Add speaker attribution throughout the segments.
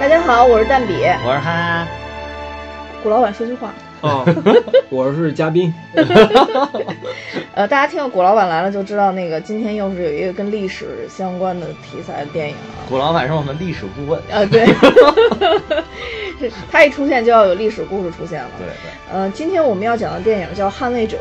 Speaker 1: 大家好，我是蛋比。
Speaker 2: 我是憨
Speaker 1: 古老板说句话，
Speaker 3: 哦，我是嘉宾，
Speaker 1: 呃，大家听到古老板来了就知道，那个今天又是有一个跟历史相关的题材的电影啊。
Speaker 2: 古老板是我们历史顾问。
Speaker 1: 呃，对，是他一出现就要有历史故事出现了。
Speaker 2: 对对，
Speaker 1: 呃，今天我们要讲的电影叫《捍卫者》。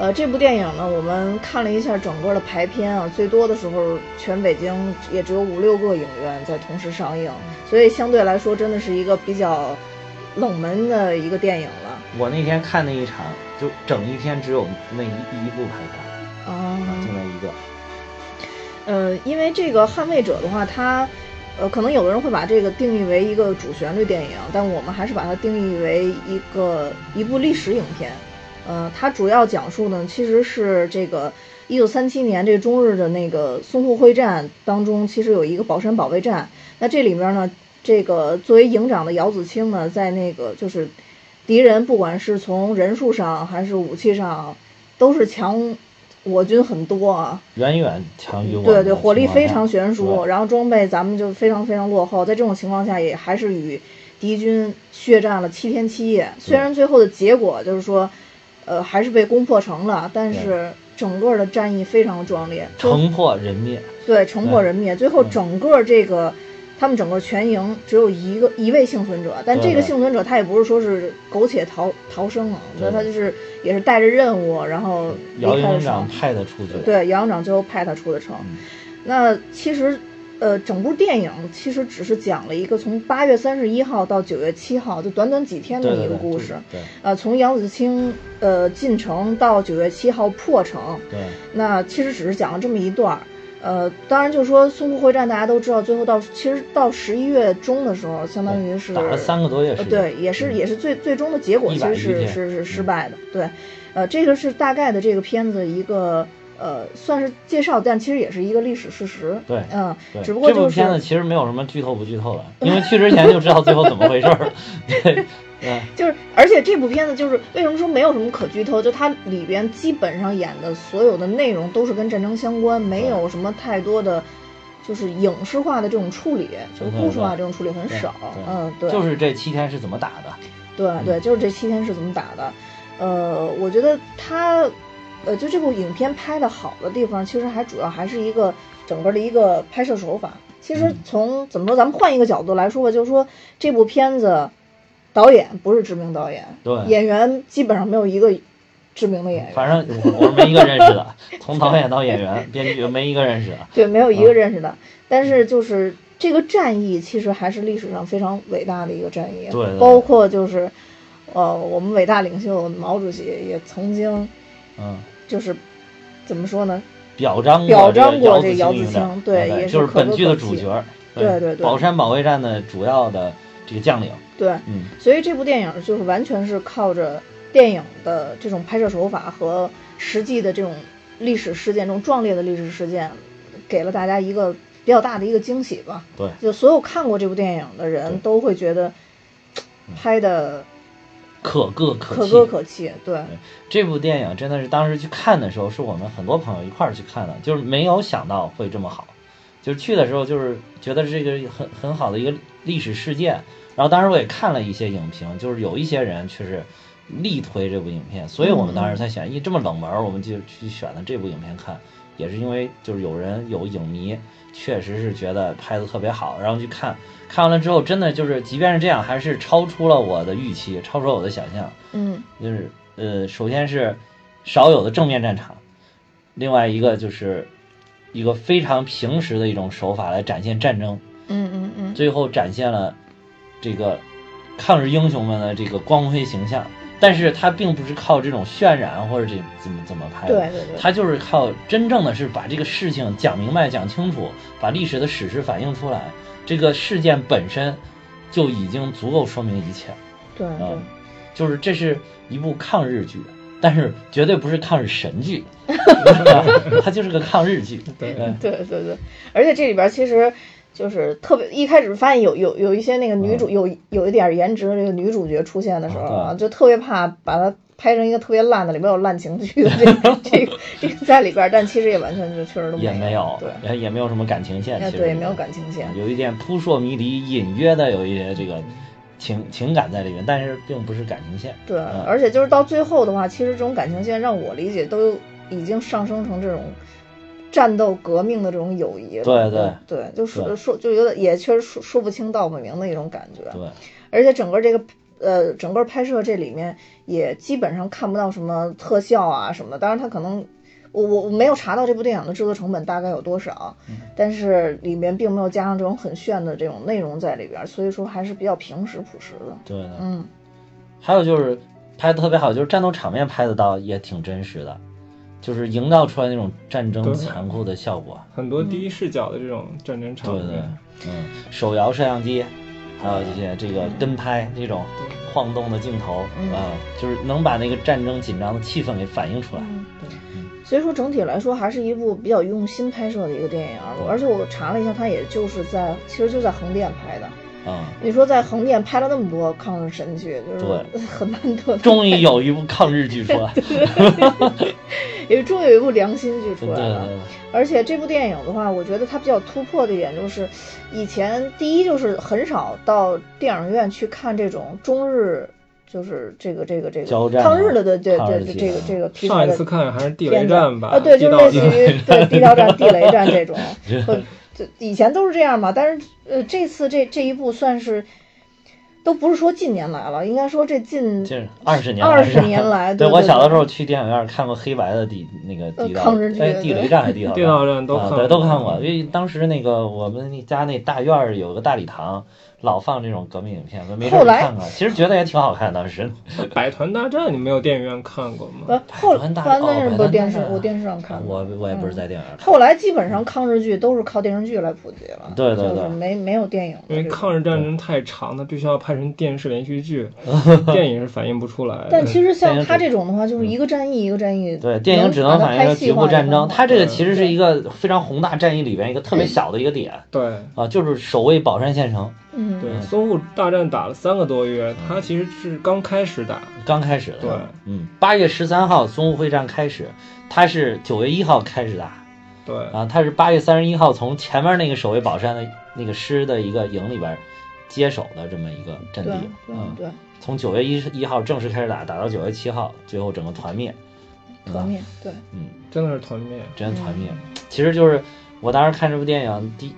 Speaker 1: 呃，这部电影呢，我们看了一下整个的排片啊，最多的时候全北京也只有五六个影院在同时上映，所以相对来说真的是一个比较冷门的一个电影了。
Speaker 2: 我那天看那一场，就整一天只有那一一部排版，
Speaker 1: 啊、
Speaker 2: 啊，就那一个。
Speaker 1: 呃，因为这个《捍卫者》的话，它，呃，可能有的人会把这个定义为一个主旋律电影，但我们还是把它定义为一个一部历史影片。呃，它主要讲述呢，其实是这个一九三七年这个中日的那个淞沪会战当中，其实有一个宝山保卫战。那这里面呢，这个作为营长的姚子青呢，在那个就是敌人不管是从人数上还是武器上，都是强我军很多啊。
Speaker 2: 远远强于我们的
Speaker 1: 对对，火力非常悬
Speaker 2: 情
Speaker 1: 殊，
Speaker 2: 况下。
Speaker 1: 然后装备咱们就非常非常落后，在这种情况下也还是与敌军血战了七天七夜。虽然最后的结果就是说，呃，还是被攻破城了，但是整个的战役非常壮烈，
Speaker 2: 对城嗯破人灭，
Speaker 1: 对城破人灭。最后整个这个。他们整个全营只有一个一位幸存者，但这个
Speaker 2: 对对
Speaker 1: 幸存者他也不是说是苟且逃逃生啊，我觉得他
Speaker 2: 对
Speaker 1: 就是也是带着任务，然后离开
Speaker 2: 姚
Speaker 1: 了
Speaker 2: 营
Speaker 1: 城
Speaker 2: 长。派他出去。
Speaker 1: 对，杨长最后派他出的城。
Speaker 2: 嗯
Speaker 1: 那其实，呃，整部电影其实只是讲了一个从八月三十一号到九月七号，就短短几天
Speaker 2: 对
Speaker 1: 的
Speaker 2: 对
Speaker 1: 一个
Speaker 2: 对
Speaker 1: 故事。
Speaker 2: 对
Speaker 1: 呃，从杨子清呃进城到九月七号破城，
Speaker 2: 对，
Speaker 1: 那其实只是讲了这么一段儿。呃，当然就是说淞沪会战，大家都知道，最后到其实到十一月中的时候，相当于是
Speaker 2: 打了三个多月
Speaker 1: 呃，
Speaker 2: 时间。嗯
Speaker 1: 对，也是也是最最终的结果其实
Speaker 2: 101
Speaker 1: 是
Speaker 2: 天
Speaker 1: 是是失
Speaker 2: 嗯
Speaker 1: 败的，对，呃，这个是大概的这个片子一个呃算是介绍，但其实也是一个历史事实，
Speaker 2: 对
Speaker 1: 嗯，
Speaker 2: 对
Speaker 1: 只不过
Speaker 2: 这
Speaker 1: 就
Speaker 2: 部
Speaker 1: 是
Speaker 2: 片子其实没有什么剧透不剧透的，因为去之前就知道最后怎么回事儿。 对，嗯，
Speaker 1: 就是，而且这部片子就是为什么说没有什么可剧透，就它里边基本上演的所有的内容都是跟战争相关，没有什么太多的。就是影视化的这种处理，就是故事化的这种处理很
Speaker 2: 对
Speaker 1: 少
Speaker 2: 对，
Speaker 1: 嗯，对，
Speaker 2: 就是这七天是怎么打的？
Speaker 1: 对
Speaker 2: 嗯
Speaker 1: 对，就是这七天是怎么打的。呃，我觉得他，呃，就这部影片拍的好的地方，其实还主要还是一个整个的一个拍摄手法。其实
Speaker 2: 嗯
Speaker 1: 从怎么说，咱们换一个角度来说吧，就是说这部片子，导演不是知名导演，
Speaker 2: 对嗯
Speaker 1: 演员基本上没有一个知名的演员，
Speaker 2: 反正我我没一个认识的，从导演到演员、编剧没一个认识的。
Speaker 1: 对，没有
Speaker 2: 嗯
Speaker 1: 一个认识的。但是就是这个战役，其实还是历史上非常伟大的一个战役。
Speaker 2: 对对
Speaker 1: 包括就是，呃，我们伟大领袖毛主席也曾经
Speaker 2: 嗯，
Speaker 1: 就是怎么说呢？
Speaker 2: 表彰
Speaker 1: 表彰过
Speaker 2: 过
Speaker 1: 这
Speaker 2: 这个
Speaker 1: 姚子
Speaker 2: 姚子
Speaker 1: 青
Speaker 2: 青，
Speaker 1: 对也是
Speaker 2: 哎就是
Speaker 1: 可
Speaker 2: 本
Speaker 1: 歌
Speaker 2: 剧
Speaker 1: 可
Speaker 2: 的主
Speaker 1: 泣
Speaker 2: 角儿，
Speaker 1: 对对对
Speaker 2: 宝山保卫战的主要的这个将领，
Speaker 1: 对，
Speaker 2: 嗯，
Speaker 1: 所以这部电影就是完全是靠着电影的这种拍摄手法和实际的这种历史事件中壮烈的历史事件，给了大家一个比较大的一个惊喜吧。
Speaker 2: 对，
Speaker 1: 就所有看过这部电影的人都会觉得拍的
Speaker 2: 可歌嗯可
Speaker 1: 可
Speaker 2: 泣。
Speaker 1: 歌可泣。对，
Speaker 2: 这部电影真的是当时去看的时候，是我们很多朋友一块儿去看的，就是没有想到会这么好。就是去的时候，就是觉得这个很很好的一个历史事件。然后当时我也看了一些影评，就是有一些人却是力推这部影片，所以我们当时才选，因为这么冷门儿，我们就去选了这部影片看，也是因为就是有人有影迷确实是觉得拍的特别好，然后去看，看完了之后，真的就是即便是这样，还是超出了我的预期，超出了我的想象。
Speaker 1: 嗯，
Speaker 2: 就是呃，首先是少有的正面战场，另外一个就是一个非常平时的一种手法来展现战争，
Speaker 1: 嗯嗯嗯，
Speaker 2: 最后展现了这个抗日英雄们的这个光辉形象。但是它并不是靠这种渲染啊或者这怎么怎么拍
Speaker 1: 对
Speaker 2: 的，
Speaker 1: 对对，
Speaker 2: 它就是靠真正的是把这个事情讲明白、讲清楚，把历史的史实反映出来，这个事件本身就已经足够说明一切了。
Speaker 1: 对对
Speaker 2: 嗯嗯，就是这是一部抗日剧，但是绝对不是抗日神 剧，你知道吧它就是个抗日剧。
Speaker 3: 对
Speaker 2: 嗯
Speaker 1: 对对对，而且这里边其实就是特别一开始发现有有有一些那个女
Speaker 2: 嗯
Speaker 1: 主有有一点颜值的这个女主角出现的时候啊，就特别怕把她拍成一个特别烂的，里面有烂情绪的这 个这个这个在里边，但其实也完全就确实都
Speaker 2: 也
Speaker 1: 没
Speaker 2: 没有，
Speaker 1: 对，
Speaker 2: 也也没有什么感情线，
Speaker 1: 哎
Speaker 2: 其实嗯
Speaker 1: 对，没有感情线，
Speaker 2: 有一点扑朔迷离，隐约的有一些这个情情感在里面，但是并不是感情线。
Speaker 1: 对，
Speaker 2: 嗯
Speaker 1: 而且就是到最后的话，其实这种感情线让我理解都已经上升成这种战斗革命的这种友谊了，
Speaker 2: 对对
Speaker 1: 对，就说
Speaker 2: 对
Speaker 1: 说就有点也确实说说不清道不明的一种感觉，
Speaker 2: 对，
Speaker 1: 而且整个这个呃，整个拍摄这里面也基本上看不到什么特效啊什么的。当然，它可能我我我没有查到这部电影的制作成本大概有多少，但是里面并没有加上这种很炫的这种内容在里边儿，所以说还是比较平实朴实的。
Speaker 2: 对的。
Speaker 1: 嗯，
Speaker 2: 还有就是拍的特别好，就是战斗场面拍的倒也挺真实的，就是营造出来那种战争
Speaker 3: 对
Speaker 2: 残酷的效果。
Speaker 3: 很多第一视角的这种战争场
Speaker 2: 对
Speaker 3: 面，
Speaker 2: 对，嗯，手摇摄像机，还有这些这个跟拍这种晃动的镜头啊、
Speaker 1: 嗯
Speaker 2: 就是能把那个战争紧张的气氛给反映出来。
Speaker 1: 所以说整体来说还是一部比较用心拍摄的一个电影儿，而且我查了一下，它也就是在其实就在横店拍的。
Speaker 2: 嗯，
Speaker 1: 你说在横店拍了那么多抗日神剧，就是很难得的
Speaker 2: 终于有一部抗日 剧出来。对对
Speaker 1: 也终于有一部良心剧出来了。
Speaker 2: 对，
Speaker 1: 而且这部电影的话，我觉得它比较突破的一点就是，以前第一就是很少到电影院去看这种中日，就是这个这个这
Speaker 2: 交
Speaker 1: 个
Speaker 2: 战啊
Speaker 1: 抗日的，对对
Speaker 2: 抗
Speaker 1: 对
Speaker 2: 日
Speaker 1: 对，
Speaker 2: 剧
Speaker 1: 这个
Speaker 2: 啊
Speaker 1: 这个题材
Speaker 3: 上一
Speaker 1: 的
Speaker 3: 次看还是地
Speaker 1: 片
Speaker 3: 雷
Speaker 1: 子
Speaker 3: 战吧？
Speaker 1: 啊，对，就是
Speaker 3: 地道
Speaker 1: 类似于对地道战、地雷战这 种，会就以前都是这样嘛。但是呃，这次这这一部算是，呃都不是说近年来了，应该说这近
Speaker 2: 近二十年
Speaker 1: 20
Speaker 2: 了是吧
Speaker 1: 年来
Speaker 2: 对
Speaker 1: 对
Speaker 2: 我
Speaker 1: 对
Speaker 2: 小的
Speaker 1: 对
Speaker 2: 时候去电影院看过黑白的地那个
Speaker 1: 呃
Speaker 2: 地道
Speaker 1: 抗日剧
Speaker 2: 哎
Speaker 1: 对
Speaker 2: 地雷战还是地道
Speaker 3: 地道战都
Speaker 2: 啊对
Speaker 3: 看过
Speaker 2: 都看过，因为当时那个我们那家那大院儿有个大礼堂，老放这种革命影片，我没事儿
Speaker 1: 后
Speaker 2: 就
Speaker 1: 来
Speaker 2: 看看，其实觉得也挺好看，当时。
Speaker 3: 百团大战，你没有电影院看过吗？
Speaker 1: 呃后
Speaker 2: 百团大
Speaker 1: 反正
Speaker 2: 哦百
Speaker 1: 不是
Speaker 2: 团
Speaker 1: 电
Speaker 2: 大
Speaker 1: 视
Speaker 2: 战，啊
Speaker 1: 我电视上看的。嗯
Speaker 2: 我我也不是在电影院看。
Speaker 1: 后来基本上抗日剧都是靠电视剧来普及了，
Speaker 2: 对对
Speaker 1: 就是
Speaker 2: 对
Speaker 1: 没没有电影的
Speaker 3: 因为
Speaker 1: 这种。
Speaker 3: 抗日战争太长了，必须要拍成电视连 续剧，电影是反映不出来
Speaker 1: 但
Speaker 3: 的。
Speaker 1: 其实像
Speaker 2: 电影
Speaker 1: 他
Speaker 2: 只
Speaker 1: 这种的话，就是一个战役一个战役，
Speaker 2: 嗯对，电影只
Speaker 1: 把
Speaker 2: 能
Speaker 1: 它
Speaker 2: 反
Speaker 1: 拍
Speaker 2: 映
Speaker 1: 细
Speaker 2: 局
Speaker 1: 化
Speaker 2: 部
Speaker 1: 得
Speaker 2: 战
Speaker 1: 很
Speaker 2: 争
Speaker 1: 好，
Speaker 2: 它这个其实是一个非常宏大战役里边一个特别小的一个点
Speaker 3: 对
Speaker 2: 啊，就是守卫宝山县城，
Speaker 1: 嗯，
Speaker 3: 对，淞沪大战打了三个多月，它其实是刚开始打。
Speaker 2: 刚开始的。
Speaker 3: 对，
Speaker 2: 嗯，八月十三号淞沪会战开始，它是九月一号开始打。
Speaker 3: 对，
Speaker 2: 啊，他是八月三十一号从前面那个守卫宝山的那个师的一个营里边接手的这么一个阵
Speaker 1: 对
Speaker 2: 地
Speaker 1: 对，
Speaker 2: 嗯，
Speaker 1: 对，
Speaker 2: 从九月一一号正式开始打，打到九月七号，最后整个团灭，
Speaker 1: 革命，对，
Speaker 2: 嗯，
Speaker 3: 真的是团灭。
Speaker 2: 真团灭。
Speaker 1: 嗯
Speaker 2: 其实就是我当时看这部电影第，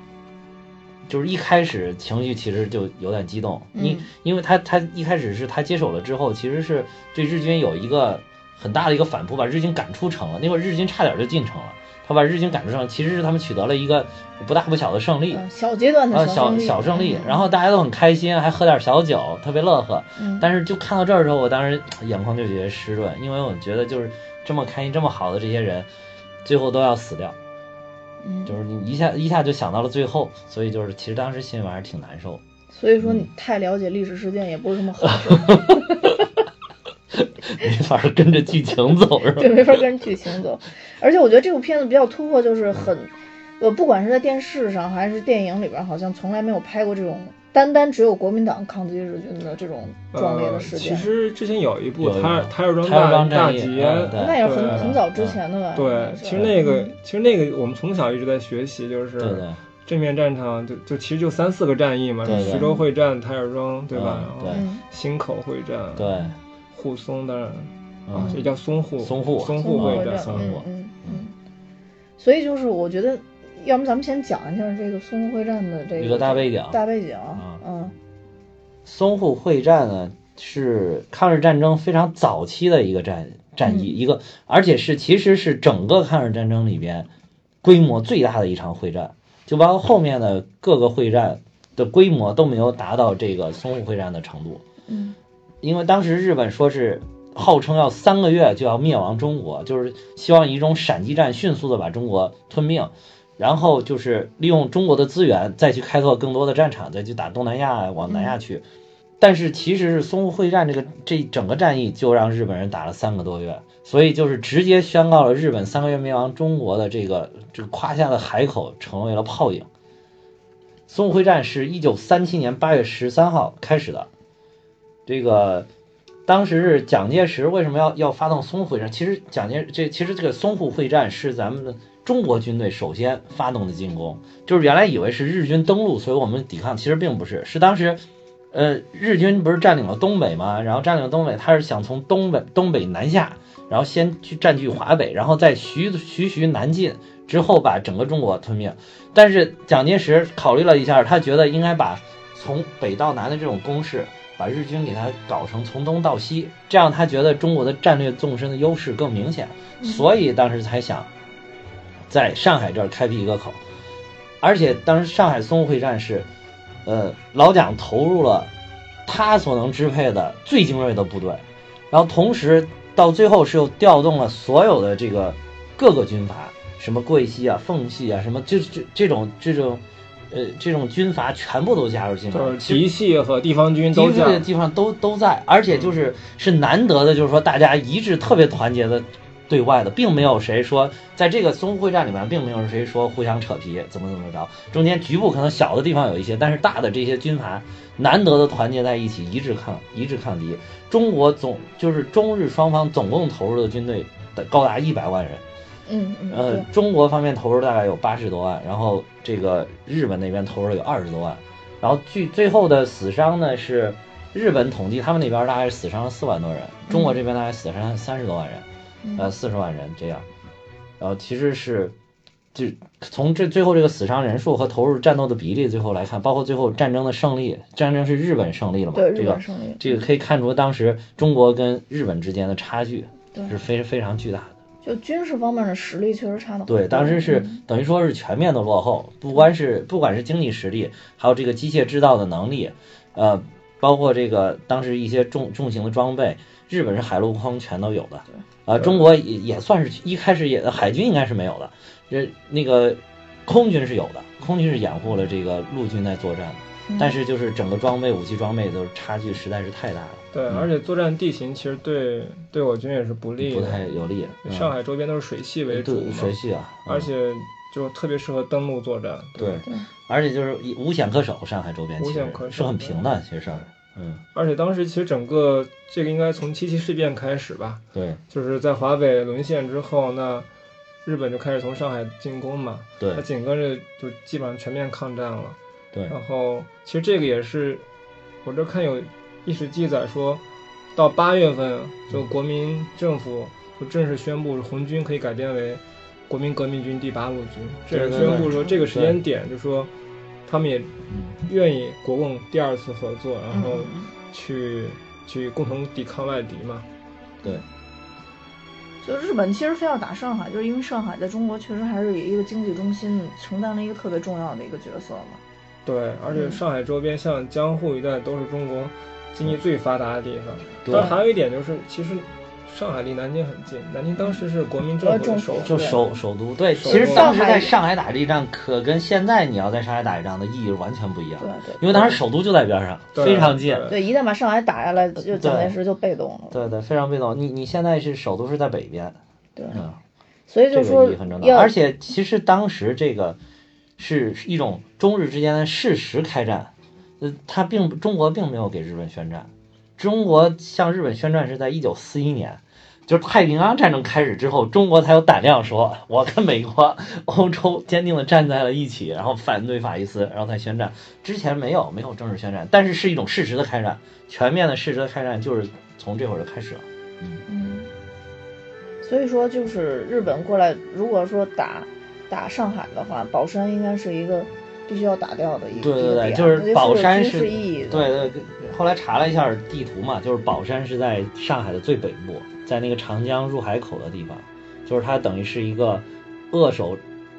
Speaker 2: 就是一开始情绪其实就有点激动，因、
Speaker 1: 嗯
Speaker 2: 因为他他一开始是他接手了之后，其实是对日军有一个很大的一个反扑，把日军赶出城了。那会儿日军差点就进城了，他把日军赶出城，其实是他们取得了一个不大不小的胜利。
Speaker 1: 嗯小阶段
Speaker 2: 啊，
Speaker 1: 的
Speaker 2: 小
Speaker 1: 小嗯
Speaker 2: 小胜利，然
Speaker 1: 后
Speaker 2: 后大家都很开心，还喝点小酒，特别乐呵。
Speaker 1: 嗯
Speaker 2: 但是就看到这儿的时候，我当时眼眶就有些湿润，因为我觉得就是这么开心、这么好的这些人，最后都要死掉，
Speaker 1: 嗯，
Speaker 2: 就是你一下一下就想到了最后，所以就是其实当时心里面还是挺难受的。
Speaker 1: 所以说
Speaker 2: 嗯
Speaker 1: 你太了解历史事件也不是什么 好事，
Speaker 2: 没法儿跟着剧情走是吧？
Speaker 1: 对，没法跟剧情走。而且我觉得这部片子比较突破，就是很，呃，不管是在电视上还是电影里边，好像从来没有拍过这种单单只有国民党抗击日军的这种壮烈
Speaker 3: 呃，
Speaker 1: 的事件。
Speaker 3: 其实之前有一部
Speaker 2: 有一
Speaker 3: 台儿
Speaker 2: 部
Speaker 3: 台儿庄
Speaker 2: 台儿
Speaker 3: 大
Speaker 2: 庄
Speaker 3: 大
Speaker 2: 战役
Speaker 3: 捷，
Speaker 2: 嗯对
Speaker 1: 那也是很
Speaker 3: 对啊嗯
Speaker 1: 很早之前的吧？嗯
Speaker 3: 对，
Speaker 1: 是
Speaker 3: 其实那个其实那个我们从小一直在学习，就
Speaker 2: 对对
Speaker 3: 是正面战场就就其实就三四个战役嘛，
Speaker 2: 对对
Speaker 3: 徐州会战、台儿庄对吧？
Speaker 2: 嗯
Speaker 3: 然后
Speaker 2: 对
Speaker 1: 嗯
Speaker 3: 忻口会战、
Speaker 2: 对，
Speaker 3: 沪淞当然啊
Speaker 2: 嗯，
Speaker 3: 也叫淞沪
Speaker 2: 淞沪
Speaker 3: 淞
Speaker 1: 淞
Speaker 3: 沪
Speaker 1: 沪
Speaker 3: 会
Speaker 1: 会
Speaker 3: 战
Speaker 1: 战，
Speaker 2: 淞
Speaker 1: 嗯
Speaker 2: 沪
Speaker 1: 嗯嗯。所以就是我觉得，要不咱们先讲一下这个淞沪会战的这
Speaker 2: 一个大背景啊
Speaker 1: 大背景，嗯
Speaker 2: 淞沪会战呢是抗日战争非常早期的一个战战役，一个而且是其实是整个抗日战争里边规模最大的一场会战，就包括后面的各个会战的规模都没有达到这个淞沪会战的程度，
Speaker 1: 嗯
Speaker 2: 因为当时日本说是。号称要三个月就要灭亡中国，就是希望以一种闪击战迅速的把中国吞并，然后就是利用中国的资源再去开拓更多的战场，再去打东南亚，往南亚去。但是其实是淞沪会战这个这整个战役就让日本人打了三个多月，所以就是直接宣告了日本三个月灭亡中国的这个这个夸下的海口成为了泡影。淞沪会战是一九三七年八月十三号开始的，这个当时是蒋介石为什么要要发动淞沪会战？其实蒋介这其实这个淞沪会战是咱们的中国军队首先发动的进攻，就是原来以为是日军登陆，所以我们抵抗，其实并不是，是当时。呃，日军不是占领了东北吗？然后占领了东北，他是想从东北东北南下，然后先去占据华北，然后再徐徐徐南进，之后把整个中国吞灭。但是蒋介石考虑了一下，他觉得应该把从北到南的这种攻势，把日军给他搞成从东到西，这样他觉得中国的战略纵深的优势更明显，所以当时才想在上海这儿开辟一个口。而且当时上海淞沪会战是。呃，老蒋投入了他所能支配的最精锐的部队，然后同时到最后是又调动了所有的这个各个军阀，什么桂系啊、奉系啊，什么这这这种这种呃这种军阀全部都加入进来，
Speaker 3: 就是
Speaker 2: 其实
Speaker 3: 嫡系和地方军都
Speaker 2: 敌对
Speaker 3: 这
Speaker 2: 嗯的
Speaker 3: 样，嗯
Speaker 2: 地方都都在，而且就是是难得的，就是说大家一致特别团结的对外的，并没有谁说在这个淞沪会战里面，并没有谁说互相扯皮怎么怎么着，中间局部可能小的地方有一些，但是大的这些军阀难得的团结在一起，一致抗一致抗敌。中国总就是中日双方总共投入的军队的高达一百万人，
Speaker 1: 嗯嗯，
Speaker 2: 呃，
Speaker 1: 对，
Speaker 2: 中国方面投入大概有八十多万，然后这个日本那边投入有二十多万，然后据最后的死伤呢是日本统计他们那边大概死伤了四万多人，中国这边大概死伤三十多万人，呃四十万人这样，然后其实是就从这最后这个死伤人数和投入战斗的比例最后来看，包括最后战争的胜利，战争是日本胜利了嘛？
Speaker 1: 嗯对
Speaker 2: 这
Speaker 1: 日
Speaker 2: 个
Speaker 1: 本胜利，
Speaker 2: 这个可以看出当时中国跟日本之间的差距
Speaker 1: 对
Speaker 2: 是非非常巨大的。
Speaker 1: 就军事方面的实力确实差得很多。嗯
Speaker 2: 对，当时是等于说是全面的落后，不光是不管是经济实力，还有这个机械制造的能力，呃，包括这个当时一些重重型的装备，日本是海陆空全都有的，啊、中国也也算是一开始也海军应该是没有的，这那个空军是有的，空军是掩护了这个陆军在作战的，
Speaker 1: 嗯
Speaker 2: 但是就是整个装备武器装备都是差距实在是太大了，
Speaker 3: 对，而且作战地形其实对对我军也是不利
Speaker 2: 不
Speaker 3: 的。
Speaker 2: 太有利。嗯、
Speaker 3: 上海周边都是水系为
Speaker 2: 对
Speaker 3: 主嘛，
Speaker 2: 水系啊，嗯
Speaker 3: 而且就特别适合登陆作战。
Speaker 2: 对
Speaker 1: 对，
Speaker 2: 而且就是以无险可守，上海周边
Speaker 3: 无
Speaker 2: 其实
Speaker 3: 险可守
Speaker 2: 是很平的，其实上海，嗯，
Speaker 3: 而且当时其实整个这个应该从七七事变开始吧，
Speaker 2: 对
Speaker 3: 就是在华北沦陷之后，那日本就开始从上海进攻嘛，那
Speaker 2: 对
Speaker 3: 紧跟着就基本上全面抗战了。
Speaker 2: 对，
Speaker 3: 然后其实这个也是，我这看有历史记载说，到八月份
Speaker 2: 嗯
Speaker 3: 就国民政府就正式宣布红军可以改编为国民革命军第八路军，这
Speaker 2: 对
Speaker 3: 也
Speaker 2: 对
Speaker 3: 宣布
Speaker 2: 对
Speaker 3: 说这个时间点就说他们也
Speaker 2: 嗯
Speaker 3: 愿意国共第二次合作，然
Speaker 1: 嗯
Speaker 3: 后去去共同抵抗外敌嘛。
Speaker 2: 对
Speaker 1: 就日本其实非要打上海，就是因为上海在中国确实还是一个经济中心，承担了一个特别重要的一个角色嘛。
Speaker 3: 对，而
Speaker 2: 嗯
Speaker 3: 且上海周边像江户一带都是中国经济最发达的地方。
Speaker 2: 嗯对
Speaker 3: 但还有一点就是，其实上海离南京很近，南京当时是国民政府的
Speaker 2: 嗯
Speaker 3: 首
Speaker 2: 哦就
Speaker 3: 府。
Speaker 2: 首首都，对，
Speaker 3: 首
Speaker 2: 其实
Speaker 3: 都
Speaker 2: 当时
Speaker 1: 上海
Speaker 2: 在上海打这一仗，可跟现在你要在上海打一仗的意义完全不一样
Speaker 1: 对，对
Speaker 2: 因为当时首都就在边上，
Speaker 3: 对
Speaker 2: 非常近，
Speaker 3: 对
Speaker 1: 对，一旦把上海打下来，就蒋介石就被动了。
Speaker 2: 对对，非常被动。你你现在是首都是在北边，
Speaker 1: 对
Speaker 2: 嗯，
Speaker 1: 所以
Speaker 2: 这
Speaker 1: 就
Speaker 2: 个
Speaker 1: 说
Speaker 2: 意义很重大。
Speaker 1: 要
Speaker 2: 而且其实当时这个是一种中日之间的事实开战，呃，他并中国并没有给日本宣战，中国向日本宣战是在一九四一年。就是太平洋战争开始之后，中国才有胆量说，我跟美国、欧洲坚定的站在了一起，然后反对法西斯，然后才宣战。之前没有，没有正式宣战，但是是一种事实的开战，全面的事实的开战，就是从这会儿就开始了。
Speaker 1: 嗯，所以说就是日本过来，如果说打打上海的话，宝山应该是一个必须要打掉的一个
Speaker 2: 对对
Speaker 1: 一个
Speaker 2: 对，
Speaker 1: 点
Speaker 2: 就是宝山是，
Speaker 1: 而且有军事意义的。
Speaker 2: 对对，后来查了一下地图嘛，就是宝山是在上海的最北部，在那个长江入海口的地方，就是它等于是一个扼守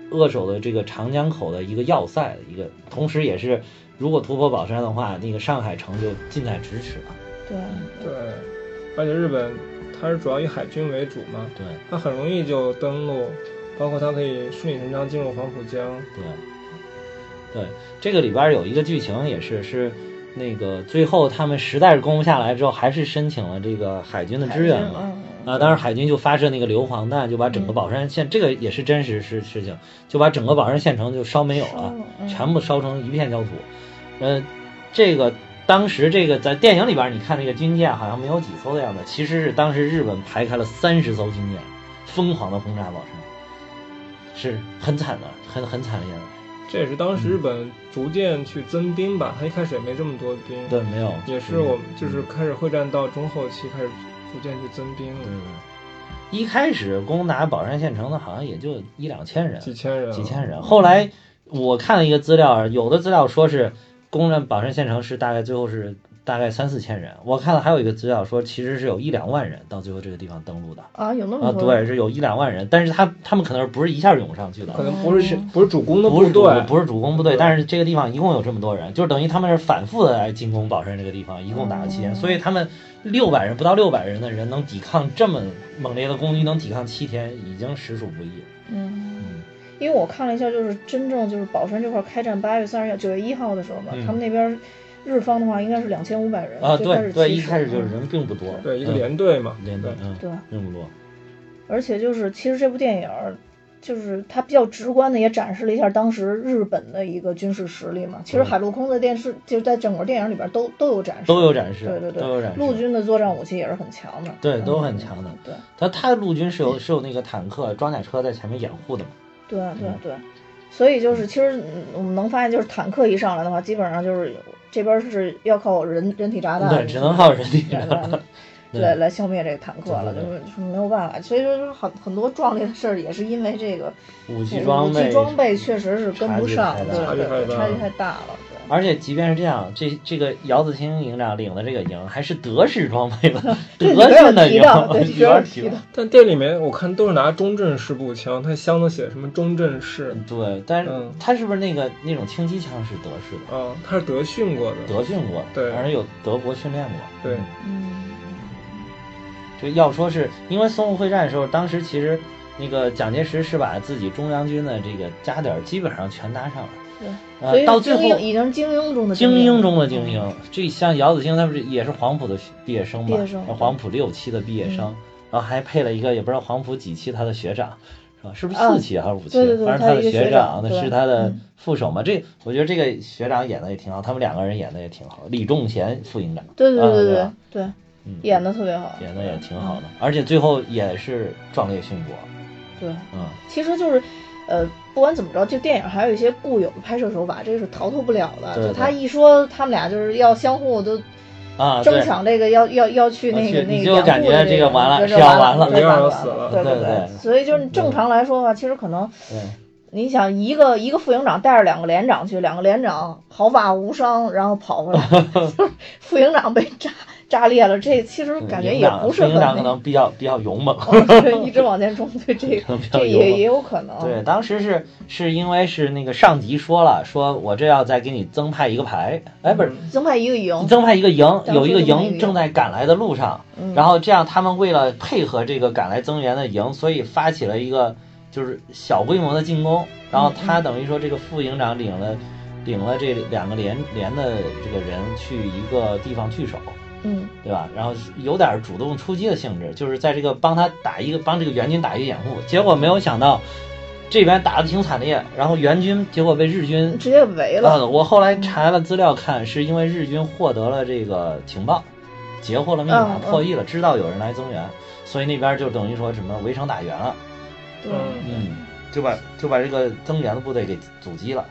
Speaker 2: 扼守的这个长江口的一个要塞的一个，同时也是如果突破宝山的话，那个上海城就近在咫尺了。
Speaker 1: 对
Speaker 3: 对，而且日本它是主要以海军为主嘛，
Speaker 2: 对
Speaker 3: 它很容易就登陆，包括它可以顺理成章进入黄浦江。
Speaker 2: 对对，这个里边有一个剧情也是是那个最后他们实在是攻不下来之后，还是申请了这个海军的嗯支援嘛。
Speaker 1: 嗯
Speaker 2: 啊，当时海军就发射那个硫磺弹，就把整个宝山县，这个也是真实事事情，就把整个宝山县城就烧没有
Speaker 1: 烧
Speaker 2: 了
Speaker 1: 了，嗯
Speaker 2: 全部烧成一片焦土。呃，这个当时这个在电影里边你看那个军舰好像没有几艘的样子，其实是当时日本排开了三十艘军舰，疯狂的轰炸宝山，是很惨的，很很惨烈的。
Speaker 3: 这也是当
Speaker 2: 嗯
Speaker 3: 时日本逐渐去增兵吧，他一开始也没这么多兵，
Speaker 2: 对，嗯没有，
Speaker 3: 也是我们就是开始会战到中后期开始逐渐去增兵
Speaker 2: 嗯对
Speaker 3: 了
Speaker 2: 对，对一开始攻打宝山县城的好像也就一两千人，
Speaker 3: 几千人，
Speaker 2: 几千人。后来我看了一个资料，有的资料说是攻占宝山县城是大概最后是大概三四千人，我看了还有一个资料说其实是有一两万人到最后这个地方登陆的
Speaker 1: 啊，有那么
Speaker 2: 啊，
Speaker 1: 多
Speaker 2: 对，是有一两万人，但是他他们可能不是一下涌上去的
Speaker 3: 可。能不是
Speaker 1: 嗯
Speaker 3: 不是主攻的
Speaker 2: 不
Speaker 3: 部
Speaker 2: 是主
Speaker 3: 队，
Speaker 2: 不是主攻部队，
Speaker 3: 对
Speaker 2: 但是这个地方一共有这么多人，就是等于他们是反复的来进攻宝山这个地方，一共打了七天，所以他们六百人不到六百人的人能抵抗这么猛烈的攻击，能抵抗七天，已经实属不易。
Speaker 1: 嗯
Speaker 2: 嗯，
Speaker 1: 因为我看了一下，就是真正就是宝山这块开战八月三十九月一号的时候嘛，
Speaker 2: 嗯
Speaker 1: 他们那边日方的话应该是两千五百人
Speaker 2: 啊，
Speaker 1: 最开
Speaker 2: 对
Speaker 1: 始
Speaker 2: 对，
Speaker 1: 起
Speaker 2: 一
Speaker 1: 始
Speaker 2: 开始就是
Speaker 1: 嗯
Speaker 2: 人并不多，
Speaker 3: 对一个
Speaker 2: 嗯
Speaker 3: 连队嘛，
Speaker 2: 连队，嗯，
Speaker 1: 对，
Speaker 2: 并不多，
Speaker 1: 而且就是其实这部电影儿，就是它比较直观的也展示了一下当时日本的一个军事实力嘛。其实海陆空在电视就是在整个电影里边都都有展示，
Speaker 2: 嗯都有展示，
Speaker 1: 对对对
Speaker 2: 都有展示。
Speaker 1: 陆军的作战武器也是很强的，
Speaker 2: 对
Speaker 1: 嗯
Speaker 2: 都很强的
Speaker 1: 对
Speaker 2: 他他陆军是有是有那个坦克、装甲车在前面掩护的嘛？
Speaker 1: 对
Speaker 2: 嗯
Speaker 1: 对对，所以就是其实嗯我们能发现，就是坦克一上来的话，基本上就是这边是要靠人人体炸弹，
Speaker 2: 对，只能靠人力
Speaker 1: 来
Speaker 2: 了。
Speaker 1: 来
Speaker 2: 对
Speaker 1: 来来消灭这个坦克了，就
Speaker 2: 对对
Speaker 1: 是就是没有办法。所以说就是很很多壮烈的事儿也是因为这个
Speaker 2: 武
Speaker 1: 武
Speaker 2: 器装备，
Speaker 1: 装备确实是跟不上，
Speaker 2: 差
Speaker 1: 对
Speaker 2: 距太大
Speaker 3: 差距
Speaker 1: 对对，
Speaker 3: 太大
Speaker 1: 差距太大了。对，
Speaker 2: 而且即便是这样，这这个姚子青营长领的这个营还是德式装备 了，
Speaker 1: 对
Speaker 2: 德式的
Speaker 1: 你
Speaker 2: 营
Speaker 1: 没有提到，对你
Speaker 2: 里
Speaker 1: 没有
Speaker 2: 边
Speaker 1: 提到
Speaker 2: 到。
Speaker 3: 但店里面我看都是拿中正式步枪，它箱子写什么中正式
Speaker 2: 对，但是
Speaker 3: 嗯
Speaker 2: 他是不是那个那种轻机枪是德式的，
Speaker 3: 啊，它是德训过的，
Speaker 2: 德训过的，
Speaker 3: 对
Speaker 2: 而且有德国训练过，
Speaker 3: 对
Speaker 2: 嗯
Speaker 1: 嗯，
Speaker 2: 就要说是因为淞沪会战的时候，当时其实那个蒋介石是把自己中央军的这个家底儿基本上全搭上了，
Speaker 1: 对，所
Speaker 2: 呃，
Speaker 1: 以
Speaker 2: 到
Speaker 1: 是
Speaker 2: 最
Speaker 1: 精英已
Speaker 2: 后
Speaker 1: 经是精英中的
Speaker 2: 精英
Speaker 1: 英嗯
Speaker 2: 中的精英，这像姚子青他不是也是黄埔的毕业生嘛
Speaker 1: 毕业生，对嗯
Speaker 2: 黄埔六期的毕业生，然后还配了一个也不知道黄埔几期他的学长。是吧？是不是四期还是五期？
Speaker 1: 啊对对对
Speaker 2: 反正
Speaker 1: 他
Speaker 2: 的
Speaker 1: 一个学
Speaker 2: 长，
Speaker 1: 长
Speaker 2: 那
Speaker 1: 对
Speaker 2: 是他的
Speaker 1: 嗯
Speaker 2: 副手嘛。这我觉得这个学长演的也挺好，他们两个人演的也挺好。李仲贤副营长，
Speaker 1: 对对
Speaker 2: 啊
Speaker 1: 对
Speaker 2: 对
Speaker 1: 对
Speaker 2: 吧
Speaker 1: 对，
Speaker 2: 嗯
Speaker 1: 演的特别好，
Speaker 2: 演的也挺好的，而且最后也是壮烈殉国。
Speaker 1: 对，
Speaker 2: 嗯，
Speaker 1: 其实就是。呃，不管怎么着，这电影还有一些固有的拍摄手法，这是逃脱不了的。
Speaker 2: 对对
Speaker 1: 就他一说他们俩就是要相互都
Speaker 2: 啊，
Speaker 1: 争
Speaker 2: 对，
Speaker 1: 抢这个要要要去那个
Speaker 2: 啊去
Speaker 1: 那
Speaker 2: 你
Speaker 1: 个
Speaker 2: 就
Speaker 1: 两
Speaker 2: 感
Speaker 1: 步
Speaker 2: 觉
Speaker 1: 的
Speaker 2: 这个完了
Speaker 1: 就是
Speaker 2: 是要
Speaker 1: 完
Speaker 2: 完了
Speaker 1: 对
Speaker 3: 要
Speaker 1: 完
Speaker 3: 死了
Speaker 1: 对
Speaker 2: 对
Speaker 1: 对
Speaker 2: 对。
Speaker 1: 所以就是正常来说吧，其实可能
Speaker 2: 对
Speaker 1: 你想一个一个副营长带着两个连长去，两个连长毫发无伤，然后跑 回来， 就是副营长被炸炸裂了，这其实感觉
Speaker 2: 嗯营
Speaker 1: 也
Speaker 2: 长
Speaker 1: 不是很
Speaker 2: 营长可
Speaker 1: 那
Speaker 2: 能比较比较勇猛。
Speaker 1: 个，一直往前冲，对这
Speaker 2: 可
Speaker 1: 个
Speaker 2: 能比较
Speaker 1: 这
Speaker 2: 勇
Speaker 1: 也
Speaker 2: 猛
Speaker 1: 也有可能。
Speaker 2: 对，当时是是因为是那个上级说了，说我这要再给你增派一个排，哎，不是。
Speaker 1: 增派一个营，
Speaker 2: 增派一个营，
Speaker 1: 嗯当
Speaker 2: 有一
Speaker 1: 初就
Speaker 2: 个
Speaker 1: 那个
Speaker 2: 营
Speaker 1: 营
Speaker 2: 正在赶来的路上，
Speaker 1: 嗯
Speaker 2: 然后这样他们为了配合这个赶来增援的营，所以发起了一个就是小规模的进攻。然后他等于说这个副营长领了领了这两个连连的这个人去一个地方据守，
Speaker 1: 嗯
Speaker 2: 对吧？然后有点主动出击的性质，就是在这个帮他打一个帮这个援军打一个掩护。结果没有想到，这边打的挺惨烈，然后援军结果被日军
Speaker 1: 直接围了，
Speaker 2: 呃，我后来查了资料看，是因为日军获得了这个情报，截获了密码
Speaker 1: 嗯，嗯
Speaker 2: 破译了，知道有人来增援，所以那边就等于说什么围城打援了，
Speaker 1: 对。
Speaker 3: 嗯，
Speaker 2: 嗯，就把就把这个增援的部队给阻击了，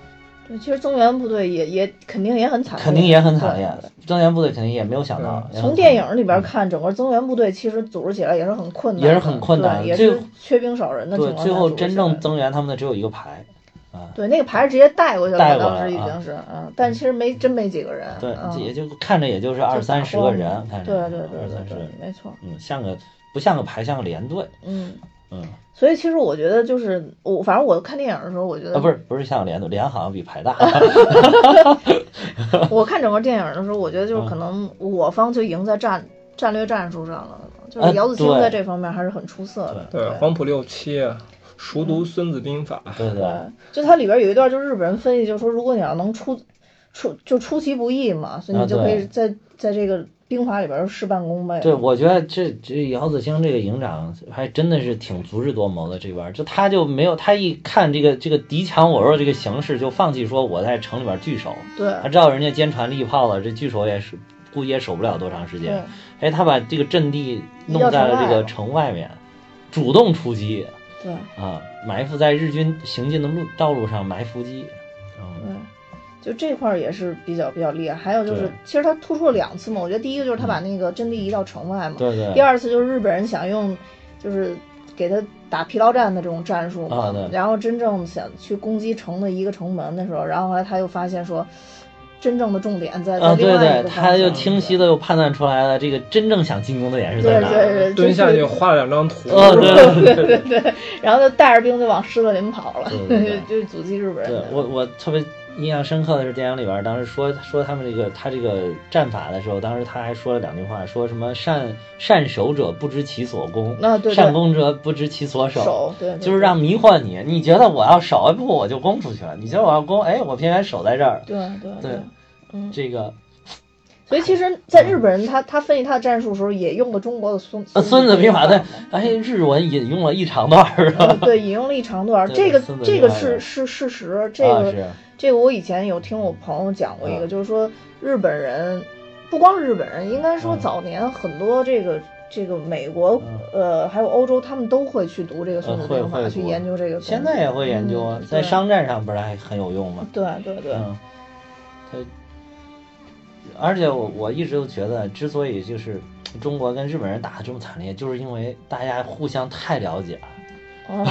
Speaker 1: 对，其实增援部队也也肯定也很惨烈，
Speaker 2: 肯定也很惨烈
Speaker 1: 啊对。
Speaker 2: 增援部队肯定也没有想到，也很
Speaker 1: 从
Speaker 2: 惨
Speaker 1: 电影里边看，整个增援部队其实组织起来也是很困难的，
Speaker 2: 也是很困难
Speaker 1: 对也
Speaker 2: 最
Speaker 1: 是缺兵少人的情
Speaker 2: 对，
Speaker 1: 况下
Speaker 2: 最后
Speaker 1: 组织
Speaker 2: 真
Speaker 1: 起来的
Speaker 2: 正增援他们的只有一个排，啊，
Speaker 1: 对那个牌直接带过去
Speaker 2: 带
Speaker 1: 了，
Speaker 2: 过来啊
Speaker 1: 当时已经是嗯，但其实没真没几个人，
Speaker 2: 对，
Speaker 1: 嗯
Speaker 2: 也就看着也就是二三十个人，看
Speaker 1: 对
Speaker 2: 着
Speaker 1: 对对
Speaker 2: 二
Speaker 1: 对
Speaker 2: 三十个
Speaker 1: 对
Speaker 2: 人，，
Speaker 1: 没错，
Speaker 2: 嗯，像个不像个排，像个连队，
Speaker 1: 嗯。
Speaker 2: 嗯，
Speaker 1: 所以其实我觉得就是我，反正我看电影的时候，我觉得
Speaker 2: 啊，不是不是像个连队，连好像比 排大。
Speaker 1: 我看整个电影的时候，我觉得
Speaker 2: 啊
Speaker 1: 就是可能我方就赢在战战略战术上了，就
Speaker 2: 啊
Speaker 1: 是姚子青
Speaker 2: 对
Speaker 1: 在这方面还是很出色的。
Speaker 3: 对，黄埔六期啊，熟读《孙子兵法》，
Speaker 2: 对对
Speaker 1: 对，就它里边有一段，就日本人分析，就说如果你要能出出就出其不意嘛，所以
Speaker 2: 啊
Speaker 1: 你就可以
Speaker 2: 对
Speaker 1: 在在这个兵法里边儿事半功倍。
Speaker 2: 对，我觉得这这姚子青这个营长还真的是挺足智多谋的这边儿，就他就没有他一看这个这个敌强我弱这个形势，就放弃说我在城里边据守，
Speaker 1: 对
Speaker 2: 他知道人家坚船利炮了，这据守也是估计也守不了多长时
Speaker 1: 对
Speaker 2: 间，哎，他把这个阵地弄
Speaker 1: 移到
Speaker 2: 在了
Speaker 1: 城
Speaker 2: 这
Speaker 1: 外
Speaker 2: 个
Speaker 1: 了
Speaker 2: 城外面，主动出击
Speaker 1: 对
Speaker 2: 啊，埋伏在日军行进的路道路上埋伏击，嗯，
Speaker 1: 对，就这块儿也是比较比较厉害。还有就是
Speaker 2: 对，嗯
Speaker 1: 其实他突出了两次嘛，我觉得第一个就是他把那个阵地移到城外嘛，
Speaker 2: 对对，
Speaker 1: 第二次就是日本人想用，就是给他打疲劳战的这种战术嘛，
Speaker 2: 啊对
Speaker 1: 然后真正想去攻击城的一个城门的时候，然后后来他又发现说，真正的重点在在
Speaker 2: 啊，
Speaker 1: 另外
Speaker 2: 对
Speaker 1: 一
Speaker 2: 对，
Speaker 1: 个方向，
Speaker 2: 他又清晰的又判断出来了，这个真正想进攻的点是
Speaker 1: 对
Speaker 2: 在哪儿？
Speaker 1: 对对，
Speaker 3: 蹲下
Speaker 1: 就
Speaker 3: 去
Speaker 1: 是
Speaker 3: 画了两张图，
Speaker 2: 哦对
Speaker 3: 对对，
Speaker 1: 然后就带着兵就往狮子林跑了，
Speaker 2: 对对对
Speaker 1: 就是阻击日本人
Speaker 2: 对
Speaker 1: 的。
Speaker 2: 我我特别印象深刻的是电影里边儿，当时说说他们这个他这个战法的时候，当时他还说了两句话，说什么善善守者不知其所攻，
Speaker 1: 啊对对
Speaker 2: 善攻者不知其所守。
Speaker 1: 手对，对
Speaker 2: 就是让迷惑你，你觉得我要守，不我就攻出去了；你觉得我要攻，哎，我偏偏守在这儿。
Speaker 1: 对对对
Speaker 2: 对
Speaker 1: 嗯，
Speaker 2: 这个
Speaker 1: 所以其实，在日本人他他分析他的战术的时候，也用了中国的孙
Speaker 2: 呃，《孙子兵法》
Speaker 1: 对
Speaker 2: 对，哎，日文引用了一长段儿啊，
Speaker 1: 呃对，引用了一长段儿，
Speaker 2: 对
Speaker 1: 这个
Speaker 2: 孙子
Speaker 1: 这
Speaker 2: 兵
Speaker 1: 个
Speaker 2: 法
Speaker 1: 是
Speaker 2: 有
Speaker 1: 是事实，这个
Speaker 2: 啊是
Speaker 1: 这个我以前有听我朋友讲过一个，
Speaker 2: 嗯
Speaker 1: 就是说日本人不光是日本人，应该说
Speaker 2: 嗯
Speaker 1: 早年很多这个这个美国
Speaker 2: 嗯
Speaker 1: 呃还有欧洲，他们都会去读这个《孙子
Speaker 2: 呃会
Speaker 1: 兵法
Speaker 2: 会》，
Speaker 1: 去
Speaker 2: 读
Speaker 1: 研究这个东西。
Speaker 2: 现在也会研究啊
Speaker 1: 嗯，
Speaker 2: 在
Speaker 1: 对
Speaker 2: 商战上不是还很有用吗？
Speaker 1: 对对对
Speaker 2: 嗯，他，而且我我一直都觉得，之所以就是中国跟日本人打得这么惨烈，就是因为大家互相太了解了。
Speaker 1: 啊，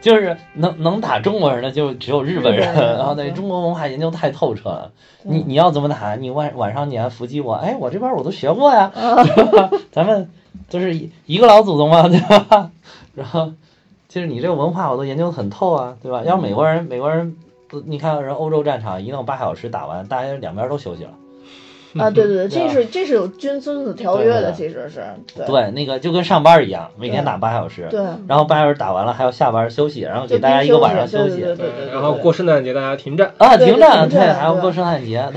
Speaker 2: 就是能能打中国人的就只有日本
Speaker 1: 日
Speaker 2: 人，
Speaker 1: 本人
Speaker 2: 然后对
Speaker 1: 对
Speaker 2: 中国文化研究太透彻了。
Speaker 1: 对
Speaker 2: 你你要怎么打，你晚晚上你还伏击我，哎，我这边我都学过 呀，
Speaker 1: 嗯
Speaker 2: 咱们都是一一个老祖宗嘛，对吧？ 然后就是你这个文化我都研究得很透啊，对吧？要美国
Speaker 1: 嗯
Speaker 2: 人，美国人不，你看人欧洲战场一弄八小时打完，大家两边都休息了。
Speaker 1: 啊，对 对对，这
Speaker 2: 对啊
Speaker 1: 是这是有军孙子条
Speaker 2: 对
Speaker 1: 约
Speaker 2: 对
Speaker 1: 的，
Speaker 2: 对
Speaker 1: 其实是对
Speaker 2: 对，那个就跟上班一样，每天
Speaker 1: 对
Speaker 2: 打八小时，
Speaker 1: 对，
Speaker 2: 然后八小时打完了还要下班休息，然后
Speaker 1: 就
Speaker 2: 给大家
Speaker 1: 兵
Speaker 2: 一个
Speaker 1: 休
Speaker 2: 晚
Speaker 1: 息
Speaker 2: 上休息。
Speaker 1: 对对对对对对，
Speaker 3: 然后
Speaker 1: 对
Speaker 3: 过圣诞节大家停 战，
Speaker 2: 啊，
Speaker 1: 对
Speaker 2: 停战，
Speaker 1: 停
Speaker 2: 对，
Speaker 1: 战
Speaker 2: 还要
Speaker 1: 对
Speaker 2: 过圣诞 节。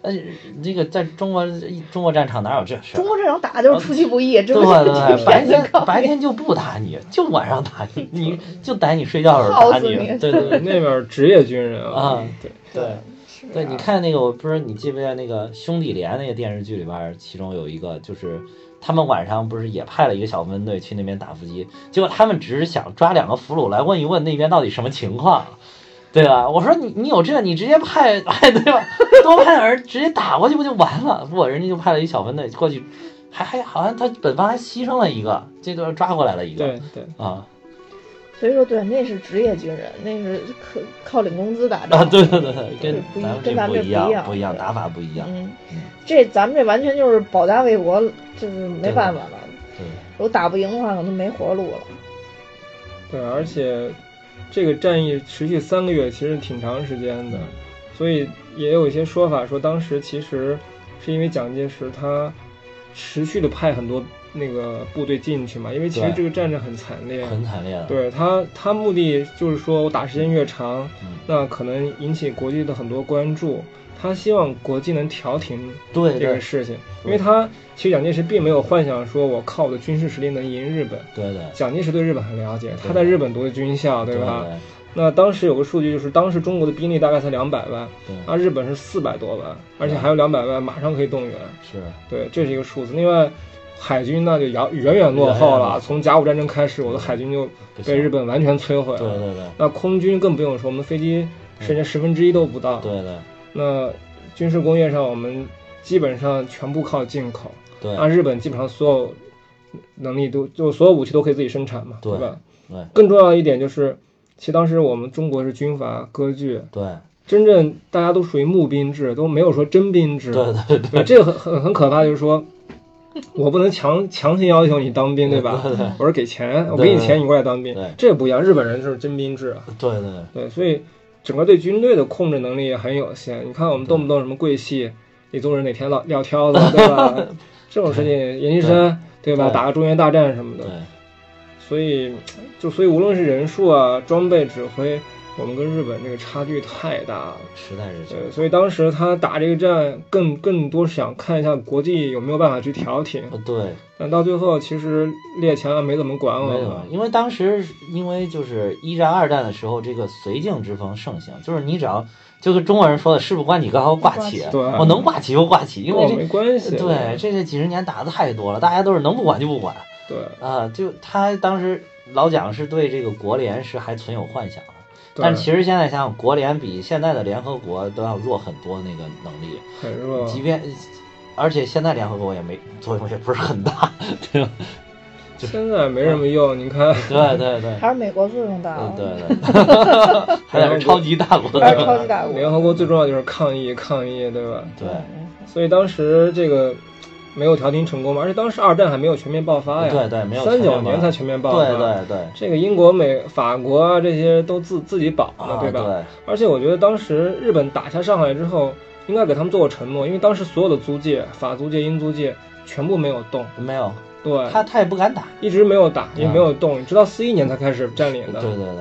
Speaker 2: 但是这个在中国中国战场哪有这事儿
Speaker 1: 中？国这场打的就是出其不意，这
Speaker 2: 对
Speaker 1: 不
Speaker 2: 啊对
Speaker 1: 是
Speaker 2: 对，白
Speaker 1: 骗子
Speaker 2: 天白天就不打你，就晚上打你， 你就逮你睡觉的时候
Speaker 1: 耗
Speaker 2: 打
Speaker 1: 死
Speaker 2: 你
Speaker 1: 你。
Speaker 2: 对对
Speaker 3: 对
Speaker 2: 对
Speaker 3: 那边职业军人啊
Speaker 2: 啊，
Speaker 3: 对，
Speaker 2: 对
Speaker 1: 是
Speaker 2: 对，
Speaker 1: 啊
Speaker 2: 你看那个，我不是你记不记得那个《兄弟连》那个电视剧里边儿，其中有一个就是他们晚上不是也派了一个小分队去那边打伏击，结果他们只是想抓两个俘虏来问一问那边到底什么情况，对吧？我说你你有这，你直接派 哎对吧？多派点人直接打过去不就完了？不，人家就派了一小分队过去，还还好像他本方还牺牲了一个，这个抓过来了一个
Speaker 3: 对对，
Speaker 2: 啊
Speaker 1: 所以说，对，那是职业军人，那是靠靠领工资打仗
Speaker 2: 啊对对对对，
Speaker 1: 对
Speaker 2: 跟
Speaker 1: 不一
Speaker 2: 咱们
Speaker 1: 跟咱
Speaker 2: 不
Speaker 1: 们这不
Speaker 2: 一
Speaker 1: 一样
Speaker 2: 样，不一样，
Speaker 1: 对
Speaker 2: 打法不一样，
Speaker 1: 嗯，这咱们这完全就是保家卫国，就是没办法了。
Speaker 2: 对。
Speaker 1: 如果打不赢的话，可能没活路了。
Speaker 3: 对，而且这个战役持续三个月，其实挺长时间
Speaker 2: 嗯
Speaker 3: 的，所以也有一些说法说，当时其实是因为蒋介石他持续的派很多那个部队进去嘛，因为其实
Speaker 2: 对
Speaker 3: 这个战争很惨烈，
Speaker 2: 很惨烈的，
Speaker 3: 对他他目的就是说我打时间越长，
Speaker 2: 嗯
Speaker 3: 那可能引起国际的很多关注，他希望国际能调停
Speaker 2: 对
Speaker 3: 这个
Speaker 2: 对
Speaker 3: 事情，因为他其实蒋介石并没有幻想说我靠我的军事实力能赢日本。
Speaker 2: 对对，
Speaker 3: 蒋介石对日本很了解，他在日本读的军校，对吧？
Speaker 2: 对
Speaker 3: 那当时有个数据，就是当时中国的兵力大概才两百万，
Speaker 2: 对对
Speaker 3: 而日本是四百多万，而且还有两百万马上可以动员。
Speaker 2: 是，
Speaker 3: 对，这是一个数字。另外，海军那就遥远远落后
Speaker 2: 远远
Speaker 3: 了。
Speaker 2: 落
Speaker 3: 从甲午战争开始，我的海军就
Speaker 2: 不行
Speaker 3: 被日本完全摧毁
Speaker 2: 对
Speaker 3: 了。
Speaker 2: 对对
Speaker 3: 那空军更不用说，我们飞机甚至十分之一都不到。
Speaker 2: 对对
Speaker 3: 那军事工业上，我们基本上全部靠进口。
Speaker 2: 对
Speaker 3: 那日本基本上所有能力都，就所有武器都可以自己生产嘛，
Speaker 2: 对
Speaker 3: 吧？
Speaker 2: 对
Speaker 3: 更重要的一点就是，其实当时我们中国是军阀割据，
Speaker 2: 对
Speaker 3: 真正大家都属于募兵制，都没有说征兵制。
Speaker 2: 对对
Speaker 3: 对，这个很很很可怕，就是说。我不能强强行要求你当兵，对吧？
Speaker 2: 对对
Speaker 3: 我是给钱，我
Speaker 2: 对
Speaker 3: 给你
Speaker 2: 对
Speaker 3: 钱，你过来当兵
Speaker 2: 对，
Speaker 3: 这不一样。日本人就是征兵制啊，
Speaker 2: 对对，
Speaker 3: 对，所以整个对军队的控制能力也很有限。你看我们动不动什么桂系李宗仁哪天撂撂挑子，对吧？ 这种事情，阎锡山对吧？
Speaker 2: 对
Speaker 3: 打个中原大战什么的，
Speaker 2: 对
Speaker 3: 所以就所以无论是人数啊、装备、指挥，我们跟日本这个差距太大了。
Speaker 2: 实在是这
Speaker 3: 对，
Speaker 2: 样。
Speaker 3: 所以当时他打这个战更更多是想看一下国际有没有办法去调停，
Speaker 2: 呃，对，
Speaker 3: 但到最后其实列强没怎么管
Speaker 2: 没
Speaker 3: 我
Speaker 2: 有，啊
Speaker 3: 们。
Speaker 2: 因为当时因为就是一战、二战的时候，这个绥靖之风盛行，就是你只要就跟中国人说的“事不关己高，挂起”，
Speaker 3: 对
Speaker 2: 我能挂起就挂起，因为
Speaker 3: 哦跟我没
Speaker 2: 这
Speaker 3: 关系。
Speaker 2: 对这这几十年打的太多了，大家都是能不管就不管
Speaker 3: 对
Speaker 2: 啊。就他当时老蒋是对这个国联是还存有幻想的，
Speaker 3: 对，
Speaker 2: 但其实现在想想，国联比现在的联合国都要弱很多那个能力，
Speaker 3: 很弱。
Speaker 2: 即便而且现在联合国也没作用也不是很 大，对吧？
Speaker 3: 现在没什么用，你看，
Speaker 2: 对对对。
Speaker 1: 还是美国作用大
Speaker 2: 嗯，
Speaker 1: 啊。
Speaker 2: 对对， 还有超级大国
Speaker 1: 还是超级大国。
Speaker 3: 联合国最重要就是抗议，抗议，对吧？
Speaker 2: 对
Speaker 3: 所以当时这个没有调停成功嘛，而且当时二战还没有全面爆发呀，
Speaker 2: 对对，没有
Speaker 3: 三九
Speaker 2: 全面
Speaker 3: 年
Speaker 2: 爆
Speaker 3: 才全面爆发，
Speaker 2: 对对对，
Speaker 3: 这个英国、美、法国啊，这些都自自己保呢，
Speaker 2: 啊
Speaker 3: 吧？而且我觉得当时日本打下上海之后，应该给他们做个承诺，因为当时所有的租界，法租界、英租界全部没有动，
Speaker 2: 对没有
Speaker 3: 对，
Speaker 2: 他他也不敢打，
Speaker 3: 一直没有打，也
Speaker 2: 啊
Speaker 3: 没有动，直到四一年才开始占领
Speaker 2: 对
Speaker 3: 的，
Speaker 2: 对对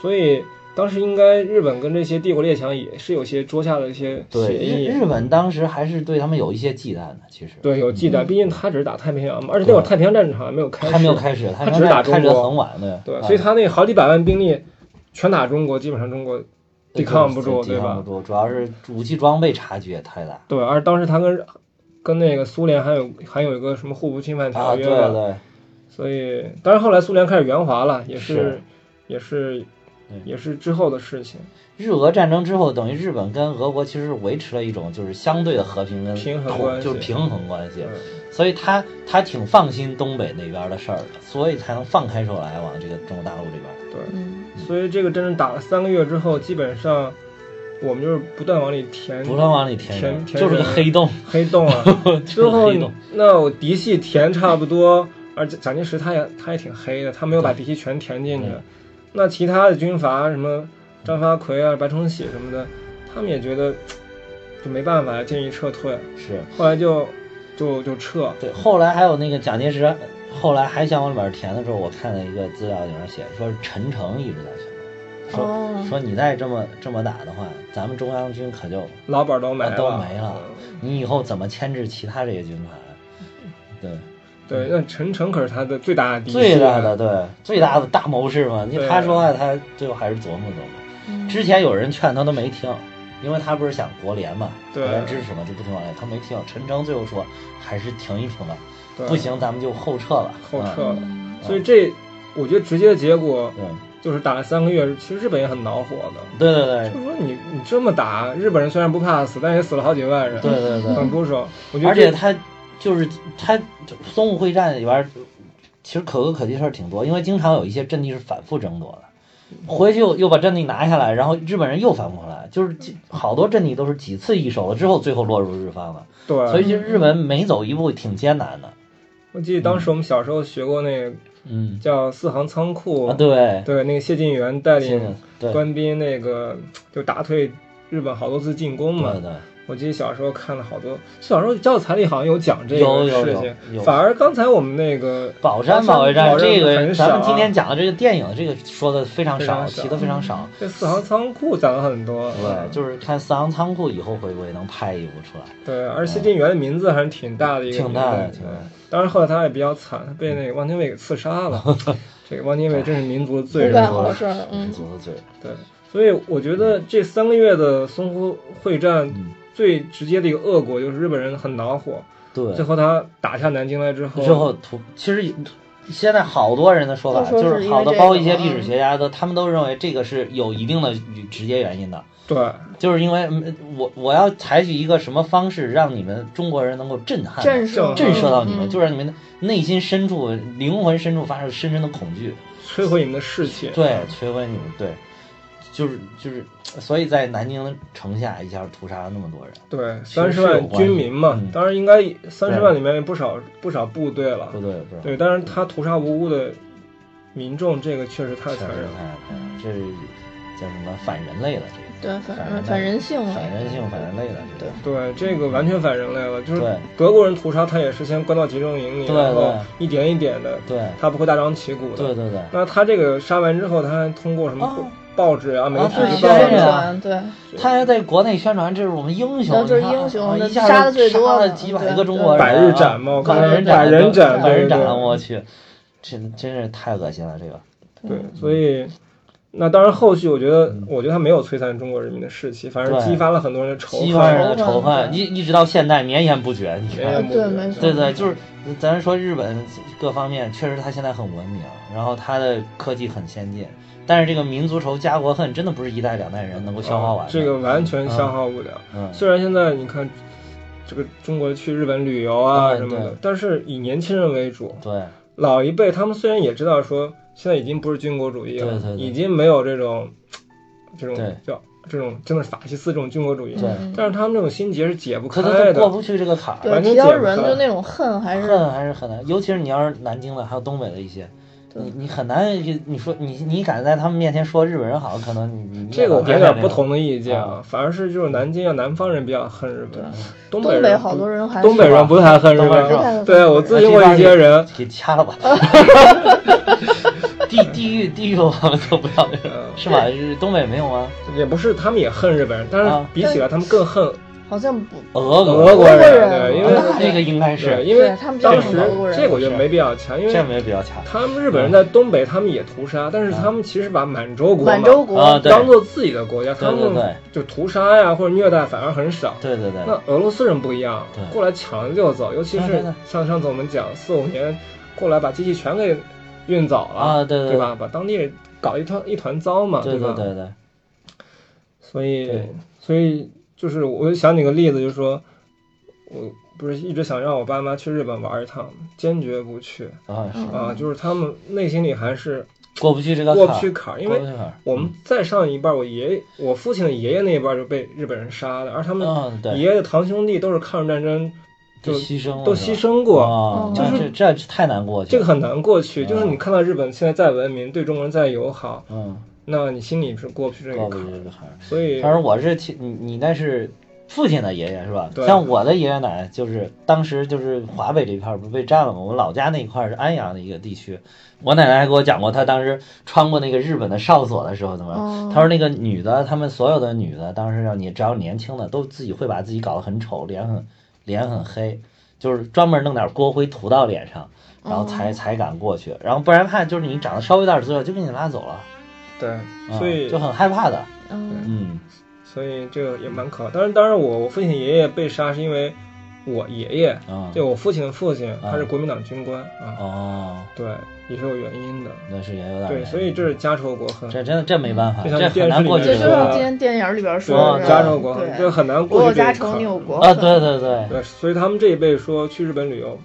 Speaker 3: 所以当时应该日本跟这些帝国列强也是有些桌下的一些
Speaker 2: 对，
Speaker 3: 协议，
Speaker 2: 日日本当时还是对他们有一些忌惮的，其实
Speaker 3: 对，有忌惮，
Speaker 1: 嗯
Speaker 3: 毕竟他只是打太平洋嘛，而且那会儿
Speaker 2: 对
Speaker 3: 太平洋战争好像没有开始，
Speaker 2: 还没有开始，
Speaker 3: 他
Speaker 2: 们
Speaker 3: 只是打中
Speaker 2: 开始得
Speaker 3: 国
Speaker 2: 很晚的，
Speaker 3: 对，
Speaker 2: 啊
Speaker 3: 所以他那好几百万兵力全打中国，基本上中国抵抗不住，
Speaker 2: 抵
Speaker 3: 对
Speaker 2: 抗
Speaker 3: 吧
Speaker 2: 不？住，主要是武器装备差距也太大
Speaker 3: 对，而当时他跟跟那个苏联还有还有一个什么互不侵犯条
Speaker 2: 啊，
Speaker 3: 约
Speaker 2: 对
Speaker 3: 嘛，
Speaker 2: 对，
Speaker 3: 所以当然后来苏联开始圆滑了，也是
Speaker 2: 是嗯
Speaker 3: 也是
Speaker 2: 对
Speaker 3: 也是之后的事情，
Speaker 2: 日俄战争之后，等于日本跟俄国其实维持了一种就是相对的和平跟
Speaker 3: 平衡关系
Speaker 2: 就是平衡关系
Speaker 3: 嗯，
Speaker 2: 所以他他挺放心东北那边的事儿的，所以才能放开手来往这个中国大陆这边。
Speaker 3: 对，
Speaker 1: 嗯，
Speaker 3: 所以这个战争打了三个月之后，基本上我们就是不断往里填
Speaker 2: 不断往里填
Speaker 3: 填
Speaker 2: 人，
Speaker 3: 填
Speaker 2: 就是个
Speaker 3: 人
Speaker 2: 黑洞，
Speaker 3: 黑 洞啊，
Speaker 2: 就是
Speaker 3: 最
Speaker 2: 个
Speaker 3: 后
Speaker 2: 黑洞。
Speaker 3: 那我嫡系填差不多，而且蒋介石他也他也挺黑的，他没有把嫡系全填进去
Speaker 2: 对。
Speaker 3: 那其他的军阀什么张发奎啊、白崇禧什么的，他们也觉得嘖就没办法，建议撤退，
Speaker 2: 是
Speaker 3: 后来就就就撤。
Speaker 2: 对。后来还有那个蒋介石，后来还想往里边填的时候，我看了一个资料，里面写说陈诚一直在宣布，说、
Speaker 1: 哦
Speaker 2: 说你再这么这么打的话，咱们中央军可就
Speaker 3: 老板都没了，
Speaker 2: 啊都没了
Speaker 3: 嗯
Speaker 2: 你以后怎么牵制其他这些军阀呀？对，
Speaker 3: 对，那陈诚可是他的最大的嫡系啊
Speaker 2: 最大的对最大的大谋士嘛，你
Speaker 3: 对
Speaker 2: 他说话他最后还是琢磨琢磨。
Speaker 1: 嗯
Speaker 2: 之前有人劝他都没听，因为他不是想国联嘛，国
Speaker 3: 对
Speaker 2: 联支持嘛就不听往来，他没听。陈诚最后说还是停一停吧，
Speaker 3: 对
Speaker 2: 不行咱们就后撤吧。
Speaker 3: 后撤
Speaker 2: 嗯
Speaker 3: 了。所以这我觉得直接的结果
Speaker 2: 对
Speaker 3: 就是打了三个月，其实日本也很恼火的。
Speaker 2: 对对
Speaker 3: 就是说你你这么打，日本人虽然不怕死，但也死了好几万人，
Speaker 2: 对对对
Speaker 3: 很不爽。嗯我觉
Speaker 2: 对，而
Speaker 3: 得
Speaker 2: 且
Speaker 3: 这
Speaker 2: 他就是他淞沪会战里边儿，其实可歌可泣事儿挺多，因为经常有一些阵地是反复争夺的。
Speaker 3: 嗯
Speaker 2: 回去又又把阵地拿下来，然后日本人又反攻回来，就是几好多阵地都是几次易手了之后，最后落入日方的。所
Speaker 3: 对，
Speaker 2: 以其实日本每走一步挺艰难的。
Speaker 3: 我记得当时我们小时候学过那个
Speaker 2: 嗯，
Speaker 3: 叫四行仓库，
Speaker 2: 啊，对，
Speaker 3: 对，那个谢晋元带
Speaker 2: 现
Speaker 3: 领
Speaker 2: 对对
Speaker 3: 官兵那个就打退日本好多次进攻嘛。
Speaker 2: 对，
Speaker 3: 我记得小时候看了好多，小时候教材里好像有讲这
Speaker 2: 有
Speaker 3: 个
Speaker 2: 有
Speaker 3: 事
Speaker 2: 有
Speaker 3: 情，
Speaker 2: 有
Speaker 3: 反而刚才我们那个
Speaker 2: 宝山保卫战
Speaker 3: 宝山
Speaker 2: 这
Speaker 3: 很
Speaker 2: 个，
Speaker 3: 少啊
Speaker 2: 咱们今天讲的这个电影，这个说的非常
Speaker 3: 非
Speaker 2: 少，
Speaker 3: 常少嗯
Speaker 2: 提的非常少。
Speaker 3: 这四行仓库讲了很多，
Speaker 2: 对，就是看四行仓库以后会不会能拍一部出来？
Speaker 3: 对，而谢晋元的名字还是挺大的一个
Speaker 2: 挺
Speaker 3: 名
Speaker 2: 大的
Speaker 3: 字
Speaker 2: 挺大的
Speaker 3: 对当然后来他也比较惨，他
Speaker 2: 嗯
Speaker 3: 被那个汪精卫给刺杀 了。这个汪精卫真是民族的罪
Speaker 1: 不
Speaker 3: 人
Speaker 1: 干
Speaker 3: 啊。
Speaker 1: 好事儿，嗯，
Speaker 2: 足的嘴，
Speaker 3: 对，所以我觉得这三个月的淞沪会战
Speaker 2: 嗯
Speaker 3: 最直接的一个恶果就是日本人很恼火，
Speaker 2: 对
Speaker 3: 最。后他打下南京来之后，
Speaker 2: 之后图其实现在好多人的说法
Speaker 1: 都说
Speaker 2: 就是是好
Speaker 1: 因为
Speaker 2: 多，
Speaker 1: 这个嗯
Speaker 2: 包括一些历史学家都，他们都认为这个是有一定的直接原因的，
Speaker 3: 对
Speaker 2: 就是因为嗯我我要采取一个什么方式让你们中国人能够震撼
Speaker 1: 嗯震慑
Speaker 2: 震慑到你们，
Speaker 1: 嗯
Speaker 2: 就让你们内心深处、灵魂深处发出深深的恐惧，
Speaker 3: 摧毁你们的士气。
Speaker 2: 对，摧毁你们，对，就是就是，所以在南京城下一下屠杀了那么多人，
Speaker 3: 对，
Speaker 2: 其实
Speaker 3: 三
Speaker 2: 是
Speaker 3: 十
Speaker 2: 有
Speaker 3: 万
Speaker 2: 关系
Speaker 3: 军民嘛，
Speaker 2: 嗯
Speaker 3: 当然应该三十
Speaker 2: 对
Speaker 3: 万里面有不少不少部队了
Speaker 2: 不。对，不知道
Speaker 3: 对，但是他屠杀无辜的民众，这个确实太
Speaker 2: 确实
Speaker 3: 残
Speaker 2: 太
Speaker 3: 忍了。
Speaker 2: 太嗯这是叫什么反人类的这个。
Speaker 1: 对，反
Speaker 2: 类
Speaker 1: 正反人性了，
Speaker 2: 反人性，反人类的这个。
Speaker 3: 对，这个完全反人类了。就是
Speaker 2: 对
Speaker 3: 德国人屠杀他也是先关到集中营里，
Speaker 2: 对
Speaker 3: 然后
Speaker 2: 对
Speaker 3: 一点一点的，
Speaker 2: 对
Speaker 3: 他不会大张旗鼓的。
Speaker 2: 对对对
Speaker 3: 那他这个杀完之后，他还通过什么
Speaker 1: 哦
Speaker 3: 报纸啊，每个
Speaker 2: 啊
Speaker 3: 城市
Speaker 2: 对
Speaker 3: 报
Speaker 2: 宣
Speaker 3: 纸
Speaker 2: 传
Speaker 3: 啊，
Speaker 1: 对，
Speaker 2: 他要在国内宣传，这是我们英雄，
Speaker 1: 对这是
Speaker 2: 你看
Speaker 1: 英雄
Speaker 2: 啊
Speaker 1: 那
Speaker 2: 一下
Speaker 1: 杀
Speaker 2: 就
Speaker 1: 得最多
Speaker 2: 杀了
Speaker 1: 的
Speaker 2: 几百
Speaker 1: 对
Speaker 2: 个中国
Speaker 1: 对
Speaker 2: 人，
Speaker 3: 百日斩嘛
Speaker 2: 啊
Speaker 3: 我
Speaker 2: 百
Speaker 1: 看
Speaker 2: 人
Speaker 1: 百
Speaker 2: 斩，
Speaker 3: 人斩
Speaker 2: 百人
Speaker 3: 对对
Speaker 2: 斩，
Speaker 3: 对
Speaker 2: 我去，真真是太恶心了，这个，
Speaker 3: 对，所以那当然后续，我觉得我觉得他没有摧残中国人民的士气，反而
Speaker 2: 对
Speaker 3: 激发了很多人的仇
Speaker 2: 西方
Speaker 3: 恨。
Speaker 2: 人的仇
Speaker 1: 仇
Speaker 2: 恨
Speaker 1: 恨
Speaker 2: 一一直到现在绵延不绝，你看
Speaker 3: 哎。
Speaker 1: 啊
Speaker 3: 呀
Speaker 1: 对没错
Speaker 2: 对对，就是咱说日本各方面，确实它现在很文明，然后它的科技很先进，但是这个民族仇、家国恨真的不是一代两代人能够消化完的。
Speaker 3: 哦啊这个完全消耗不了。
Speaker 2: 嗯，
Speaker 3: 虽然现在你看，这个中国去日本旅游啊
Speaker 2: 嗯
Speaker 3: 什么
Speaker 2: 对
Speaker 3: 的，但是以年轻人为主。
Speaker 2: 对
Speaker 3: 老一辈他们虽然也知道说，现在已经不是军国主义了，
Speaker 2: 对对对
Speaker 3: 已经没有这种这种
Speaker 2: 对
Speaker 3: 叫这种真的是法西斯这种军国主义，
Speaker 2: 对
Speaker 1: 嗯
Speaker 3: 但是他们这种心结是解不
Speaker 2: 可
Speaker 3: 开
Speaker 2: 他都过
Speaker 3: 的。
Speaker 2: 不去这个坎儿，
Speaker 1: 对，
Speaker 3: 完全
Speaker 1: 提
Speaker 3: 解
Speaker 1: 到
Speaker 3: 不
Speaker 1: 日本
Speaker 3: 开
Speaker 1: 就那种恨还是
Speaker 2: 恨还是很难，尤其是你要是南京的，还有东北的一些，
Speaker 1: 对
Speaker 2: 你你很难，你说你你敢在他们面前说日本人好，可能你你
Speaker 3: 这个我还有
Speaker 2: 有
Speaker 3: 点不，同的意见
Speaker 2: 啊
Speaker 3: 啊，反而是就是南京啊南方人比较恨日本，东
Speaker 1: 东北
Speaker 3: 人
Speaker 1: 好
Speaker 3: 不
Speaker 1: 多人还
Speaker 3: 东
Speaker 1: 是
Speaker 3: 北人不太恨日
Speaker 2: 东北人
Speaker 3: 本
Speaker 2: 是
Speaker 1: 不
Speaker 2: 吧
Speaker 3: 人。
Speaker 1: 太
Speaker 3: 对我咨询过一些人，
Speaker 2: 给掐 了吧。地地域地域我们都不要，是吧？是东北没有吗？
Speaker 3: 也不是他们也恨日本人，但是
Speaker 2: 啊
Speaker 3: 比起来他们更恨
Speaker 1: 好像不
Speaker 2: 俄国哦
Speaker 3: 俄国
Speaker 1: 俄国
Speaker 3: 人，
Speaker 1: 人
Speaker 3: 对，因
Speaker 1: 俄
Speaker 3: 为
Speaker 1: 国人
Speaker 2: 那个应该是
Speaker 3: 对，因为
Speaker 1: 对他们比较
Speaker 3: 当
Speaker 1: 喜
Speaker 3: 时
Speaker 1: 欢俄国人
Speaker 3: 这个我觉得没必要强，因
Speaker 2: 这
Speaker 3: 为
Speaker 2: 没比较强
Speaker 3: 他们日本人在东北，他们也屠杀，但是他们其实把满洲国
Speaker 1: 满
Speaker 3: 嘛
Speaker 1: 洲国
Speaker 2: 啊啊，对
Speaker 3: 当做自己的国家，
Speaker 2: 对
Speaker 3: 他
Speaker 2: 对对
Speaker 3: 们就屠杀呀或者虐待反而很少。
Speaker 2: 对对对，
Speaker 3: 那俄罗斯人不一样
Speaker 2: 对，
Speaker 3: 过来抢了就走，尤其
Speaker 2: 对对
Speaker 3: 是
Speaker 2: 对
Speaker 3: 像上次我们讲四五年过来把机器全给运走了
Speaker 2: 啊对对
Speaker 3: 对
Speaker 2: 对
Speaker 3: 吧？把当地搞一团一团糟嘛，
Speaker 2: 对
Speaker 3: 吧？
Speaker 2: 对对对，
Speaker 3: 所以
Speaker 2: 对，
Speaker 3: 所以就是我想起个例子，就是说，我不是一直想让我爸妈去日本玩一趟，坚决不去
Speaker 2: 啊是
Speaker 3: 啊，就是他们内心里还是
Speaker 2: 过不去这个
Speaker 3: 过不
Speaker 2: 坎儿
Speaker 3: 去坎儿，因
Speaker 2: 过
Speaker 3: 为
Speaker 2: 不去嗯坎儿
Speaker 3: 我们再上一辈儿，我爷爷、我父亲的爷爷那一辈儿就被日本人杀的，而他们
Speaker 2: 嗯对
Speaker 3: 爷爷的堂兄弟都是抗日战争
Speaker 2: 都
Speaker 3: 就
Speaker 2: 牺牲了
Speaker 3: 都
Speaker 2: 是
Speaker 3: 牺
Speaker 2: 吧
Speaker 3: 牲过，
Speaker 2: 啊，
Speaker 1: 就是
Speaker 2: 那这这太难过去
Speaker 3: 这
Speaker 2: 了
Speaker 3: 个很难过去。就是
Speaker 2: 嗯
Speaker 3: 你看到日本现在再文明，对中国人再友好，
Speaker 2: 嗯，
Speaker 3: 那你心里是过不去这
Speaker 2: 过
Speaker 3: 个
Speaker 2: 不
Speaker 3: 坎
Speaker 2: 去
Speaker 3: 儿
Speaker 2: 这。个坎儿。
Speaker 3: 所以
Speaker 2: 反正我是听你你那是父亲的爷爷是吧？
Speaker 3: 对
Speaker 2: 像我的爷爷奶奶就是当时就是华北这一片儿不被占了吗？我老家那一块儿是安阳的一个地区，我奶奶还给我讲过，她当时穿过那个日本的哨所的时候怎么样？
Speaker 1: 哦
Speaker 2: 她说那个女的，她们所有的女的，当时要你只要年轻的都自己会把自己搞得很丑，脸很脸很黑，就是专门弄点锅灰涂到脸上。然后
Speaker 1: 哦
Speaker 2: 才才敢过去，然后不然怕就是你长得稍微有点资料就给你拉走了，
Speaker 3: 对，
Speaker 2: 嗯
Speaker 3: 所以
Speaker 2: 就很害怕的，
Speaker 1: 嗯
Speaker 2: 嗯，
Speaker 3: 所以这个也蛮可怕。当然，当然我我父亲爷爷被杀是因为我爷爷，
Speaker 2: 啊，
Speaker 3: 就我父亲的父亲，他是
Speaker 2: 嗯
Speaker 3: 国民党军官啊，
Speaker 2: 哦，
Speaker 3: 对，也是有原因的。
Speaker 2: 那是也有点儿那
Speaker 3: 对，
Speaker 2: 个
Speaker 3: 所以这是家仇国恨，
Speaker 2: 这真的这没办法，
Speaker 3: 就像
Speaker 2: 这很
Speaker 3: 电视
Speaker 2: 难
Speaker 3: 里
Speaker 2: 过
Speaker 3: 面
Speaker 2: 去
Speaker 1: 这
Speaker 3: 对
Speaker 1: 就
Speaker 2: 这个
Speaker 3: 说
Speaker 1: 像
Speaker 3: 的
Speaker 1: 今天电影里边说
Speaker 2: 哦
Speaker 1: 的
Speaker 3: 对，
Speaker 1: 是
Speaker 3: 家
Speaker 1: 吧
Speaker 3: 仇国恨，
Speaker 1: 对
Speaker 3: 这很难
Speaker 1: 我
Speaker 3: 过
Speaker 1: 有
Speaker 3: 去这
Speaker 1: 家
Speaker 3: 个
Speaker 1: 仇
Speaker 3: 坎
Speaker 1: 你有
Speaker 3: 儿。
Speaker 1: 国
Speaker 2: 啊，
Speaker 1: 恨，
Speaker 2: 对对对，
Speaker 3: 对，所以他们这一辈说去日本旅游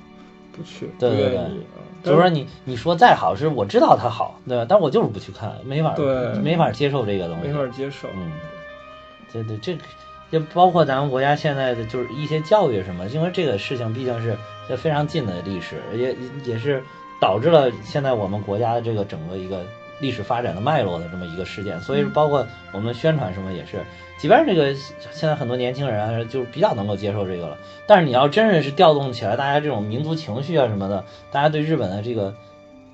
Speaker 3: 不去，不
Speaker 2: 对对
Speaker 3: 愿
Speaker 2: 对
Speaker 3: 意。啊
Speaker 2: 就是说你你说再好是我知道它好，对吧？但我就是不去看，没法
Speaker 3: 对
Speaker 2: 没法接受这个东
Speaker 3: 但
Speaker 2: 西
Speaker 3: 是没，法接受。
Speaker 2: 嗯，对对，这个就包括咱们国家现在的就是一些教育什么，因为这个事情毕竟是这非常近的历史，也也是导致了现在我们国家的这个整个一个历史发展的脉络的这么一个事件，
Speaker 3: 嗯
Speaker 2: 所以包括我们的宣传什么也是，即便这个现在很多年轻人啊就是比较能够接受这个了，但是你要真是调动起来大家这种民族情绪啊什么的，大家对日本的这个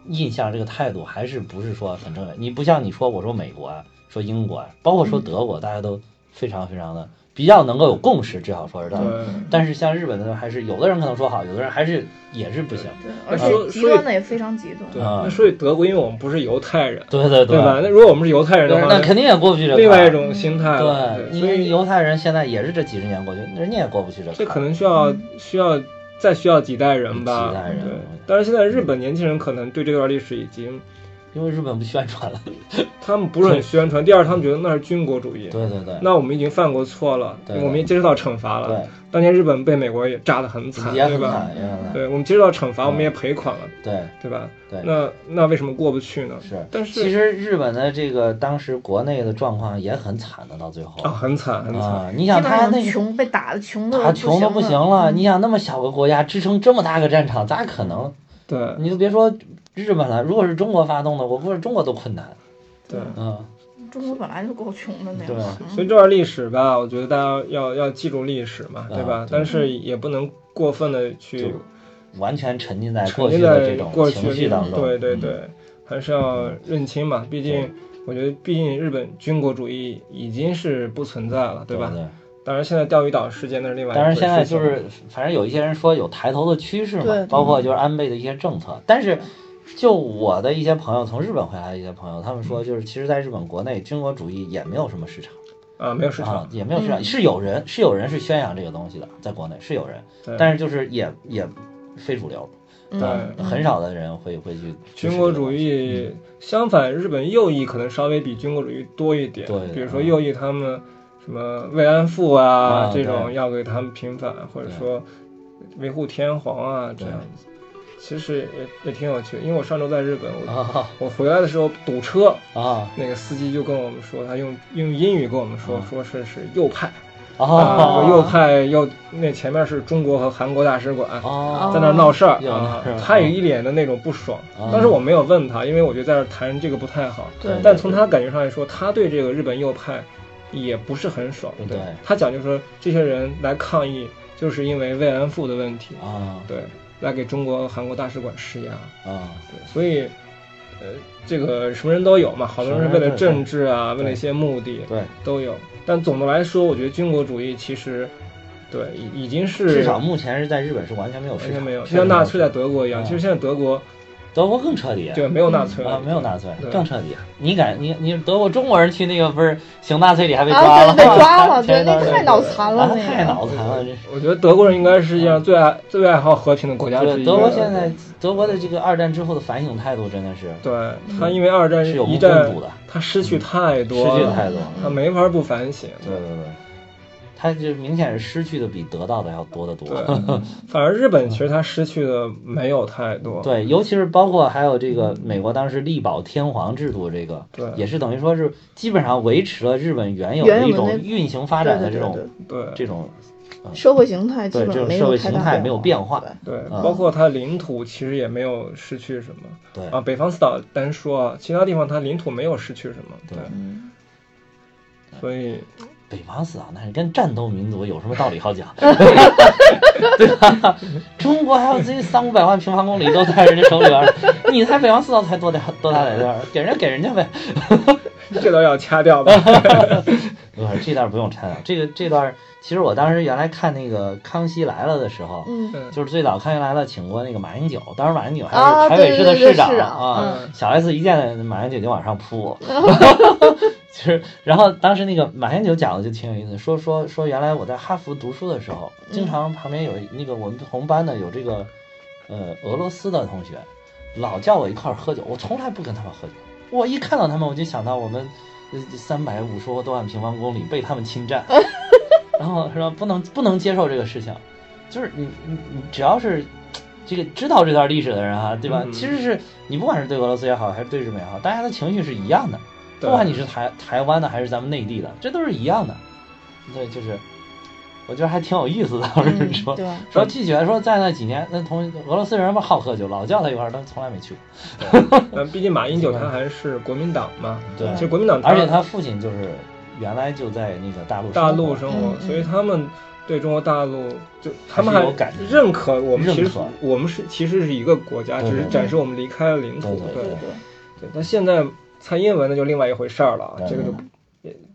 Speaker 2: 印象、这个态度还是不是说很正面。你不像你说，我说美国啊，说英国啊，包括说德国，大家都非常非常的比较能够有共识，至少说是这
Speaker 3: 对
Speaker 2: 样。但是像日本的，还是有的人可能说好，有的人还是也是不行。
Speaker 1: 对，而
Speaker 3: 说
Speaker 1: 且极
Speaker 3: 所以
Speaker 1: 端的也非常极端，
Speaker 3: 对，
Speaker 2: 啊
Speaker 3: 那所以德国，因为我们不是犹太人，
Speaker 2: 对对
Speaker 3: 对吧？那如果我们是犹太人的
Speaker 2: 对
Speaker 3: 话，
Speaker 2: 那肯定也过不去这坎儿。
Speaker 3: 另外一种心态了。
Speaker 2: 对，
Speaker 3: 所以
Speaker 2: 你犹太人现在也是这几十年过去，人家也过不去这坎儿。
Speaker 3: 这可能需要需要再需要几代人吧，
Speaker 2: 几代人我
Speaker 3: 对
Speaker 2: 觉得。
Speaker 3: 但是现在日本年轻人可能对这段历史已经，
Speaker 2: 因为日本不宣传了。
Speaker 3: 他们不是很宣传。第二，他们觉得那是军国主义，
Speaker 2: 对对对，
Speaker 3: 那我们已经犯过错了，
Speaker 2: 对
Speaker 3: 我们也接受到惩罚了。
Speaker 2: 对，
Speaker 3: 当年日本被美国也炸得很惨，
Speaker 2: 也很
Speaker 3: 对吧？
Speaker 2: 惨，也很惨。
Speaker 3: 对，我们接受到惩罚，
Speaker 2: 嗯
Speaker 3: 我们也赔款了，
Speaker 2: 对
Speaker 3: 对吧？
Speaker 2: 对。
Speaker 3: 那那为什么过不去呢？
Speaker 2: 是，
Speaker 3: 但是
Speaker 2: 其实日本的这个当时国内的状况也很惨的，到最后
Speaker 3: 啊，很惨，很惨。
Speaker 2: 啊，你
Speaker 1: 基
Speaker 2: 想
Speaker 1: 本
Speaker 2: 他
Speaker 1: 上
Speaker 2: 那个
Speaker 1: 穷被打的穷的
Speaker 2: 他穷的
Speaker 1: 的
Speaker 2: 不行
Speaker 1: 嗯
Speaker 2: 了，你想那么小个国家支撑这么大个战场，咋可能？
Speaker 3: 对
Speaker 2: 你就别说日本了，如果是中国发动的，我估计中国都困难。
Speaker 3: 对。
Speaker 2: 嗯，
Speaker 1: 中国本来就够穷的那
Speaker 2: 对
Speaker 1: 会儿，
Speaker 3: 所以这段历史吧，我觉得大家要要记住历史嘛，
Speaker 2: 啊
Speaker 3: 对吧？
Speaker 2: 对
Speaker 3: 但是也不能过分的去
Speaker 2: 就完全沉浸在
Speaker 3: 沉
Speaker 2: 过去
Speaker 3: 浸
Speaker 2: 的
Speaker 3: 在
Speaker 2: 这种
Speaker 3: 过去
Speaker 2: 情绪当中。
Speaker 3: 对对
Speaker 2: 嗯
Speaker 3: 对，还是要认清嘛，毕竟我觉得毕竟日本军国主义已经是不存在了，对吧？
Speaker 2: 对？
Speaker 3: 当然，现在钓鱼岛事件那是另外一回
Speaker 2: 当
Speaker 3: 事
Speaker 2: 然，
Speaker 3: 情。
Speaker 2: 现在就是反正有一些人说有抬头的趋势嘛
Speaker 1: 对，
Speaker 2: 包括就是安倍的一些政策。但是，就我的一些朋友从日本回来的一些朋友，他们说就是其实，在日本国内军国主义也没有什么市场
Speaker 3: 啊，没有市
Speaker 2: 啊
Speaker 3: 场，，
Speaker 2: 也没有市场，
Speaker 1: 嗯
Speaker 2: 是有人是有人是宣扬这个东西的，在国内是有人，
Speaker 3: 对
Speaker 2: 但是就是也也非主流，
Speaker 1: 嗯
Speaker 2: 啊很少的人会会去支持
Speaker 3: 军国
Speaker 2: 这个
Speaker 3: 主
Speaker 2: 东西
Speaker 3: 义相反，日本右翼可能稍微比军国主义多一点。
Speaker 2: 对
Speaker 3: 比如说
Speaker 2: 嗯
Speaker 3: 右翼他们什么慰安妇啊
Speaker 2: 啊
Speaker 3: 这种
Speaker 2: 对
Speaker 3: 要给他们平反，或者
Speaker 2: 对
Speaker 3: 说维护天皇啊这
Speaker 2: 对
Speaker 3: 样子，其实也也挺有趣的。因为我上周在日本，我、
Speaker 2: 啊
Speaker 3: 我回来的时候堵车，
Speaker 2: 啊
Speaker 3: 那个司机就跟我们说，他用用英语跟我们说，
Speaker 2: 嗯
Speaker 3: 说是是右派，
Speaker 2: 啊
Speaker 3: 啊，右派右那前面是中国和韩国大使馆，
Speaker 2: 啊
Speaker 3: 在那儿闹事儿
Speaker 2: 有
Speaker 3: 啊
Speaker 2: 闹事儿，
Speaker 3: 他也一脸的那种不爽
Speaker 2: 啊。
Speaker 3: 但是我没有问他，因为我觉得在这儿谈这个不太好。
Speaker 1: 对
Speaker 3: 但从他感觉上来说，他对这个日本右派也不是很爽。
Speaker 2: 对
Speaker 3: 对，他讲就是说，这些人来抗议，就是因为慰安妇的问题，
Speaker 2: 啊
Speaker 3: 对，来给中国、韩国大使馆施压。
Speaker 2: 啊
Speaker 3: 对，所以，呃，这个什么人都有嘛，好多人是为了政治啊，
Speaker 2: 对
Speaker 3: 为了一些目的
Speaker 2: 对，
Speaker 3: 都有。但总的来说，我觉得军国主义其实，对，已已经是
Speaker 2: 至少目前是在日本是完全没有
Speaker 3: 完
Speaker 2: 市
Speaker 3: 全
Speaker 2: 场，
Speaker 3: 没有，就
Speaker 2: 确实
Speaker 3: 像
Speaker 2: 没
Speaker 3: 纳
Speaker 2: 有
Speaker 3: 粹
Speaker 2: 市
Speaker 3: 在
Speaker 2: 场
Speaker 3: 德国一样。
Speaker 2: 啊
Speaker 3: 其实现在德国
Speaker 2: 德国更彻底，
Speaker 3: 对没有纳粹
Speaker 2: 啊
Speaker 3: 了，
Speaker 2: 没有纳粹，
Speaker 3: 对
Speaker 2: 更彻底。你敢你你德国中国人去那个不是行纳粹里还被抓
Speaker 1: 啊，
Speaker 2: 了，
Speaker 1: 对，被抓了，
Speaker 2: 前
Speaker 1: 对，
Speaker 2: 一段
Speaker 1: 那
Speaker 2: 时间
Speaker 1: 太脑残了，
Speaker 2: 啊
Speaker 1: 那
Speaker 2: 太
Speaker 1: 个。
Speaker 2: 脑残了，这。
Speaker 3: 我觉得德国人应该是世界上最爱最爱好和平的国家之
Speaker 2: 对，
Speaker 3: 一。
Speaker 2: 德国现在德国的这个二战之后的反省态度真的是
Speaker 3: 对他，因为二战
Speaker 2: 嗯是有目
Speaker 3: 一
Speaker 2: 共
Speaker 3: 战
Speaker 2: 睹的，
Speaker 3: 他失去太
Speaker 2: 失
Speaker 3: 多了，
Speaker 2: 去太多。
Speaker 3: 他没法不反省。
Speaker 2: 对对对，他就明显是失去的比得到的要多得多。
Speaker 3: 对，反而日本其实他失去的没有太多。
Speaker 2: 对，尤其是包括还有这个美国当时力保天皇制度，这个
Speaker 3: 对
Speaker 2: 也是等于说是基本上维持了日本原有
Speaker 1: 原
Speaker 2: 的
Speaker 1: 有
Speaker 2: 一
Speaker 1: 的
Speaker 2: 种
Speaker 1: 那
Speaker 2: 运行发展的
Speaker 1: 对对
Speaker 2: 这
Speaker 1: 对
Speaker 2: 种
Speaker 3: 对
Speaker 2: 这种
Speaker 1: 嗯社会形态基
Speaker 2: 对这
Speaker 1: 本
Speaker 2: 种
Speaker 1: 没
Speaker 2: 社
Speaker 1: 有
Speaker 2: 会
Speaker 1: 太
Speaker 2: 形
Speaker 1: 大
Speaker 2: 态没有变化
Speaker 1: 化。。
Speaker 3: 对，
Speaker 2: 嗯
Speaker 3: 包括它领土其实也没有失去什么。
Speaker 2: 对
Speaker 3: 啊，北方四岛单说啊，其他地方它领土没有失去什么。
Speaker 2: 对
Speaker 3: 对，
Speaker 1: 嗯，
Speaker 3: 所以
Speaker 2: 北方四岛那是跟战斗民族有什么道理好讲？中国还有这三五百万平方公里都在人家手里边儿，你才北方四岛才多点儿多大点儿，给人家给人家呗。
Speaker 3: 这都要掐 掉吧？
Speaker 2: 不是这段不用拆了，这个这段其实我当时原来看那个《康熙来了》的时候，
Speaker 1: 嗯，
Speaker 3: 嗯
Speaker 2: 就是最早《康熙来了》请过那个马英九，当时马英九还
Speaker 1: 啊
Speaker 2: 是台北市的
Speaker 1: 对对对
Speaker 2: 长
Speaker 1: 市长
Speaker 2: 啊。
Speaker 3: 嗯
Speaker 2: 小 S 一见马英九就往上 扑，其实，然后当时那个马英九讲的就挺有意思，说说说原来我在哈佛读书的时候，
Speaker 1: 嗯
Speaker 2: 经常旁边有那个我们同班的有这个，呃，俄罗斯的同学，老叫我一块儿喝酒，我从来不跟他们喝酒，我一看到他们我就想到我们呃三百五十多万平方公里被他们侵 占，然后说不能不能接受这个事情，就是你你你只要是。这个知道这段历史的人啊，对吧？
Speaker 3: 嗯
Speaker 2: 其实是你不管是对俄罗斯也好，还是对日本也好，大家的情绪是一样的。不
Speaker 3: 对
Speaker 2: 管你是台台湾的还是咱们内地的，这都是一样的。对，就是我觉得还挺有意思的。我跟
Speaker 1: 嗯
Speaker 2: 你说，
Speaker 1: 对吧？
Speaker 2: 说季雪说在那几年，那同俄罗斯人不好喝酒，老叫他一块儿，但从来没去过。
Speaker 3: 那毕竟马英九他还是国民党嘛，
Speaker 2: 对
Speaker 3: 其实国民党
Speaker 2: 而且他父亲就是原来就在那个大陆
Speaker 3: 大陆生
Speaker 2: 活，
Speaker 3: 活，
Speaker 1: 嗯
Speaker 3: 所以他们对中国大陆就他们
Speaker 2: 还
Speaker 3: 还
Speaker 2: 是有感情
Speaker 3: 认可我们，
Speaker 2: 认
Speaker 3: 其实
Speaker 2: 可
Speaker 3: 我们是其实是一个国家，
Speaker 2: 对
Speaker 3: 只
Speaker 2: 对
Speaker 3: 是
Speaker 2: 对
Speaker 3: 暂时我们离开了领土。
Speaker 2: 对
Speaker 1: 对
Speaker 3: 对
Speaker 1: 对，
Speaker 3: 对，但现在蔡英文那就另外一回事儿了啊，
Speaker 2: 对
Speaker 3: 这个就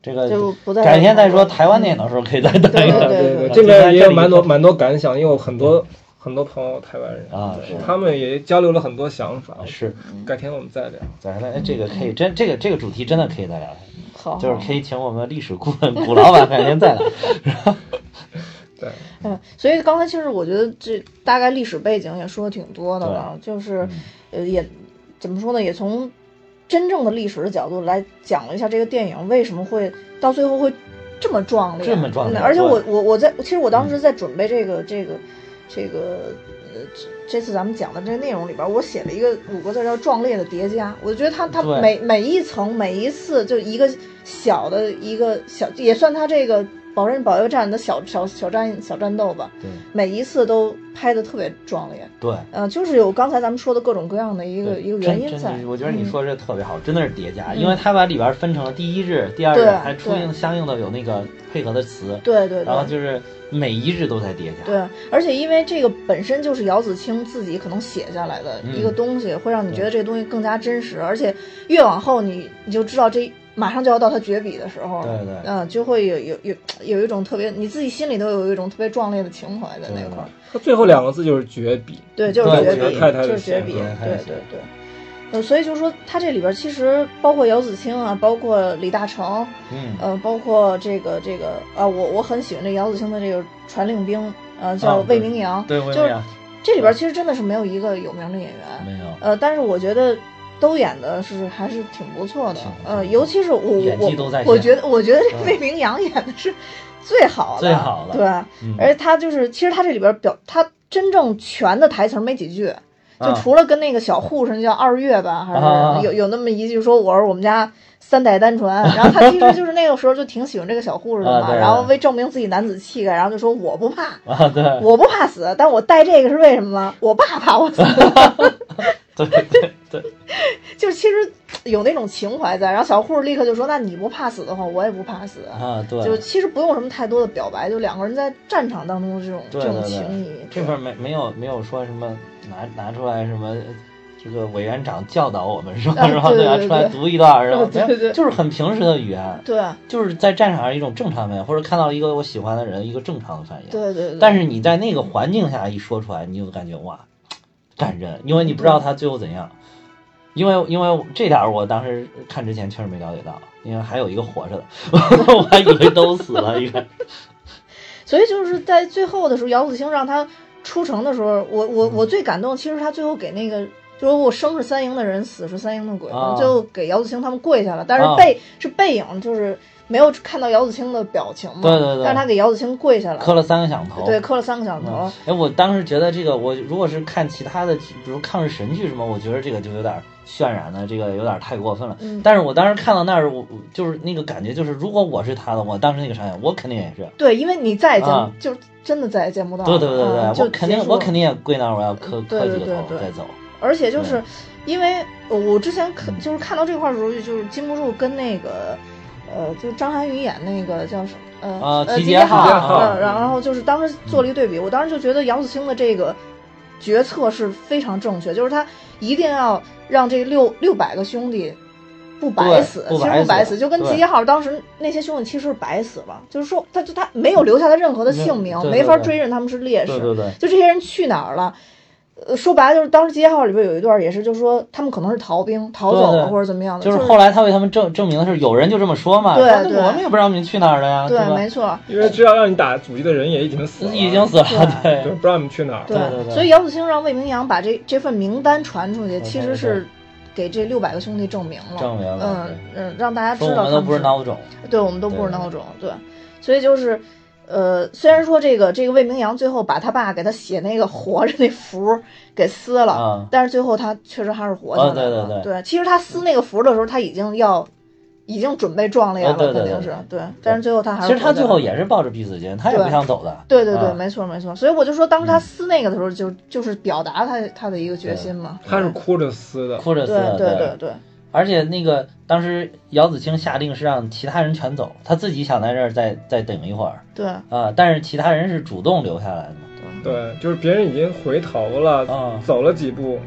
Speaker 2: 这个
Speaker 1: 就不再
Speaker 2: 呃改天再说。台湾电影的时候可以再谈一
Speaker 1: 对
Speaker 2: 谈。
Speaker 1: 对
Speaker 3: 对
Speaker 1: 对
Speaker 2: 对
Speaker 3: 这边也有蛮多
Speaker 2: 对
Speaker 3: 蛮多感想，因为我很多很多朋友台湾人
Speaker 2: 啊
Speaker 3: 对
Speaker 2: 是
Speaker 3: 他们也交流了很多想法。
Speaker 2: 啊是，
Speaker 3: 改天我们再聊。
Speaker 2: 咱来这个可以真这个这个主题真的可以再聊，
Speaker 1: 嗯好，
Speaker 2: 就是可以请我们历史顾问古老板改天再来。
Speaker 3: 对，
Speaker 1: 嗯，所以刚才其实我觉得这大概历史背景也说的挺多的了，
Speaker 2: 嗯
Speaker 1: 就是呃也怎么说呢，也从真正的历史的角度来讲了一下这个电影为什么会到最后会这么壮烈，
Speaker 2: 这么壮烈
Speaker 1: 嗯而且
Speaker 2: 对嗯
Speaker 1: 我我我在其实我当时在准备这个、这个这个呃这这次咱们讲的这个内容里边，我写了一个五个字叫壮烈的叠加，我就觉得它它
Speaker 2: 对
Speaker 1: 每每一层每一次就一个小的一个小，也算它这个保任保卫战的小小小战小战斗吧，
Speaker 2: 对
Speaker 1: 每一次都拍的特别壮烈。
Speaker 2: 对。
Speaker 1: 呃，就是有刚才咱们说的各种各样的一个
Speaker 2: 对
Speaker 1: 一个
Speaker 2: 真
Speaker 1: 原因
Speaker 2: 真
Speaker 1: 在
Speaker 2: 是。我觉得你
Speaker 1: 嗯
Speaker 2: 说这特别好，真的是叠加，
Speaker 1: 嗯
Speaker 2: 因为它把里边分成了第一日、第二日，
Speaker 1: 对
Speaker 2: 还出
Speaker 1: 对
Speaker 2: 应相应的有那个配合的词，
Speaker 1: 对对
Speaker 2: 然后
Speaker 1: 对。
Speaker 2: 就是每一日都在叠加。
Speaker 1: 对，而且因为这个本身就是姚子青自己可能写下来的一个
Speaker 2: 嗯
Speaker 1: 东西，会让你觉得这个东西更加真实，而且越往后你你就知道这马上就要到他绝笔的时候，
Speaker 2: 对对
Speaker 1: 嗯、就会有有有有一种特别你自己心里都有一种特别壮烈的情怀在那
Speaker 2: 对
Speaker 1: 块儿，
Speaker 3: 它最后两个字就是绝笔，
Speaker 1: 对，就是
Speaker 2: 对
Speaker 1: 绝
Speaker 2: 我觉得
Speaker 1: 笔，
Speaker 3: 太太
Speaker 1: 就是
Speaker 3: 的
Speaker 1: 绝
Speaker 3: 线
Speaker 1: 笔，
Speaker 2: 对太
Speaker 1: 对
Speaker 2: 太
Speaker 1: 对
Speaker 2: 线
Speaker 1: 对。呃，所以就说他这里边其实包括姚子青啊，包括李大成，
Speaker 2: 嗯，
Speaker 1: 呃，包括这个这个啊，我我很喜欢这姚子青的这个传令兵，呃，叫
Speaker 2: 啊对
Speaker 1: 魏明阳，
Speaker 2: 对，我
Speaker 1: 就是
Speaker 2: 也
Speaker 1: 这里边其实真的是没有一个有名的演员，
Speaker 2: 没有，
Speaker 1: 呃，但是我觉得都演的是还是挺不错的
Speaker 2: 挺不，错的
Speaker 1: 呃，尤其是我
Speaker 2: 演技都
Speaker 1: 我
Speaker 2: 在线
Speaker 1: 我觉得我觉得这
Speaker 2: 嗯
Speaker 1: 魏明阳演的是最好的，
Speaker 2: 最好的
Speaker 1: 对，
Speaker 2: 嗯
Speaker 1: 而且他就是其实他这里边表他真正全的台词没几句。就
Speaker 2: 啊
Speaker 1: 除了跟那个小护士那叫二月吧，还是
Speaker 2: 啊啊啊
Speaker 1: 有有那么一句说我是我们家三代单 传，然后他其实就是那个时候就挺喜欢这个小护士的
Speaker 2: 啊
Speaker 1: 嘛，
Speaker 2: 对对
Speaker 1: 然后
Speaker 2: 对
Speaker 1: 为证明自己男子气概，然后就说我不怕，
Speaker 2: 啊，对
Speaker 1: 我不怕死，但我带这个是为什么吗？我爸怕我死，
Speaker 2: 对对对，
Speaker 1: 就是其实有那种情怀在。然后小护士立刻就说：“那你不怕死的话，我也不怕死。
Speaker 2: 啊
Speaker 1: 就
Speaker 2: 对，
Speaker 1: 其实不用什么太多的表白，就两个人在战场当中的这种
Speaker 2: 对
Speaker 1: 这种
Speaker 2: 对对
Speaker 1: 情谊。
Speaker 2: 这块儿没没有没有说什么拿拿出来什么。这个委员长教导我们说，
Speaker 1: 啊
Speaker 2: 然后
Speaker 1: 对
Speaker 2: 拿
Speaker 1: 对
Speaker 2: 出来
Speaker 1: 对
Speaker 2: 读一段儿，然后
Speaker 1: 对对对
Speaker 2: 就是很平时的语言，
Speaker 1: 对
Speaker 2: 就是在战场上一种正常反应，或者看到一个我喜欢的人一个正常的反应。
Speaker 1: 对对对，
Speaker 2: 但是你在那个环境下一说出来，你就感觉哇，感人，因为你不知道他最后怎样。因为因为这点儿我当时看之前确实没了解到，因为还有一个活着的， 我还以为都死了，应该。
Speaker 1: 所以就是在最后的时候，姚子青让他出城的时候，我
Speaker 2: 嗯
Speaker 1: 我我最感动，其实他最后给那个。就是我生是三营的人，死是三营的鬼嘛，
Speaker 2: 啊
Speaker 1: 最后给姚子青他们跪下了，但是
Speaker 2: 啊
Speaker 1: 背、是背影，就是没有看到姚子青的表情嘛。
Speaker 2: 对对对
Speaker 1: 但是他给姚子青跪下了，
Speaker 2: 磕了三个响头。
Speaker 1: 对，磕了三个响头。
Speaker 2: 嗯，哎，我当时觉得这个，我如果是看其他的剧，比如抗日神剧什么，我觉得这个就有点渲染的，这个有点太过分了。
Speaker 1: 嗯
Speaker 2: 但是我当时看到那儿，我我就是那个感觉，就是如果我是他的，我当时那个场景，我肯定也是，
Speaker 1: 对，因为你再也见，
Speaker 2: 啊
Speaker 1: 就是真的再也见不到
Speaker 2: 对
Speaker 1: 了。
Speaker 2: 对对对，
Speaker 1: 啊、
Speaker 2: 我
Speaker 1: 就
Speaker 2: 肯定我肯定。也跪那儿，我要磕
Speaker 1: 对
Speaker 2: 磕
Speaker 1: 对
Speaker 2: 几个
Speaker 1: 对
Speaker 2: 头
Speaker 1: 对
Speaker 2: 再走。
Speaker 1: 而且就是
Speaker 2: 对
Speaker 1: 因为呃我之前看
Speaker 2: 嗯
Speaker 1: 就是看到这块儿的时候，就是禁不住跟那个。呃，就张涵予演那个叫什么？呃
Speaker 2: 啊
Speaker 1: 呃，
Speaker 2: 集
Speaker 1: 集
Speaker 2: 结
Speaker 1: 号
Speaker 2: 号
Speaker 1: 儿，
Speaker 3: 嗯
Speaker 1: 呃然然后就是当时
Speaker 2: 嗯
Speaker 1: 做了一对比，我当时就觉得姚子青的这个决策是非常正确，就是他一定要让这六六百个兄弟不白
Speaker 2: 对
Speaker 1: 死，
Speaker 2: 不
Speaker 1: 其实
Speaker 2: 白
Speaker 1: 不白
Speaker 2: 死
Speaker 1: 死，就跟
Speaker 2: 对
Speaker 1: 集结号儿当时那些兄弟其实是白死了，就是说他就他没有留下他任何的
Speaker 2: 没有
Speaker 1: 姓名，
Speaker 2: 对
Speaker 1: 没
Speaker 2: 对
Speaker 1: 法
Speaker 2: 对
Speaker 1: 追认他们是烈士，
Speaker 2: 对对对，
Speaker 1: 就这些人去哪儿了？呃，说白了就是当时《集结号》里边有一段也是，就是说他们可能是逃兵逃走
Speaker 2: 对
Speaker 1: 了
Speaker 2: 对
Speaker 1: 或者怎么样的，
Speaker 2: 就是
Speaker 1: 是
Speaker 2: 后来他为他们证证明的是，有人就这么说嘛，
Speaker 1: 对
Speaker 2: 但是
Speaker 1: 对
Speaker 2: 我们也不知道你们去哪儿了呀，
Speaker 1: 对，
Speaker 2: 吧
Speaker 1: 没？错，
Speaker 3: 因为知道让你打阻击的人也已经死了，
Speaker 2: 已经死了，
Speaker 1: 对
Speaker 3: 对，
Speaker 2: 对
Speaker 3: 不知道你们去哪儿。
Speaker 1: 对
Speaker 2: 对对对
Speaker 1: 所以姚子青让魏明阳把这这份名单传出去，其实
Speaker 2: 对对
Speaker 1: 是给这六百个兄弟证明了，
Speaker 2: 证明了
Speaker 1: 嗯嗯，让大家
Speaker 2: 说
Speaker 1: 知
Speaker 2: 我
Speaker 1: 道
Speaker 2: 们
Speaker 1: 他
Speaker 2: 都不是孬种，
Speaker 1: 对，我们都不是
Speaker 2: 对
Speaker 1: 孬种，对，所以就是。呃，虽然说这个这个魏明阳最后把他爸给他写那个活着那符儿给撕了，
Speaker 2: 啊
Speaker 1: 但是最后他确实还是活下来了。
Speaker 2: 啊对对
Speaker 1: 对其实他撕那个符的时候，他已经要，已经准备壮烈了，
Speaker 2: 啊对对
Speaker 1: 肯定是
Speaker 2: 对
Speaker 1: 对。但是最后他还是
Speaker 2: 其实他
Speaker 1: 活下
Speaker 2: 最后
Speaker 1: 来了
Speaker 2: 也是抱着必死心，他也不
Speaker 1: 对
Speaker 2: 想走的，
Speaker 1: 对对对，
Speaker 2: 啊
Speaker 1: 没错没错。所以我就说，当时他撕那个的时候就，就是表达他他的一个决心嘛。
Speaker 3: 他是哭着撕的，
Speaker 2: 哭着
Speaker 1: 对
Speaker 2: 死的，
Speaker 1: 对对对
Speaker 2: 而且那个当时姚子青下令是让其他人全走，他自己想在这儿再再等一会儿
Speaker 1: 对
Speaker 2: 啊、但是其他人是主动留下来的嘛，
Speaker 3: 对，就是别人已经回头了，
Speaker 2: 嗯
Speaker 3: 走了几步，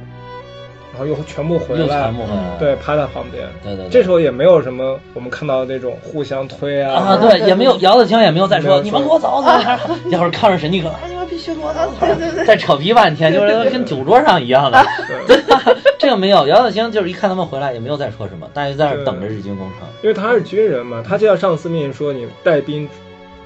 Speaker 3: 然后又全部回
Speaker 2: 又
Speaker 3: 来
Speaker 2: 全，部回来了，
Speaker 3: 对，趴在旁边。
Speaker 2: 对对对，
Speaker 3: 这时候也没有什么我们看到的那种互相推
Speaker 2: 啊，
Speaker 3: 啊，
Speaker 2: 对，
Speaker 1: 对
Speaker 2: 也 没有姚子青也没有再
Speaker 3: 没
Speaker 2: 说
Speaker 3: 有
Speaker 2: 你们给我 走走，要是抗日神剧可能啊你们必须给我走，
Speaker 1: 对对对
Speaker 2: 再扯皮半天，就是跟酒桌上一样的。
Speaker 3: 对，
Speaker 2: 这个没有，姚子青就是一看他们回来也没有再说什么，大家就在那儿等着日军攻城。
Speaker 3: 因为他是军人嘛，他接到上司命令说你带兵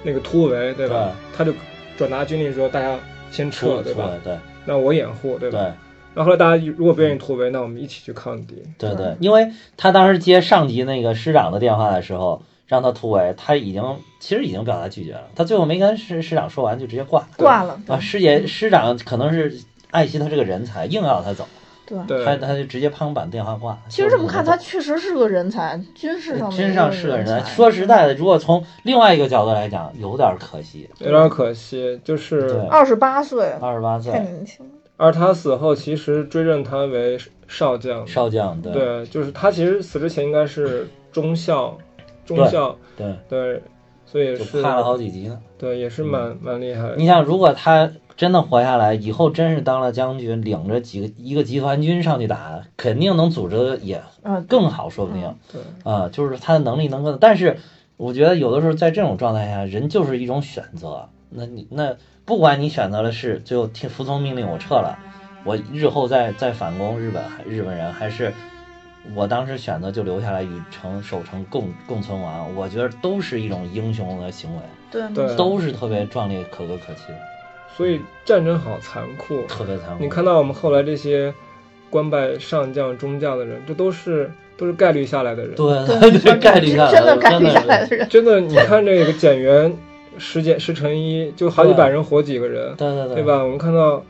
Speaker 3: 那个突围，对吧？他就转达军令说大家先撤，
Speaker 2: 出
Speaker 3: 对
Speaker 2: 出
Speaker 3: 吧
Speaker 2: 了？，对
Speaker 3: 那我掩护，对吧？
Speaker 2: 对
Speaker 3: 然后后来大家如果不愿意突围，那我们一起去抗敌。
Speaker 2: 对
Speaker 1: 嗯
Speaker 2: 对，因为他当时接上级那个师长的电话的时候，让他突围，他已经其实已经表达拒绝了，他最后没跟师师长说完就直接挂了
Speaker 1: 挂了。
Speaker 2: 啊。师爷师长可能是爱惜他这个人才，硬要他走。
Speaker 1: 对吧？
Speaker 3: 对，
Speaker 2: 他他就直接拍板电话挂。
Speaker 1: 其实这么看，他确实是个人才，军事上
Speaker 2: 真
Speaker 1: 上
Speaker 2: 上是个人才。说实在的，如果从另外一个角度来讲，有点可惜。
Speaker 3: 有点可惜，就是
Speaker 2: 对
Speaker 1: 二十八岁，
Speaker 2: 二十八
Speaker 1: 太
Speaker 2: 岁
Speaker 1: 年轻了。
Speaker 3: 而他死后其实追认他为少将，
Speaker 2: 少将，对
Speaker 3: 对，就是他其实死之前应该是中校，中校，
Speaker 2: 对，
Speaker 3: 对，所以也
Speaker 2: 就是拍了好几集呢。
Speaker 3: 对，也是蛮蛮厉害的
Speaker 2: 你。想，如果他真的活下来，以后真是当了将军，领着几个一个集团军上去打，肯定能组织的也
Speaker 1: 嗯，
Speaker 2: 更好，说不定啊、
Speaker 3: 对，
Speaker 2: 就是他的能力能更。但是我觉得有的时候在这种状态下，人就是一种选择。那你那不管你选择的是最后听服从命令，我撤了，我日后再再反攻日本日本人，还是我当时选择就留下来与城守城共共存亡，我觉得都是一种英雄的行为，
Speaker 1: 对
Speaker 3: 对
Speaker 2: 都是特别壮烈、可歌可泣的。
Speaker 3: 所以战争好残酷。啊
Speaker 2: 特别残酷。
Speaker 3: 你看到我们后来这些官拜上将、中将的人，这都是都是概率下来的人。
Speaker 2: 对对，概率下来了，
Speaker 1: 真的概率
Speaker 2: 真
Speaker 1: 下来的人，
Speaker 3: 真的，你看这个减员十减十乘一，就好几百人活几个人，
Speaker 2: 对对对，
Speaker 3: 对？吧？我们看到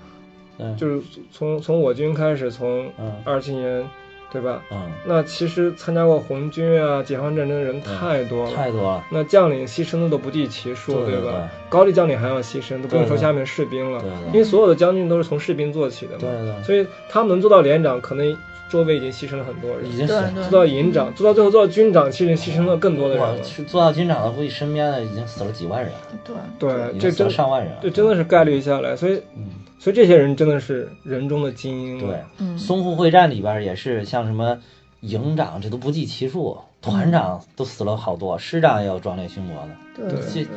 Speaker 2: 嗯
Speaker 3: 就是从从我军开始，从
Speaker 2: 嗯
Speaker 3: 二七年，对吧？
Speaker 2: 嗯，
Speaker 3: 那其实参加过红军啊、解放战争的人太多了，
Speaker 2: 太多了，
Speaker 3: 那将领牺牲的都不计其数，
Speaker 2: 对
Speaker 3: 吧？高级将领还要牺牲，都不用说
Speaker 2: 对对
Speaker 3: 下面士兵了
Speaker 2: 对，对
Speaker 3: 因为所有的将军都是从士兵做起的
Speaker 2: 对
Speaker 3: 嘛，
Speaker 2: 对
Speaker 3: 所以他们能做到连长，可能周围已经牺牲了很多
Speaker 2: 对，已经
Speaker 3: 人。
Speaker 1: 对
Speaker 2: 死。
Speaker 1: 对
Speaker 3: 做到营长，做到最后做到军长，其实牺牲了更多的人了
Speaker 2: 我。去做到军长的，估计身边的已经死了几万人，
Speaker 1: 对
Speaker 3: 对，
Speaker 2: 已
Speaker 3: 这
Speaker 2: 经死
Speaker 3: 真
Speaker 2: 了上万人，
Speaker 3: 这真的是概率下来，所以
Speaker 2: 嗯，
Speaker 3: 所以这些人真的是人中的精英了。
Speaker 2: 对。
Speaker 1: 嗯，
Speaker 2: 淞沪会战里边也是像什么营长，这都不计其数，团
Speaker 1: 嗯
Speaker 2: 长都死了好多，师长也有壮烈殉国的，
Speaker 1: 对
Speaker 3: 对
Speaker 1: 对对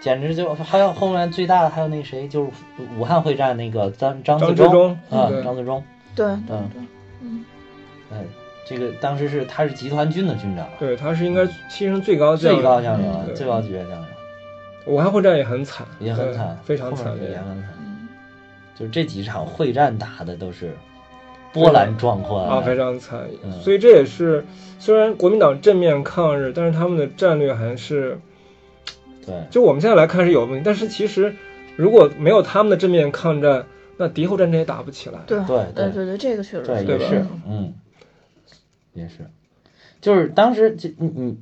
Speaker 2: 简直就还有后面最大的还有那谁，就是武汉会战那个张张
Speaker 3: 张
Speaker 2: 自
Speaker 3: 志忠
Speaker 2: 啊
Speaker 3: 对，
Speaker 2: 张自忠，
Speaker 1: 对对
Speaker 2: 嗯，
Speaker 1: 嗯，
Speaker 2: 哎，这个当时是他是集团军的军长，
Speaker 3: 对，他是应该牺牲最高的将
Speaker 2: 最
Speaker 3: 领
Speaker 2: 高将领了
Speaker 3: 对，
Speaker 2: 最高级别将领
Speaker 3: 武汉会战也很惨，
Speaker 2: 也很惨
Speaker 3: 对，非常
Speaker 2: 后面
Speaker 3: 惨
Speaker 2: 也
Speaker 3: 烈。啊
Speaker 2: 很惨。就是这几场会战打的都是波澜壮阔
Speaker 3: 啊，非
Speaker 2: 的，
Speaker 3: 常惨。
Speaker 2: 嗯
Speaker 3: 所以这也是虽然国民党正面抗日，但是他们的战略还是
Speaker 2: 对
Speaker 3: 就我们现在来看是有问题，但是其实如果没有他们的正面抗战，那敌后战争也打不起来。
Speaker 1: 对
Speaker 2: 对
Speaker 1: 对对对，这个确实
Speaker 2: 对，
Speaker 3: 对
Speaker 2: 也
Speaker 3: 吧
Speaker 2: 是，嗯，也是，就是当时这你你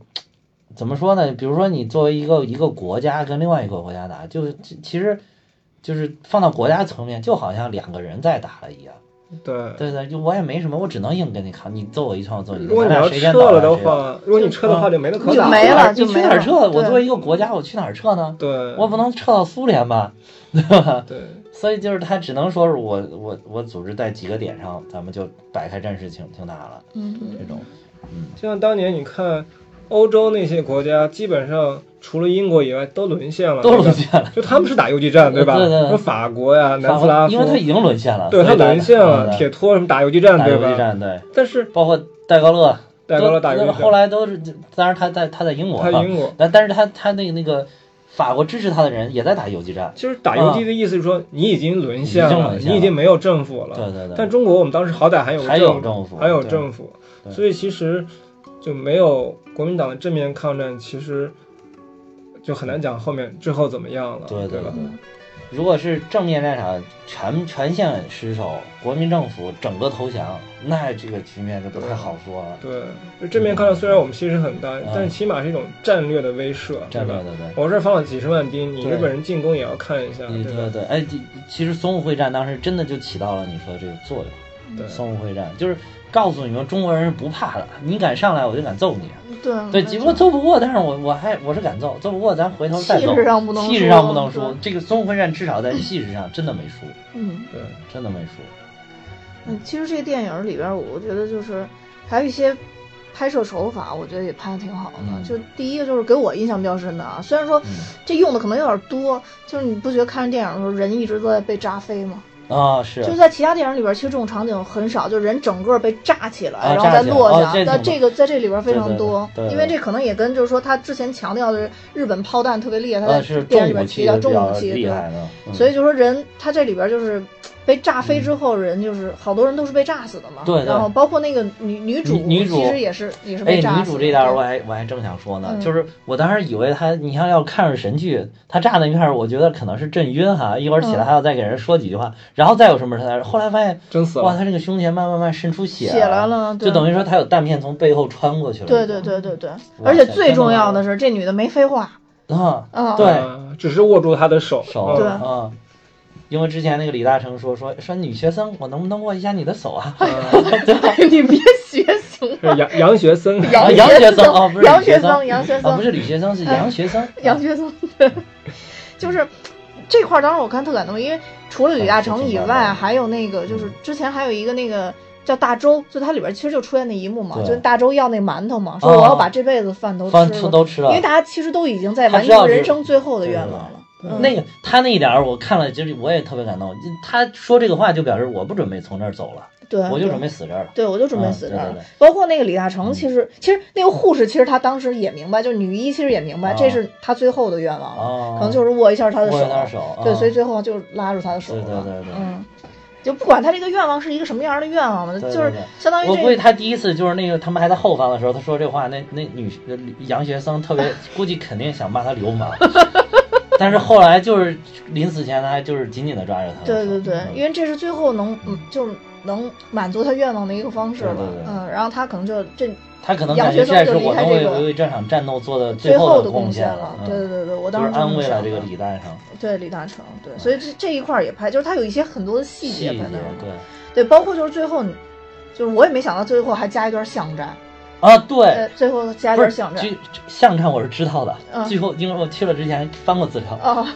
Speaker 2: 怎么说呢？比如说你作为一个一个国家跟另外一个国家打，就是其其实就是放到国家层面，就好像两个人在打了一样。
Speaker 3: 对，
Speaker 2: 对对，就我也没什么，我只能硬跟你扛，你揍我一拳，我揍你一
Speaker 3: 如果
Speaker 2: 拳，
Speaker 3: 你
Speaker 2: 咱
Speaker 3: 要
Speaker 2: 俩谁先
Speaker 3: 撤
Speaker 2: 倒
Speaker 3: 了
Speaker 2: 下
Speaker 3: 的
Speaker 2: 谁倒
Speaker 3: 话，如果你撤的话就没得
Speaker 1: 嗯
Speaker 3: 可
Speaker 1: 就
Speaker 3: 打
Speaker 1: 没了就
Speaker 2: 你去
Speaker 1: 没
Speaker 2: 哪儿
Speaker 1: 了
Speaker 2: 撤？啊我
Speaker 1: 对
Speaker 2: 作为一个国家，我去哪儿撤呢？
Speaker 3: 对，
Speaker 2: 我不能撤到苏联吧，对吧？
Speaker 3: 对
Speaker 2: 所以就是他只能说是我我我组织在几个点上，咱们就摆开阵势挺挺打了
Speaker 1: 嗯，
Speaker 2: 这种。
Speaker 3: 就像当年你看欧洲那些国家，基本上除了英国以外都沦陷
Speaker 2: 嗯
Speaker 3: 了，
Speaker 2: 都
Speaker 3: 对吧
Speaker 2: 沦陷了，
Speaker 3: 就他们是打游击战，吧？
Speaker 2: 对对对
Speaker 3: 什么法国呀、 南斯拉夫，
Speaker 2: 因为他已经沦陷了，
Speaker 3: 对
Speaker 2: 啊所
Speaker 3: 他
Speaker 2: 以打
Speaker 3: 沦陷了，
Speaker 2: 对
Speaker 3: 铁托什么打游击战，
Speaker 2: 打
Speaker 3: 对
Speaker 2: 游击
Speaker 3: 吧？
Speaker 2: 战对，
Speaker 3: 但是
Speaker 2: 包括戴高乐，
Speaker 3: 戴高乐
Speaker 2: 都
Speaker 3: 打游击
Speaker 2: 那
Speaker 3: 战，
Speaker 2: 后来都是，当然他在他在英国
Speaker 3: 他
Speaker 2: 啊，
Speaker 3: 英国
Speaker 2: 但但是他他那个那个法国支持他的人也在打游击战，
Speaker 3: 就是打游击的意思是说你已经沦陷
Speaker 2: 已经
Speaker 3: 了，
Speaker 2: 沦陷了
Speaker 3: 你已经没有政府了。
Speaker 2: 对对对，
Speaker 3: 但中国我们当时好歹还有
Speaker 2: 还有政府
Speaker 3: 还有
Speaker 2: 对
Speaker 3: 政府，
Speaker 2: 对
Speaker 3: 所以其实就没有国民党的正面抗战，其实就很难讲后面之后怎么样了，
Speaker 2: 对对
Speaker 3: 啊吧？
Speaker 2: 对如果是正面战场，全全线失守，国民政府整个投降，那这个局面就不太好说了。
Speaker 3: 对，就正面抗战虽然我们牺牲很大，
Speaker 2: 嗯
Speaker 3: 但起码是一种战略的威慑，
Speaker 2: 战略
Speaker 3: 吧？
Speaker 2: 对对。
Speaker 3: 我这儿放了几十万兵，你
Speaker 2: 对
Speaker 3: 日本人进攻也要看一下，
Speaker 2: 嗯，对
Speaker 3: 吧？
Speaker 2: 对，哎，其其实淞沪会战当时真的就起到了你说的这个作用。
Speaker 1: 嗯
Speaker 3: 对
Speaker 2: 淞沪会战就是告诉你们中国人是不怕的，你敢上来我就敢揍你。
Speaker 1: 对
Speaker 2: 对，只不过揍不过，但是我我还我是敢揍，揍不过咱回头再
Speaker 1: 气
Speaker 2: 揍。
Speaker 1: 势上不能
Speaker 2: 气势上不能
Speaker 1: 输
Speaker 2: 输，这个淞沪会战至少在气势上真的没输，
Speaker 1: 嗯，
Speaker 3: 对，
Speaker 2: 真的没输。
Speaker 1: 嗯，其实这电影里边儿，我觉得就是还有一些拍摄手法，我觉得也拍的挺好的。
Speaker 2: 嗯
Speaker 1: 就第一个就是给我印象比较深的啊，虽然说
Speaker 2: 嗯
Speaker 1: 这用的可能有点多，就是你不觉得看电影的时候人一直都在被炸飞吗？
Speaker 2: 啊，是
Speaker 1: 就在其他电影里边儿，其实这种场景很少，就人整个被炸起来，
Speaker 2: 啊
Speaker 1: 然后再
Speaker 2: 炸起来
Speaker 1: 落
Speaker 2: 哦
Speaker 1: 下。
Speaker 2: 这
Speaker 1: 那
Speaker 2: 挺
Speaker 1: 这个在这里边儿非常
Speaker 2: 对对对
Speaker 1: 多，
Speaker 2: 对对
Speaker 1: 因为这可能也跟就是说他之前强调的日本炮弹特别厉害，他
Speaker 2: 呃
Speaker 1: 在
Speaker 2: 是
Speaker 1: 电影里
Speaker 2: 重
Speaker 1: 边
Speaker 2: 武
Speaker 1: 儿提到重武
Speaker 2: 器的比较
Speaker 1: 器，
Speaker 2: 厉
Speaker 1: 对
Speaker 2: 害的，嗯
Speaker 1: 所以就说人他这里边就是被炸飞之后，人就是好多人都是被炸死的嘛。
Speaker 2: 嗯对对
Speaker 1: 然后包括那个女女主，
Speaker 2: 女女主
Speaker 1: 其实也是也是
Speaker 2: 哎，
Speaker 1: 被炸死的。
Speaker 2: 女主这一段我还我还正想说呢，
Speaker 1: 嗯
Speaker 2: 就是我当时以为她，你像要看着神剧，她炸那一块儿，我觉得可能是震晕哈，一会儿起
Speaker 1: 嗯
Speaker 2: 来还要再给人说几句话，然后再有什么事儿。后来发现，
Speaker 3: 真死
Speaker 2: 哇，
Speaker 3: 了。
Speaker 2: 她这个胸前慢慢慢渗出血
Speaker 1: 血来了对
Speaker 2: 就等于说她有弹片从背后穿过去了。
Speaker 1: 对对对对对，
Speaker 2: 哇
Speaker 1: 而且
Speaker 2: 塞
Speaker 1: 最
Speaker 2: 真的
Speaker 1: 重要的是，这女的没废话
Speaker 2: 啊，
Speaker 1: 啊。
Speaker 2: 对
Speaker 3: 啊只是握住他的手。
Speaker 2: 手
Speaker 1: 对
Speaker 3: 嗯
Speaker 2: 啊。因为之前那个李大成说说说女学生，我能不能握一下你的手啊？
Speaker 1: 对， 你别学行
Speaker 3: 是杨 杨学森，
Speaker 2: 啊
Speaker 1: 杨
Speaker 2: 杨
Speaker 1: 学
Speaker 2: 学
Speaker 1: 森
Speaker 2: 森哦，不是
Speaker 1: 杨
Speaker 2: 李
Speaker 1: 学
Speaker 2: 学
Speaker 1: 森杨学
Speaker 2: 啊，
Speaker 1: 森哎
Speaker 2: 不是李学生，是杨学生。
Speaker 1: 杨学森，对 就是这块儿，当时我看特感动，因为除了李大成
Speaker 2: 哦
Speaker 1: 以外，还有那个
Speaker 2: 嗯
Speaker 1: 就是之前还有一个那个。叫大周，就它里边其实就出现那一幕嘛，
Speaker 2: 对
Speaker 1: 就是大周要那馒头嘛，说
Speaker 2: 哦
Speaker 1: 我要把这辈子饭都吃
Speaker 2: 饭都
Speaker 1: 了，
Speaker 2: 都吃了，
Speaker 1: 因为大家其实都已经在
Speaker 2: 他
Speaker 1: 完
Speaker 2: 知道
Speaker 1: 成
Speaker 2: 是
Speaker 1: 人生最后的愿望了。嗯
Speaker 2: 那个他那一点儿我看了，就是我也特别感动。就他说这个话就表示我不准备从这儿走了，
Speaker 1: 对，
Speaker 2: 我就
Speaker 1: 对
Speaker 2: 准备死这儿了。
Speaker 1: 对，我就准备
Speaker 2: 嗯
Speaker 1: 死这
Speaker 2: 对
Speaker 1: 儿
Speaker 2: 对嗯
Speaker 1: 了
Speaker 2: 对。
Speaker 1: 包括那个李大成，其实其实那个护士，其实她当时也明白，就是女一其实也明白，
Speaker 2: 啊
Speaker 1: 这是她最后的愿望了，
Speaker 2: 哦，
Speaker 1: 可能就是握一下她的
Speaker 2: 握着他的
Speaker 1: 手，
Speaker 2: 手，
Speaker 1: 对，
Speaker 2: 嗯
Speaker 1: 所以最后就拉住她的手
Speaker 2: 对对
Speaker 1: 了。
Speaker 2: 对对。
Speaker 1: 嗯，就不管她这个愿望是一个什么样的愿望嘛，
Speaker 2: 对对
Speaker 1: 就是
Speaker 2: 对
Speaker 1: 相当于
Speaker 2: 我
Speaker 1: 这
Speaker 2: 估计
Speaker 1: 个
Speaker 2: 他第一次就是那个他们还在后方的时候，他说这话，那那女呃杨学生特别估计肯定想骂他流 氓，但是后来就是临死前他还就是紧紧的抓着他的
Speaker 1: 对
Speaker 2: 手。
Speaker 1: 对对，
Speaker 2: 嗯
Speaker 1: 因为这是最后能嗯就是能满足她愿望的一个方式了
Speaker 2: 对对。对
Speaker 1: 嗯，然后她可能就这
Speaker 2: 他可能
Speaker 1: 杨
Speaker 2: 感觉
Speaker 1: 学
Speaker 2: 这
Speaker 1: 生
Speaker 2: 是
Speaker 1: 就离
Speaker 2: 我
Speaker 1: 开
Speaker 2: 能
Speaker 1: 这
Speaker 2: 为
Speaker 1: 个
Speaker 2: 为这场战斗做的
Speaker 1: 最
Speaker 2: 后
Speaker 1: 的
Speaker 2: 贡
Speaker 1: 贡献
Speaker 2: 了，嗯
Speaker 1: 对对对对，我
Speaker 2: 就
Speaker 1: 当
Speaker 2: 是
Speaker 1: 时
Speaker 2: 安慰
Speaker 1: 了
Speaker 2: 了这个李诞生
Speaker 1: 对李大成，对，所以这这一块儿也拍，就是他有一些很多的细
Speaker 2: 细
Speaker 1: 节
Speaker 2: 节
Speaker 1: 拍在那儿
Speaker 2: 对。
Speaker 1: 对，包括就是最后你，就是我也没想到最后还加一段巷战，
Speaker 2: 啊，对，
Speaker 1: 呃，最后加一
Speaker 2: 不
Speaker 1: 段
Speaker 2: 是
Speaker 1: 巷
Speaker 2: 这
Speaker 1: 战
Speaker 2: 这巷战我是知道的，
Speaker 1: 嗯
Speaker 2: 最后因为我去了之前翻过资料，
Speaker 1: 啊，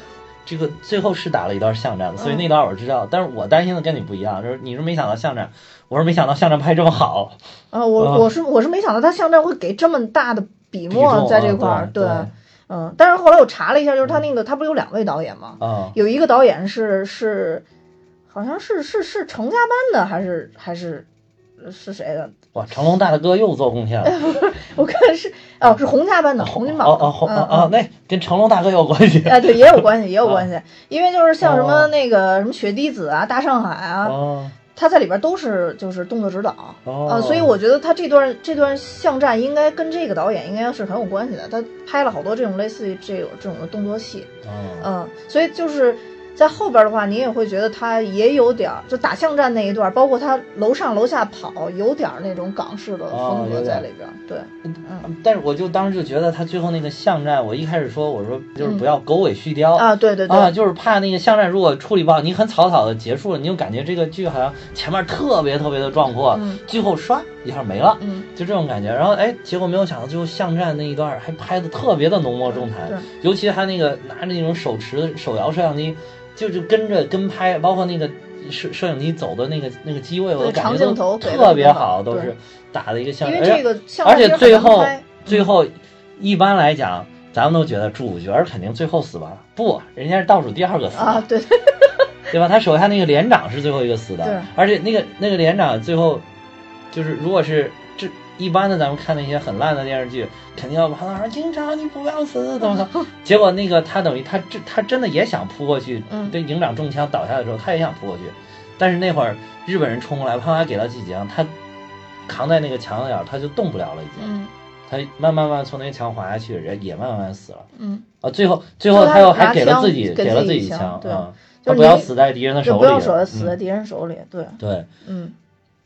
Speaker 2: 这个最后是打了一段巷战的，所以
Speaker 1: 嗯
Speaker 2: 那段我知道。但是我担心的跟你不一样，就是你是没想到巷战，我是没想到巷战拍这么好，
Speaker 1: 啊，我
Speaker 2: 啊
Speaker 1: 我是我是没想到他巷战会给这么大的笔
Speaker 2: 比重啊
Speaker 1: 墨在这块儿，
Speaker 2: 对嗯
Speaker 1: 嗯，但是后来我查了一下，就是他那个他不是有两位导演吗？
Speaker 2: 啊，
Speaker 1: 有一个导演是是，好像是是是成家班的还是还是。是谁的？
Speaker 2: 哇，成龙大大哥又做贡 献了，
Speaker 1: 我看是哦，是洪家班的洪金宝
Speaker 2: 哦
Speaker 1: 的。
Speaker 2: 哦红
Speaker 1: 嗯
Speaker 2: 哦啊
Speaker 1: 嗯
Speaker 2: 哦，那跟成龙大哥有关系
Speaker 1: 哎，对，也有关系，也有关系，因为就是像什么那个什么雪滴子啊、大上海啊，
Speaker 2: 哦
Speaker 1: 他在里边都是就是动作指导啊，
Speaker 2: 哦，
Speaker 1: 所以我觉得他这段这段巷战应该跟这个导演应该是很有关系的，他拍了好多这种类似于这种这种的动作戏，
Speaker 2: 哦
Speaker 1: 嗯，所以就是。在后边的话，你也会觉得他也有点儿，就打巷战那一段，包括他楼上楼下跑，有点儿那种港式的
Speaker 2: 哦
Speaker 1: 风格
Speaker 2: 有点
Speaker 1: 在
Speaker 2: 儿
Speaker 1: 里边儿。对，嗯
Speaker 2: 但是我就当时就觉得他最后那个巷战，我一开始说我说就是不要狗尾续貂
Speaker 1: 啊，对对对，
Speaker 2: 啊，就是怕那个巷战如果处理不好，你很草草的结束了，你就感觉这个剧好像前面特别特别的壮阔，
Speaker 1: 嗯
Speaker 2: 最后唰一下没了，
Speaker 1: 嗯，
Speaker 2: 就这种感觉。然后哎，结果没有想到最后巷战那一段还拍的特别的浓墨重
Speaker 1: 对
Speaker 2: 彩，尤其他那个拿着那种手持的手摇摄像机，就是跟着跟拍，包括那个。摄摄影机走的那个那个机位，我
Speaker 1: 对
Speaker 2: 都感
Speaker 1: 长镜
Speaker 2: 觉
Speaker 1: 头
Speaker 2: 都
Speaker 1: 给的
Speaker 2: 特别
Speaker 1: 特别好
Speaker 2: 好，都
Speaker 1: 对
Speaker 2: 是打的一个巷
Speaker 1: 因
Speaker 2: 战。
Speaker 1: 为这个巷战
Speaker 2: 哎而且
Speaker 1: 其实很
Speaker 2: 最
Speaker 1: 难
Speaker 2: 后
Speaker 1: 拍嗯
Speaker 2: 最后，一般来讲，咱们都觉得主角肯定最后死吧？不，人家是倒数第二个死的，
Speaker 1: 啊，对，
Speaker 2: 对吧？他手下那个连长是最后一个死
Speaker 1: 对
Speaker 2: 的，而且那个那个连长最后，就是如果是这一般的，咱们看那些很烂的电视剧，肯定要把他说警长你不要死，怎么 怎么。结果那个他等于他真他真的也想扑过去
Speaker 1: 嗯，
Speaker 2: 对营长中枪倒下的时候，他也想扑过去，但是那会儿日本人冲过来，啪啪给他几枪，他扛在那个墙角，他就动不了了，已经。
Speaker 1: 嗯
Speaker 2: 他慢慢慢从那个墙滑下去，人也慢慢死了。
Speaker 1: 嗯。
Speaker 2: 啊，最后最后
Speaker 1: 就
Speaker 2: 他又
Speaker 1: 他拿
Speaker 2: 还给了
Speaker 1: 枪
Speaker 2: 自己
Speaker 1: 给
Speaker 2: 给
Speaker 1: 自
Speaker 2: 了
Speaker 1: 己
Speaker 2: 自
Speaker 1: 一
Speaker 2: 己
Speaker 1: 枪
Speaker 2: 枪，
Speaker 1: 对
Speaker 2: 嗯，
Speaker 1: 就
Speaker 2: 他
Speaker 1: 是
Speaker 2: 不要
Speaker 1: 你
Speaker 2: 死在敌人的
Speaker 1: 就
Speaker 2: 手
Speaker 1: 不
Speaker 2: 里了，
Speaker 1: 要手死在
Speaker 2: 嗯
Speaker 1: 敌人手里。对，
Speaker 2: 对，
Speaker 1: 嗯，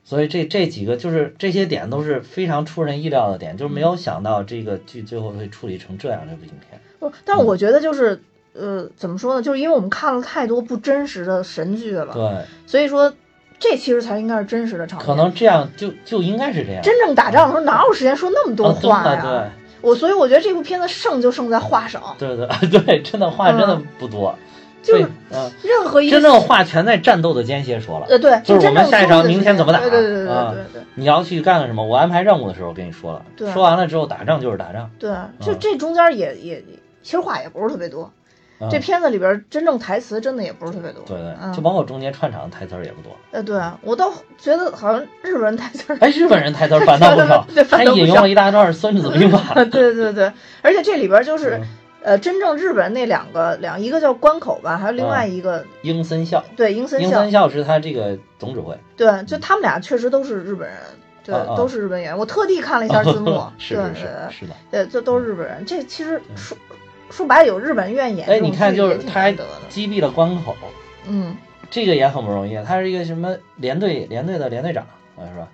Speaker 2: 所以这这几个就是这些点都是非常出人意料的点，就是没
Speaker 1: 嗯
Speaker 2: 有想到这个剧最后会处理成这样这部影片。
Speaker 1: 不，但
Speaker 2: 嗯
Speaker 1: 我觉得就是。呃，怎么说呢？就是因为我们看了太多不真实的神剧了，
Speaker 2: 对，
Speaker 1: 所以说这其实才应该是真实的场景。
Speaker 2: 可能这样就就应该是这样。
Speaker 1: 真正打仗的时候哪有时间说那么多
Speaker 2: 啊，
Speaker 1: 话呀、
Speaker 2: 对
Speaker 1: 我所以我觉得这部片子胜就胜在话少，
Speaker 2: 对对对对，真的 话真的
Speaker 1: 嗯
Speaker 2: 不多，
Speaker 1: 就是
Speaker 2: 对嗯，
Speaker 1: 任何一个
Speaker 2: 真正话全在战斗的间歇说了。
Speaker 1: 呃对，
Speaker 2: 就是
Speaker 1: 真
Speaker 2: 我们
Speaker 1: 正
Speaker 2: 下一
Speaker 1: 说
Speaker 2: 场
Speaker 1: 的
Speaker 2: 明
Speaker 1: 时
Speaker 2: 天
Speaker 1: 间
Speaker 2: 怎么打
Speaker 1: 对对对对
Speaker 2: 啊
Speaker 1: 对对
Speaker 2: 你要去干个什么？我安排任务的时候跟你说了，
Speaker 1: 对
Speaker 2: 说完了之后打仗就是打仗。
Speaker 1: 对，就这中间也也其实话也不是特别多，
Speaker 2: 嗯
Speaker 1: 这片子里边真正台词真的也不是特别多。
Speaker 2: 对对，
Speaker 1: 嗯
Speaker 2: 就包括中间串场的台词儿也不多。
Speaker 1: 呃，对我倒觉得好像日本人台词儿，
Speaker 2: 哎，日本人台词儿反倒不少
Speaker 1: 对，反
Speaker 2: 还
Speaker 1: 倒不少
Speaker 2: 引用了一大段《孙子兵法》
Speaker 1: 对对对，而且这里边就是
Speaker 2: 嗯
Speaker 1: 呃，真正日本那两个两一个叫关口吧，还有另外一个、
Speaker 2: 英森孝，
Speaker 1: 对英森
Speaker 2: 英
Speaker 1: 孝
Speaker 2: 啊森，孝是他这个总指挥，
Speaker 1: 对，就他们俩确实都是日本人，对，
Speaker 2: 啊啊，
Speaker 1: 都是日本演员。我特地看了一下字幕
Speaker 2: 是
Speaker 1: 对
Speaker 2: 是
Speaker 1: 对
Speaker 2: 是
Speaker 1: 对
Speaker 2: 是的。
Speaker 1: 对，这都是日本人。这其实说说白了，有日本愿演，
Speaker 2: 哎，你看，就是他
Speaker 1: 挺
Speaker 2: 还
Speaker 1: 难得的。
Speaker 2: 击毙了关口，
Speaker 1: 嗯，
Speaker 2: 这个也很不容易。啊他是一个什么连队连队的连队长，啊，是吧？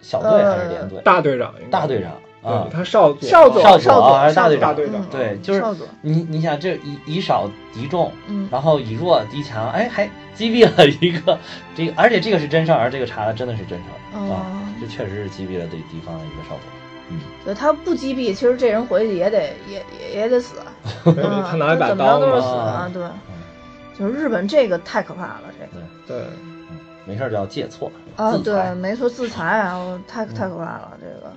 Speaker 2: 小队还是
Speaker 1: 呃
Speaker 2: 连队？
Speaker 3: 大队长应该
Speaker 2: 大队长啊
Speaker 3: 对，，他少佐
Speaker 1: 少佐
Speaker 2: 佐少
Speaker 1: 佐
Speaker 2: 还是大队
Speaker 3: 大
Speaker 2: 长
Speaker 3: 队长
Speaker 1: 嗯
Speaker 2: 对就是
Speaker 1: 少佐，
Speaker 2: 你你想这以以少敌众，
Speaker 1: 嗯，
Speaker 2: 然后以弱敌强，哎，还击毙了一个这个，而且这个是真事儿，而这个查的真的是真事儿、啊，
Speaker 1: 哦，
Speaker 2: 这确实是击毙了对敌方的一个少佐。嗯，
Speaker 1: 对他不击毙，其实这人回去也得也也也 得死，
Speaker 3: 对
Speaker 1: 嗯
Speaker 3: 他拿一把
Speaker 1: 怎么着
Speaker 3: 刀
Speaker 1: 都是死
Speaker 3: 嘛，
Speaker 1: 啊，对。就是日本这个太可怕了，这个
Speaker 3: 对，啊
Speaker 2: 嗯，没事儿就要借错
Speaker 1: 啊，
Speaker 2: 自嗯裁
Speaker 1: 对，没错，制裁啊，我太太可怕了，这个，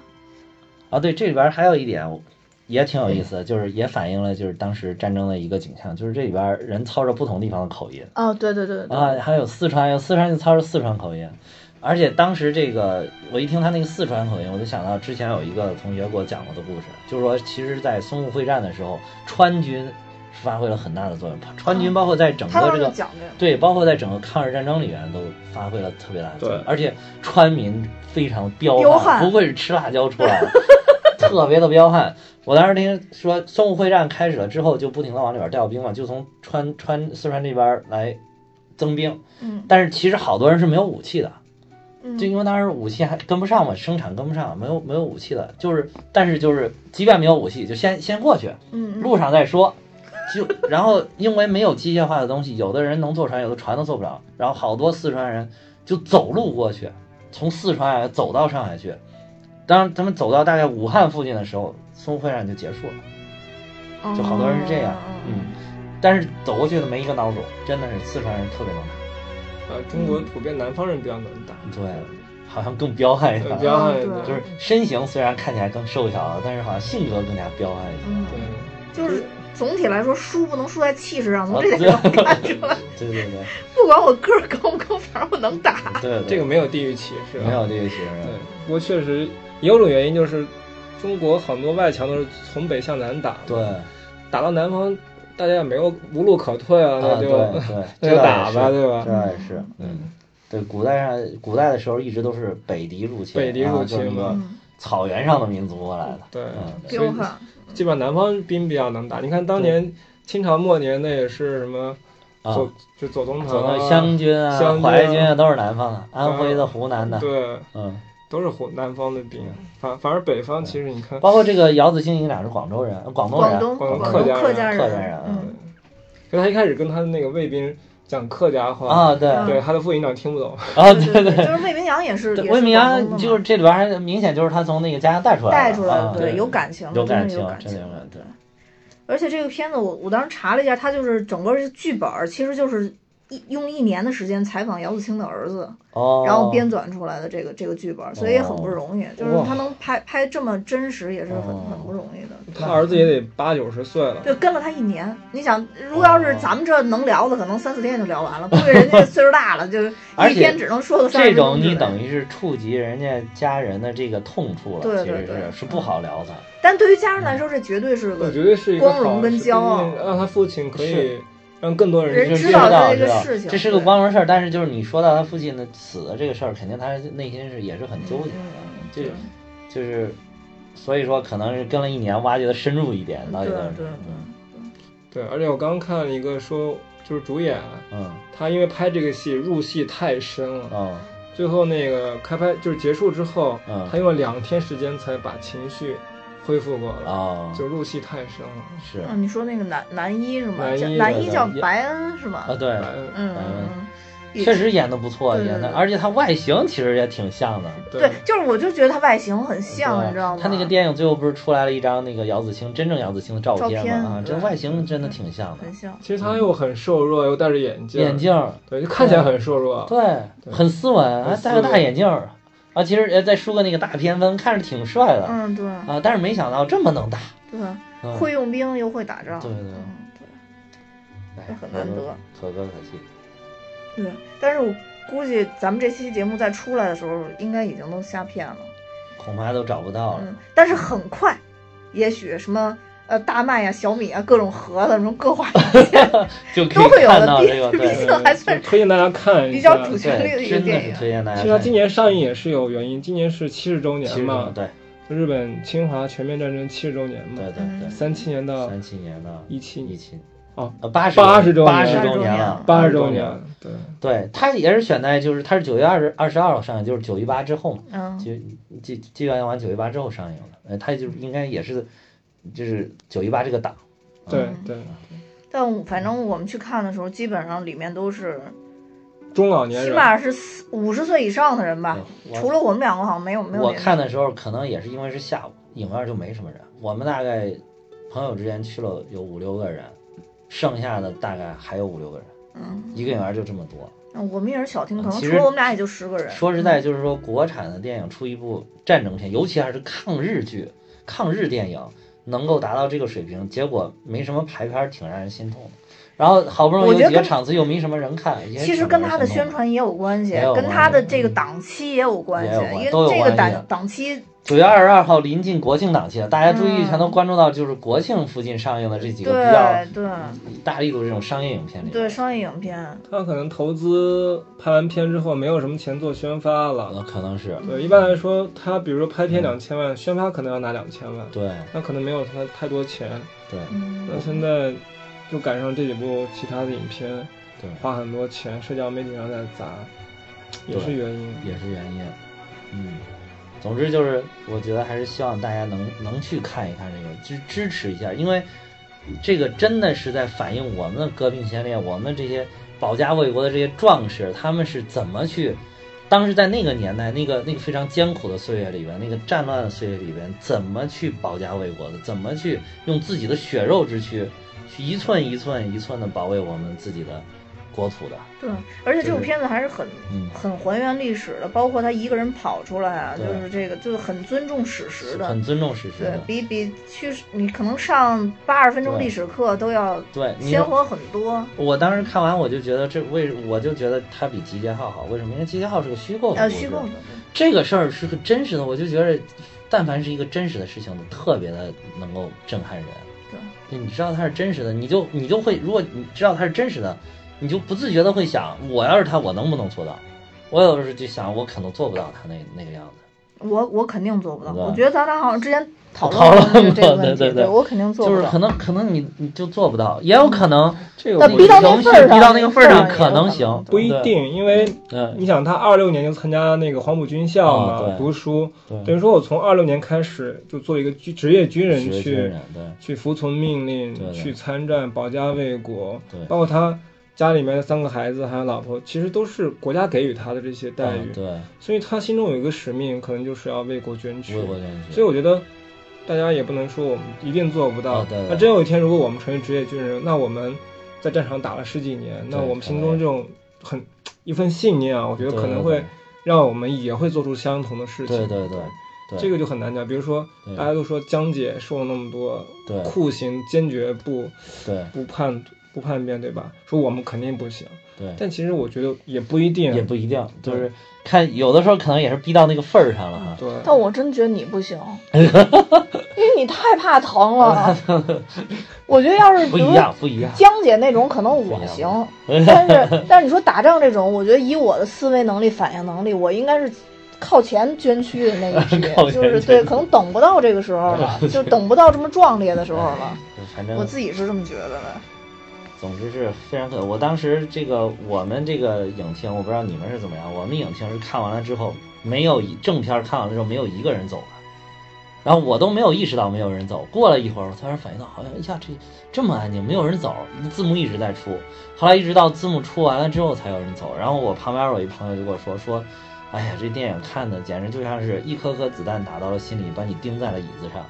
Speaker 2: 啊，对，这里边儿还有一点我也挺有意思的，就是也反映了就是当时战争的一个景象，就是这里边儿人操着不同地方的口音
Speaker 1: 哦，对对对对，
Speaker 2: 啊，还有四川，有四川就操着四川口音，而且当时这个我一听他那个四川口音，我就想到之前有一个同学给我讲过的故事，就是说其实，在淞沪会战的时候，川军是发挥了很大的作用，川军包括在整
Speaker 1: 他
Speaker 2: 个
Speaker 1: 当
Speaker 2: 这
Speaker 1: 时就
Speaker 2: 个。
Speaker 1: 讲这个，
Speaker 2: 对，包括在整个抗日战争里面都发挥了特别大的作用
Speaker 3: 对，
Speaker 2: 而且川民非常彪悍，
Speaker 1: 彪悍
Speaker 2: 不愧是吃辣椒出 来的，特别的彪悍。我当时听说淞沪会战开始了之后，就不停的往里边调兵嘛，就从川川四川这边来增兵，
Speaker 1: 嗯
Speaker 2: 但是其实好多人是没有武器的，就
Speaker 1: 嗯，
Speaker 2: 因为当时武器还跟不上嘛，生产跟不上，没有没有武器的，就是但是就是即便没有武器，就先先过去，
Speaker 1: 嗯，
Speaker 2: 路上再说。 就然后因为没有机械化的东西，有的人能坐船，有的船都坐不了。然后好多四川人就走路过去，从四川啊走到上海去。当他们走到大概武汉附近的时候，淞沪会战就结束了。
Speaker 1: 嗯
Speaker 2: 就好多人是这样，哦嗯，但是走过去的没一个孬种，真的是四川人特别能打。
Speaker 3: 啊，中国普遍南方人比较能打，
Speaker 2: 对，好像更彪悍一
Speaker 3: 对
Speaker 2: 点
Speaker 3: 比，较
Speaker 1: 啊
Speaker 3: 爱
Speaker 1: 对
Speaker 2: 就是身形虽然看起来更瘦小了，但是好像性格更加彪悍一些。
Speaker 1: 嗯，
Speaker 3: 对，
Speaker 1: 就是总体来说，输不能输在气势上，从
Speaker 2: 啊
Speaker 1: 这点上看出来。
Speaker 2: 对对对
Speaker 1: 不管我个儿高不高，反正我能打。
Speaker 2: 对对，
Speaker 3: 这个没有地域歧视啊，
Speaker 2: 没有这个形
Speaker 3: 对
Speaker 2: 容。，
Speaker 3: 不过确实也有种原因就是，中国很多外强都是从北向南打，，
Speaker 2: 对，
Speaker 3: 打到南方，大家也没有无路可退啊，
Speaker 2: 啊
Speaker 3: 那就、，
Speaker 2: 对对 这
Speaker 3: 那就
Speaker 2: 倒
Speaker 3: 打
Speaker 2: 也
Speaker 3: 吧，
Speaker 2: 是
Speaker 3: 对吧
Speaker 2: 这？倒也是，嗯，对，古代上古代的时候一直都是北狄入侵，
Speaker 3: 北狄入
Speaker 2: 啊就
Speaker 3: 侵
Speaker 2: 是那个
Speaker 1: 嗯，
Speaker 2: 草原上的民族过来的，
Speaker 3: 对，
Speaker 2: 嗯，
Speaker 3: 所
Speaker 1: 彪
Speaker 3: 以
Speaker 1: 悍，
Speaker 3: 基本上南方兵比较能打。你看当年清朝末年，那也是什么
Speaker 2: 啊
Speaker 3: 左、，就左宗
Speaker 2: 走
Speaker 3: 棠啊、
Speaker 2: 到湘军啊
Speaker 3: 湘、军啊啊
Speaker 2: 淮军啊都是南方的，安徽的、湖南的，
Speaker 3: 对，嗯
Speaker 2: 嗯，
Speaker 3: 都是湖南方的兵。反反而北方其实你看，
Speaker 2: 包括这个姚子青，你俩是广州人，呃广东
Speaker 1: 广
Speaker 2: 人，
Speaker 1: 东
Speaker 3: 广
Speaker 1: 广
Speaker 3: 东
Speaker 1: 东
Speaker 3: 客
Speaker 1: 家
Speaker 3: 家
Speaker 2: 人客家人啊
Speaker 1: 嗯，
Speaker 3: 所以他一开始跟他的那个卫兵讲客家话，
Speaker 2: 啊，对啊，
Speaker 3: 对他的副营长听不懂，
Speaker 2: 对
Speaker 1: 对对，嗯就是魏明阳也是，也
Speaker 2: 对，
Speaker 1: 是
Speaker 2: 魏明
Speaker 1: 广东的
Speaker 2: 阳
Speaker 1: 嘛
Speaker 2: 就是这里边儿明显就是他从那个家乡带出来的，
Speaker 1: 带出来
Speaker 2: 啊
Speaker 1: 的，
Speaker 3: 对
Speaker 1: 有感情的，
Speaker 2: 有感
Speaker 1: 真的有
Speaker 2: 情
Speaker 1: 感
Speaker 2: 真的有
Speaker 1: 的
Speaker 2: 感，情
Speaker 1: 对。而且这个片子我我当时查了一下，它就是整个这剧本儿其实就是一用了一年的时间采访姚子青的儿子，
Speaker 2: 哦，
Speaker 1: 然后编纂出来的这个这个剧本儿，所以也很不容易，就是
Speaker 2: 哇
Speaker 1: 他能拍拍这么真实也是很
Speaker 2: 哦
Speaker 1: 很不容易的。
Speaker 3: 他儿子也得八九十岁了。
Speaker 1: 对，跟了他一年。你想，如果
Speaker 2: 哦
Speaker 1: 要是咱们这能聊的，可能三四天就聊完了。估计人家岁数大了，就是
Speaker 2: 而
Speaker 1: 一
Speaker 2: 且
Speaker 1: 天只能说个三
Speaker 2: 这
Speaker 1: 十分钟
Speaker 2: 种
Speaker 1: 之类
Speaker 2: 你
Speaker 1: 的。
Speaker 2: 等于是触及人家家人的这个痛处了，
Speaker 1: 对对
Speaker 2: 其实
Speaker 1: 对嗯
Speaker 2: 是是不好聊的。
Speaker 1: 但对于家人来说，这绝对是
Speaker 3: 我
Speaker 1: 个
Speaker 3: 觉得是一个
Speaker 1: 光荣
Speaker 3: 好
Speaker 1: 跟
Speaker 3: 事
Speaker 1: 骄傲嗯
Speaker 3: 毕竟让他父亲可以
Speaker 2: 是
Speaker 3: 让更多人
Speaker 1: 人
Speaker 2: 就是
Speaker 1: 知道
Speaker 2: 这
Speaker 1: 这个
Speaker 2: 个
Speaker 1: 事情
Speaker 2: 这是个
Speaker 1: 对
Speaker 2: 光荣事儿。但是就是你说到他父亲的死的这个事儿，肯定他内心是也是很纠结的，
Speaker 1: 嗯
Speaker 2: 这
Speaker 1: 对
Speaker 2: 个就是所以说可能是跟了一年，挖掘的嗯深入一点，到
Speaker 1: 对
Speaker 2: 底
Speaker 1: 对
Speaker 2: 怎么
Speaker 1: 对，
Speaker 3: 对，而且我刚看了一个说，就是主演
Speaker 2: 嗯
Speaker 3: 他因为拍这个戏入戏太深了，
Speaker 2: 哦
Speaker 3: 最后那个开拍就是结束之后，
Speaker 2: 嗯
Speaker 3: 他用了两天时间才把情绪恢复过来，
Speaker 2: 哦
Speaker 3: 就入戏太深了。
Speaker 2: 是
Speaker 1: 嗯，你说那个男男一是吗？
Speaker 3: 男一
Speaker 1: 叫
Speaker 3: 对
Speaker 1: 男一
Speaker 2: 对
Speaker 1: 叫
Speaker 2: 也
Speaker 1: 白恩是吗
Speaker 2: 啊？对，
Speaker 3: 嗯
Speaker 1: 嗯，
Speaker 2: 白恩
Speaker 1: 嗯嗯
Speaker 2: 确实演的不错，
Speaker 1: 对对
Speaker 2: 演的
Speaker 1: 对
Speaker 2: 而且他外形其实也挺像的。
Speaker 1: 对，就是我就觉得他外形很像，
Speaker 2: 对
Speaker 1: 你知道吗？
Speaker 2: 他那个电影最后不是出来了一张那个姚子青真正姚子青的照
Speaker 1: 照
Speaker 2: 片
Speaker 1: 片
Speaker 2: 吗？啊，这
Speaker 1: 对
Speaker 2: 外形真的挺像的
Speaker 1: 很，像，
Speaker 3: 其实他又很瘦弱，又戴着眼镜，
Speaker 2: 眼镜儿
Speaker 3: 对，就看起来很瘦弱。
Speaker 2: 对，
Speaker 3: 对
Speaker 2: 很斯文，还
Speaker 3: 很斯
Speaker 2: 戴个大
Speaker 3: 文
Speaker 2: 眼镜儿啊。其实呃在叔哥那个大偏分看着挺帅的
Speaker 1: 嗯，对
Speaker 2: 啊，但是没想到这么能打，
Speaker 1: 对，
Speaker 2: 嗯
Speaker 1: 会用兵又会打仗，
Speaker 2: 对对
Speaker 1: 嗯对。
Speaker 2: 哎
Speaker 1: 很难得，
Speaker 2: 可歌可歌可泣。
Speaker 1: 对，但是我估计咱们这期节目在出来的时候，应该已经都瞎骗了。嗯
Speaker 2: 恐怕都找不到了
Speaker 1: 嗯。，但是很快，也许什么呃大麦呀、小米啊、各种盒子什么各花
Speaker 2: 就可
Speaker 1: 都
Speaker 2: 以
Speaker 1: 会有
Speaker 2: 看
Speaker 1: 的
Speaker 2: 到这个
Speaker 1: 毕毕
Speaker 2: 对
Speaker 1: 竟还算
Speaker 3: 推荐大家看
Speaker 1: 比
Speaker 3: 一下。
Speaker 1: 较主
Speaker 2: 对，
Speaker 1: 旋律的一个
Speaker 2: 真的
Speaker 1: 电
Speaker 2: 是
Speaker 1: 影。
Speaker 2: 推荐大家
Speaker 3: 其实它
Speaker 2: 看。
Speaker 3: 今年上映也是有原因，今年是七十周
Speaker 2: 其
Speaker 3: 年
Speaker 2: 实
Speaker 3: 嘛，
Speaker 2: 对
Speaker 3: 日本侵华全面战争七十周年嘛
Speaker 2: 对，对
Speaker 1: 嗯
Speaker 2: 对，
Speaker 3: 三七年到
Speaker 2: 三七年的
Speaker 3: 一七
Speaker 2: 一
Speaker 3: 年
Speaker 2: 七
Speaker 3: 哦
Speaker 2: 呃八十
Speaker 3: 80周
Speaker 2: 八
Speaker 3: 年
Speaker 2: 十
Speaker 1: 80周
Speaker 2: 年
Speaker 1: 年
Speaker 2: 了，
Speaker 3: 八十
Speaker 2: 周
Speaker 3: 周年，对，
Speaker 2: 对，它也是选在就是它是九月二十二十二号上映，就是九一八之后嘛，
Speaker 1: 嗯，
Speaker 2: 就纪纪元完九一八之后上映的，呃，它就是应该也是就是九一八这个档，嗯
Speaker 3: 对对，
Speaker 1: 但我反正我们去看的时候，基本上里面都是
Speaker 3: 中老年
Speaker 1: 起
Speaker 3: 人
Speaker 1: 码是四五十岁以上的人吧，
Speaker 2: 对我
Speaker 1: 啊除了我们两个好像没有没有
Speaker 2: 嗯我
Speaker 1: 人
Speaker 2: 看的时候可能也是因为是下午，影院就没什么人，我们大概朋友之间去了有五六个人，剩下的大概还有五六个人，
Speaker 1: 嗯，
Speaker 2: 一个影院就这么多，
Speaker 1: 嗯我们也是小厅，可能
Speaker 2: 其
Speaker 1: 除
Speaker 2: 实
Speaker 1: 了我们俩也就十个人。嗯
Speaker 2: 说实在，就是说国产的电影出一部战争片，尤其还是抗日剧、抗日电影，能够达到这个水平，结果没什么排片儿，挺让人心痛的。然后好不容
Speaker 1: 我
Speaker 2: 易
Speaker 1: 觉得
Speaker 2: 几个
Speaker 1: 跟
Speaker 2: 场次又没什么人看，也
Speaker 1: 其实
Speaker 2: 挺
Speaker 1: 跟
Speaker 2: 让
Speaker 1: 他
Speaker 2: 人
Speaker 1: 的
Speaker 2: 心
Speaker 1: 宣
Speaker 2: 痛
Speaker 1: 传也有关系
Speaker 2: 也有，
Speaker 1: 跟
Speaker 2: 关
Speaker 1: 他
Speaker 2: 系嗯
Speaker 1: 的这个档期也有关
Speaker 2: 也
Speaker 1: 系
Speaker 2: 有关，
Speaker 1: 因为
Speaker 2: 都有
Speaker 1: 这
Speaker 2: 关
Speaker 1: 个
Speaker 2: 系啊
Speaker 1: 档档期
Speaker 2: 九月二十二号临近国庆档期了，大家注意
Speaker 1: 嗯
Speaker 2: 全都关注到就是国庆附近上映的嗯这几个比较
Speaker 1: 对对
Speaker 2: 大力度这种商业影片里。
Speaker 1: 对商业影片，
Speaker 3: 他可能投资拍完片之后没有什么钱做宣发了。
Speaker 2: 呃，可能是
Speaker 3: 对，一般来说，他比如说拍片两千万，宣发可能要拿两千万，
Speaker 2: 对
Speaker 3: 那可能没有他太多钱。
Speaker 2: 对
Speaker 1: 嗯
Speaker 3: 那现在就赶上这几部其他的影片
Speaker 2: 对，
Speaker 3: 花很多钱，社交媒体上在砸，也是
Speaker 2: 对
Speaker 3: 原因。
Speaker 2: 也是原因。嗯，总之就是，我觉得还是希望大家能能去看一看这个，支支持一下，因为这个真的是在反映我们的革命先烈，我们这些保家卫国的这些壮士，他们是怎么去。当时在那个年代，那个那个非常艰苦的岁月里边，那个战乱的岁月里边，怎么去保家卫国的？怎么去用自己的血肉之躯，去一寸一寸一寸的保卫我们自己的国土的？
Speaker 1: 对，而且这部
Speaker 2: 就是
Speaker 1: 片子还是很
Speaker 2: 嗯，
Speaker 1: 很还原历史的，包括他一个人跑出来啊，就
Speaker 2: 对
Speaker 1: 是这个就是很尊重史实的
Speaker 2: 很，尊重史实
Speaker 1: 对
Speaker 2: 的。
Speaker 1: 比比去你可能上八十分钟
Speaker 2: 对
Speaker 1: 历史课都要
Speaker 2: 对，你
Speaker 1: 鲜活很多。
Speaker 2: 我当时看完我就觉得这为我就觉得它比集结号好，为什么？因为集结号是个虚构的
Speaker 1: 呃，
Speaker 2: 故事
Speaker 1: 虚构的，
Speaker 2: 这个事儿是个真实的，我就觉得，但凡是一个真实的事情，特别的能够震撼人。
Speaker 1: 对，
Speaker 2: 就你知道它是真实的，你就你就会，如果你知道它是真实的，你就不自觉的会想，我要是他，我能不能做到？我有的时候就想，我可能做不到他那那个样子。
Speaker 1: 我我肯定做不到。
Speaker 2: 对
Speaker 1: 我觉得咱俩好像之前讨
Speaker 2: 讨
Speaker 1: 论过
Speaker 2: 论
Speaker 1: 这个
Speaker 2: 过
Speaker 1: 问题，
Speaker 2: 对对对
Speaker 1: 我肯定做
Speaker 2: 就
Speaker 1: 不
Speaker 2: 是
Speaker 1: 到。
Speaker 2: 可能可能你你就做不到，也有可能
Speaker 3: 这个
Speaker 1: 但
Speaker 3: 不
Speaker 1: 逼到
Speaker 2: 情
Speaker 1: 那
Speaker 2: 绪
Speaker 1: 份儿上
Speaker 2: 逼到那个份儿上
Speaker 1: 也有
Speaker 2: 可能
Speaker 1: 能
Speaker 2: 行
Speaker 1: 对
Speaker 3: 不一定，因为
Speaker 2: 嗯
Speaker 3: 你想，他二六年就参加那个黄埔军校嘛，
Speaker 2: 啊对
Speaker 3: 读书，等
Speaker 2: 对，
Speaker 3: 于说我从二六年开始就做一个军职业军人
Speaker 2: 学军
Speaker 3: 去
Speaker 2: 人对
Speaker 3: 去服从命令，
Speaker 2: 对的
Speaker 3: 去参战，保家卫国，
Speaker 2: 对
Speaker 3: 包括他家里面的三个孩子还有老婆，其实都是国家给予他的这些待遇
Speaker 2: 嗯，对。
Speaker 3: 所以他心中有一个使命，可能就是要为国捐躯
Speaker 2: 我。我感觉，
Speaker 3: 所以我觉得。大家也不能说我们一定做不到。
Speaker 2: 啊对对
Speaker 3: 那真有一天，如果我们成为职业军人，那我们在战场打了十几年，那
Speaker 2: 对
Speaker 3: 我们心
Speaker 2: 可能
Speaker 3: 中这种很一份信念啊，我觉得
Speaker 2: 对
Speaker 3: 可能会让我们也会做出相同的事情。
Speaker 2: 对对对对
Speaker 3: 这个就很难讲。比如说，
Speaker 2: 对
Speaker 3: 大家都说江姐受了那么多
Speaker 2: 对
Speaker 3: 酷刑，坚决不
Speaker 2: 对
Speaker 3: 不叛不叛变，对吧？说我们肯定不行，
Speaker 2: 对
Speaker 3: 但其实我觉得也不一定。
Speaker 2: 也不一定，就是看有的时候可能也是逼到那个份儿上了哈。
Speaker 3: 对，
Speaker 1: 但我真觉得你不行， 因为你太怕疼了。我觉得要是
Speaker 2: 不
Speaker 1: 比如
Speaker 2: 一样，不一样。，
Speaker 1: 江姐那种，可能我行， 但是但是你说打仗这种，我觉得以我的思维能力、反应能力，我应该是靠前捐躯的那一批
Speaker 2: 靠前
Speaker 1: 就是对，可能等不到这个时候 了，就等不到这么壮烈的时候了。
Speaker 2: 反
Speaker 1: 我
Speaker 2: 正
Speaker 1: 自己是这么觉得的。
Speaker 2: 总之是非常可。我当时这个我们这个影厅，我不知道你们是怎么样。我们影厅是看完了之后，没有一正片看完了之后，没有一个人走了。然后我都没有意识到没有人走，过了一会儿，我突然反应到，好像哎呀，这这么安静，没有人走，字幕一直在出。后来一直到字幕出完了之后才有人走。然后我旁边我一朋友就跟我说说，哎呀，这电影看的简直就像是一颗颗子弹打到了心里，把你钉在了椅子上。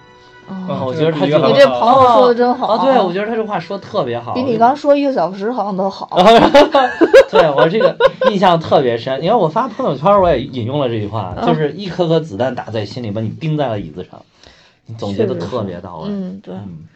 Speaker 1: 哦，
Speaker 2: 我觉得他
Speaker 3: 这个
Speaker 2: 就
Speaker 1: 你
Speaker 3: 比
Speaker 1: 这
Speaker 3: 较
Speaker 1: 朋
Speaker 3: 啊好
Speaker 1: 友说的真好
Speaker 2: 啊！对，我觉得他这话说得特别好，哦
Speaker 1: 比你刚说一个小时好像都好。
Speaker 2: 对我这个印象特别深，因为我发朋友圈我也引用了这句话，
Speaker 1: 嗯
Speaker 2: 就是一颗颗子弹打在心里，把你钉在了椅子上，你总结
Speaker 1: 确
Speaker 2: 的
Speaker 1: 实是
Speaker 2: 特别到位。
Speaker 1: 嗯，对，
Speaker 2: 嗯，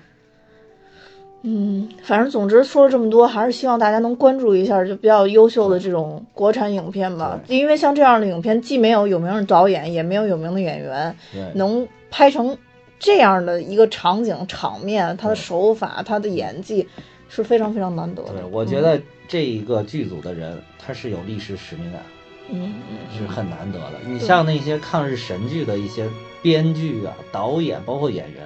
Speaker 1: 嗯，反正总之说了这么多，还是希望大家能关注一下，就比较优秀的这种国产影片吧。因为像这样的影片，既没有有名的导演，也没有有名的演员，
Speaker 2: 对
Speaker 1: 能拍成这样的一个场景、场面，他的手法、他的演技是非常非常难得
Speaker 2: 对
Speaker 1: 的，。嗯
Speaker 2: 我觉得这一个剧组的人，他是有历史使命感，
Speaker 1: 嗯，
Speaker 2: 是很难得的。你像那些抗日神剧的一些编剧啊、导演，包括演员，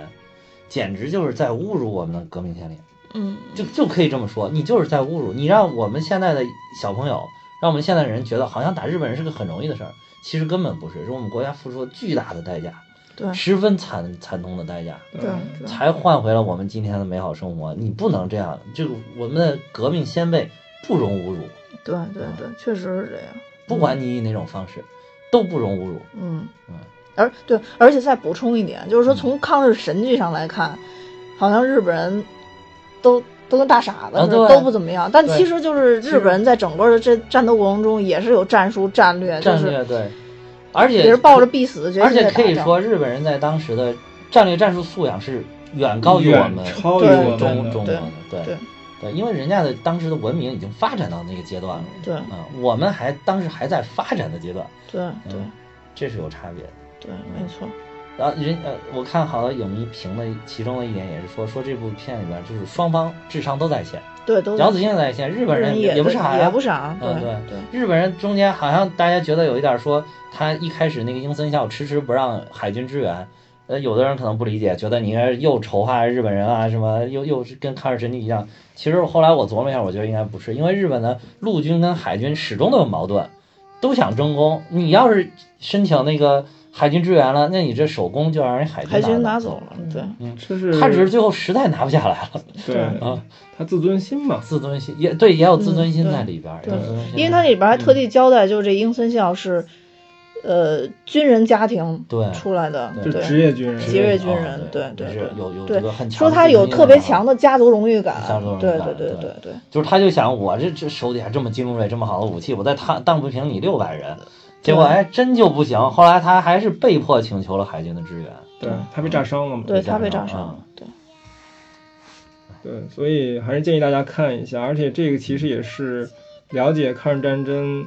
Speaker 2: 简直就是在侮辱我们的革命先烈。
Speaker 1: 嗯
Speaker 2: 就就可以这么说，你就是在侮辱，你让我们现在的小朋友，让我们现在的人觉得好像打日本人是个很容易的事儿，其实根本不是，是我们国家付出了巨大的代价，
Speaker 1: 对
Speaker 2: 十分惨惨痛的代价，
Speaker 1: 对
Speaker 3: 嗯
Speaker 1: 对
Speaker 2: 才换回了我们今天的美好生活。你不能这样，这个我们的革命先辈不容侮辱，
Speaker 1: 对对对，确实是这样。
Speaker 2: 不管你以哪种方式，都不容侮辱。
Speaker 1: 嗯
Speaker 2: 嗯，
Speaker 1: 而对，而且再补充一点，就是说从抗日神剧上来看，好像日本人都都跟大傻子
Speaker 2: 啊
Speaker 1: 似的，
Speaker 2: 对
Speaker 1: 都不怎么样。但
Speaker 2: 对
Speaker 1: 其实就是日本人在整个的这战斗过程中也是有战术战略，哎就
Speaker 2: 战
Speaker 1: 是
Speaker 2: 略对，而且
Speaker 1: 也是抱着必死的决
Speaker 2: 而
Speaker 1: 心
Speaker 2: 且
Speaker 1: 在
Speaker 2: 可
Speaker 1: 打
Speaker 2: 以
Speaker 1: 仗。
Speaker 2: 说，日本人在当时的战略战术素养是远高于我
Speaker 3: 远
Speaker 2: 们
Speaker 3: 超
Speaker 1: 于
Speaker 2: 对
Speaker 1: 我们的
Speaker 2: 中中国
Speaker 1: 对
Speaker 2: 的，对
Speaker 1: 对
Speaker 2: 对因为人家的当时的文明已经发展到那个阶段了，
Speaker 1: 对
Speaker 2: 啊、我们还当时还在发展的阶段，
Speaker 1: 对对
Speaker 2: 嗯这是有差别的。
Speaker 1: 对，没错。
Speaker 2: 然后人呃，我看好多影迷评的其中的一点也是说，说这部片里边就是双方智商都在线，
Speaker 1: 对，都
Speaker 2: 姚子青也在线，日本人
Speaker 1: 也
Speaker 2: 不傻呀、
Speaker 1: 也不傻。对
Speaker 2: 嗯，对
Speaker 1: 对，
Speaker 2: 日本人中间好像大家觉得有一点说，他一开始那个英森孝迟迟不让海军支援，呃，有的人可能不理解，觉得你是又仇害日本人啊，什么又又是跟抗日神剧一样。其实后来我琢磨一下，我觉得应该不是，因为日本的陆军跟海军始终都有矛盾，都想争功。你要是申请那个海军支援了，那你这手工就让人海
Speaker 1: 海军
Speaker 2: 军
Speaker 1: 拿
Speaker 2: 拿
Speaker 1: 走
Speaker 2: 了。
Speaker 1: 了。对，
Speaker 3: 这是
Speaker 2: 他只是最后实在拿不下来了，
Speaker 3: 对
Speaker 2: 啊
Speaker 3: 他自尊心嘛，
Speaker 2: 自尊心也对，也有自尊心
Speaker 1: 嗯
Speaker 2: 在里边儿，
Speaker 1: 对
Speaker 2: 有自尊心
Speaker 1: 因为
Speaker 2: 在
Speaker 1: 他里边还特
Speaker 2: 嗯
Speaker 1: 地交代，就是这英森孝是，呃，军人家庭
Speaker 2: 对
Speaker 1: 出来的，
Speaker 2: 对
Speaker 3: 就
Speaker 1: 对，
Speaker 3: 是职业军人，
Speaker 1: 职业军人
Speaker 2: 哦
Speaker 1: 对对
Speaker 2: 就是
Speaker 1: 对
Speaker 2: 有有
Speaker 1: 对
Speaker 2: 这个很强
Speaker 1: 说
Speaker 2: 的
Speaker 1: 他
Speaker 2: 自信
Speaker 1: 有
Speaker 2: 心
Speaker 1: 特别
Speaker 2: 啊
Speaker 1: 强的家族荣誉感
Speaker 2: 家族荣，誉
Speaker 1: 对
Speaker 2: 感
Speaker 1: 对
Speaker 2: 对
Speaker 1: 对
Speaker 2: 就是他就想我这这手底下这么精锐这么好的武器，我再他当不平你六百人，结果哎真就不行。后来他还是被迫请求了海军的支援，
Speaker 3: 对他被炸伤了嘛，
Speaker 1: 对，
Speaker 2: 被炸
Speaker 1: 他被
Speaker 2: 伤
Speaker 1: 炸伤
Speaker 2: 啊
Speaker 1: 了，对，
Speaker 3: 对，所以还是建议大家看一下，而且这个其实也是了解抗日战争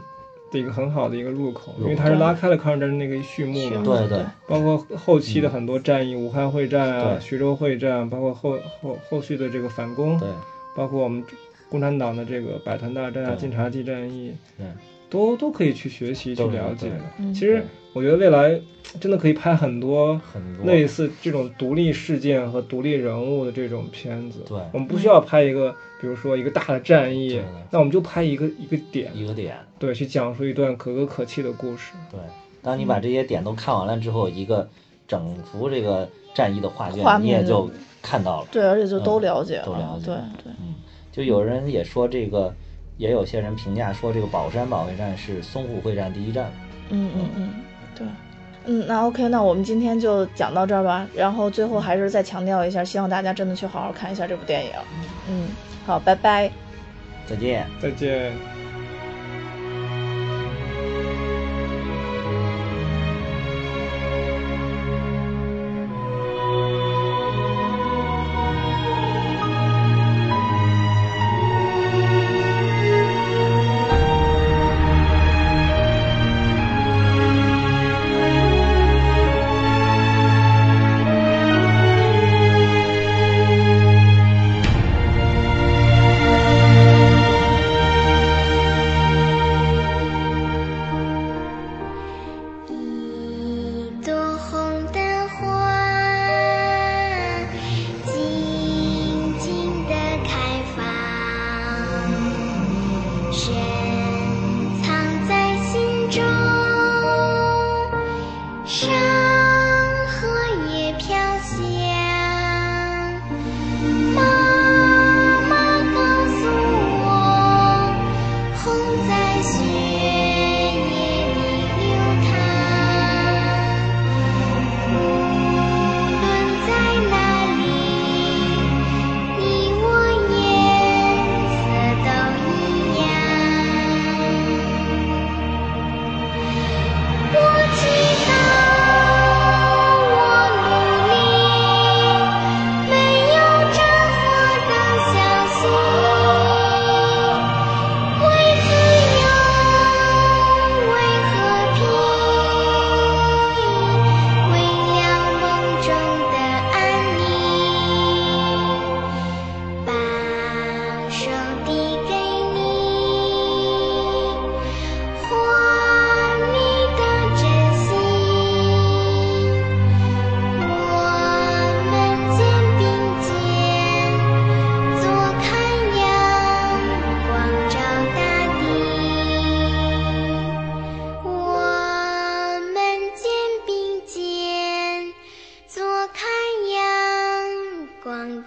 Speaker 3: 的一个很好的一个入口，因为它是拉开了抗日战争那个序幕
Speaker 1: 血
Speaker 3: 嘛，
Speaker 1: 脉
Speaker 2: 对对
Speaker 3: 包括后期的很多战役，武汉会战啊、
Speaker 2: 嗯对
Speaker 3: 徐州会战，包括后后后续的这个反攻，
Speaker 2: 对
Speaker 3: 包括我们共产党的这个百团大战啊、
Speaker 2: 对
Speaker 3: 晋察冀战役，
Speaker 2: 对
Speaker 3: 都都可以去学习去
Speaker 2: 对
Speaker 3: 了解
Speaker 2: 对
Speaker 3: 的。
Speaker 1: 嗯
Speaker 3: 其实我觉得未来真的可以拍很多
Speaker 2: 很多
Speaker 3: 类似这种独立事件和独立人物的这种片子。
Speaker 2: 对
Speaker 3: 我们不需要拍一个，比如说一个大的战役
Speaker 2: 对对，
Speaker 3: 那我们就拍一个一个点，
Speaker 2: 一个点，
Speaker 3: 对，去讲述一段可歌可泣的故事。
Speaker 2: 对。当你把这些点都看完了之后，一个整幅这个战役的画卷
Speaker 1: 画
Speaker 2: 你也
Speaker 1: 面
Speaker 2: 就看到了。
Speaker 1: 对，而且就都
Speaker 2: 嗯
Speaker 1: 了解
Speaker 2: 都了解
Speaker 1: 对对，
Speaker 2: 嗯，就有人也说这个，也有些人评价说这个宝山保卫战是淞沪会战第一战。
Speaker 1: 嗯嗯嗯，对。嗯，那 OK，那我们今天就讲到这儿吧。然后最后还是再强调一下，希望大家真的去好好看一下这部电影。嗯，好，拜拜。
Speaker 2: 再见。
Speaker 3: 再见。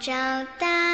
Speaker 4: 长大。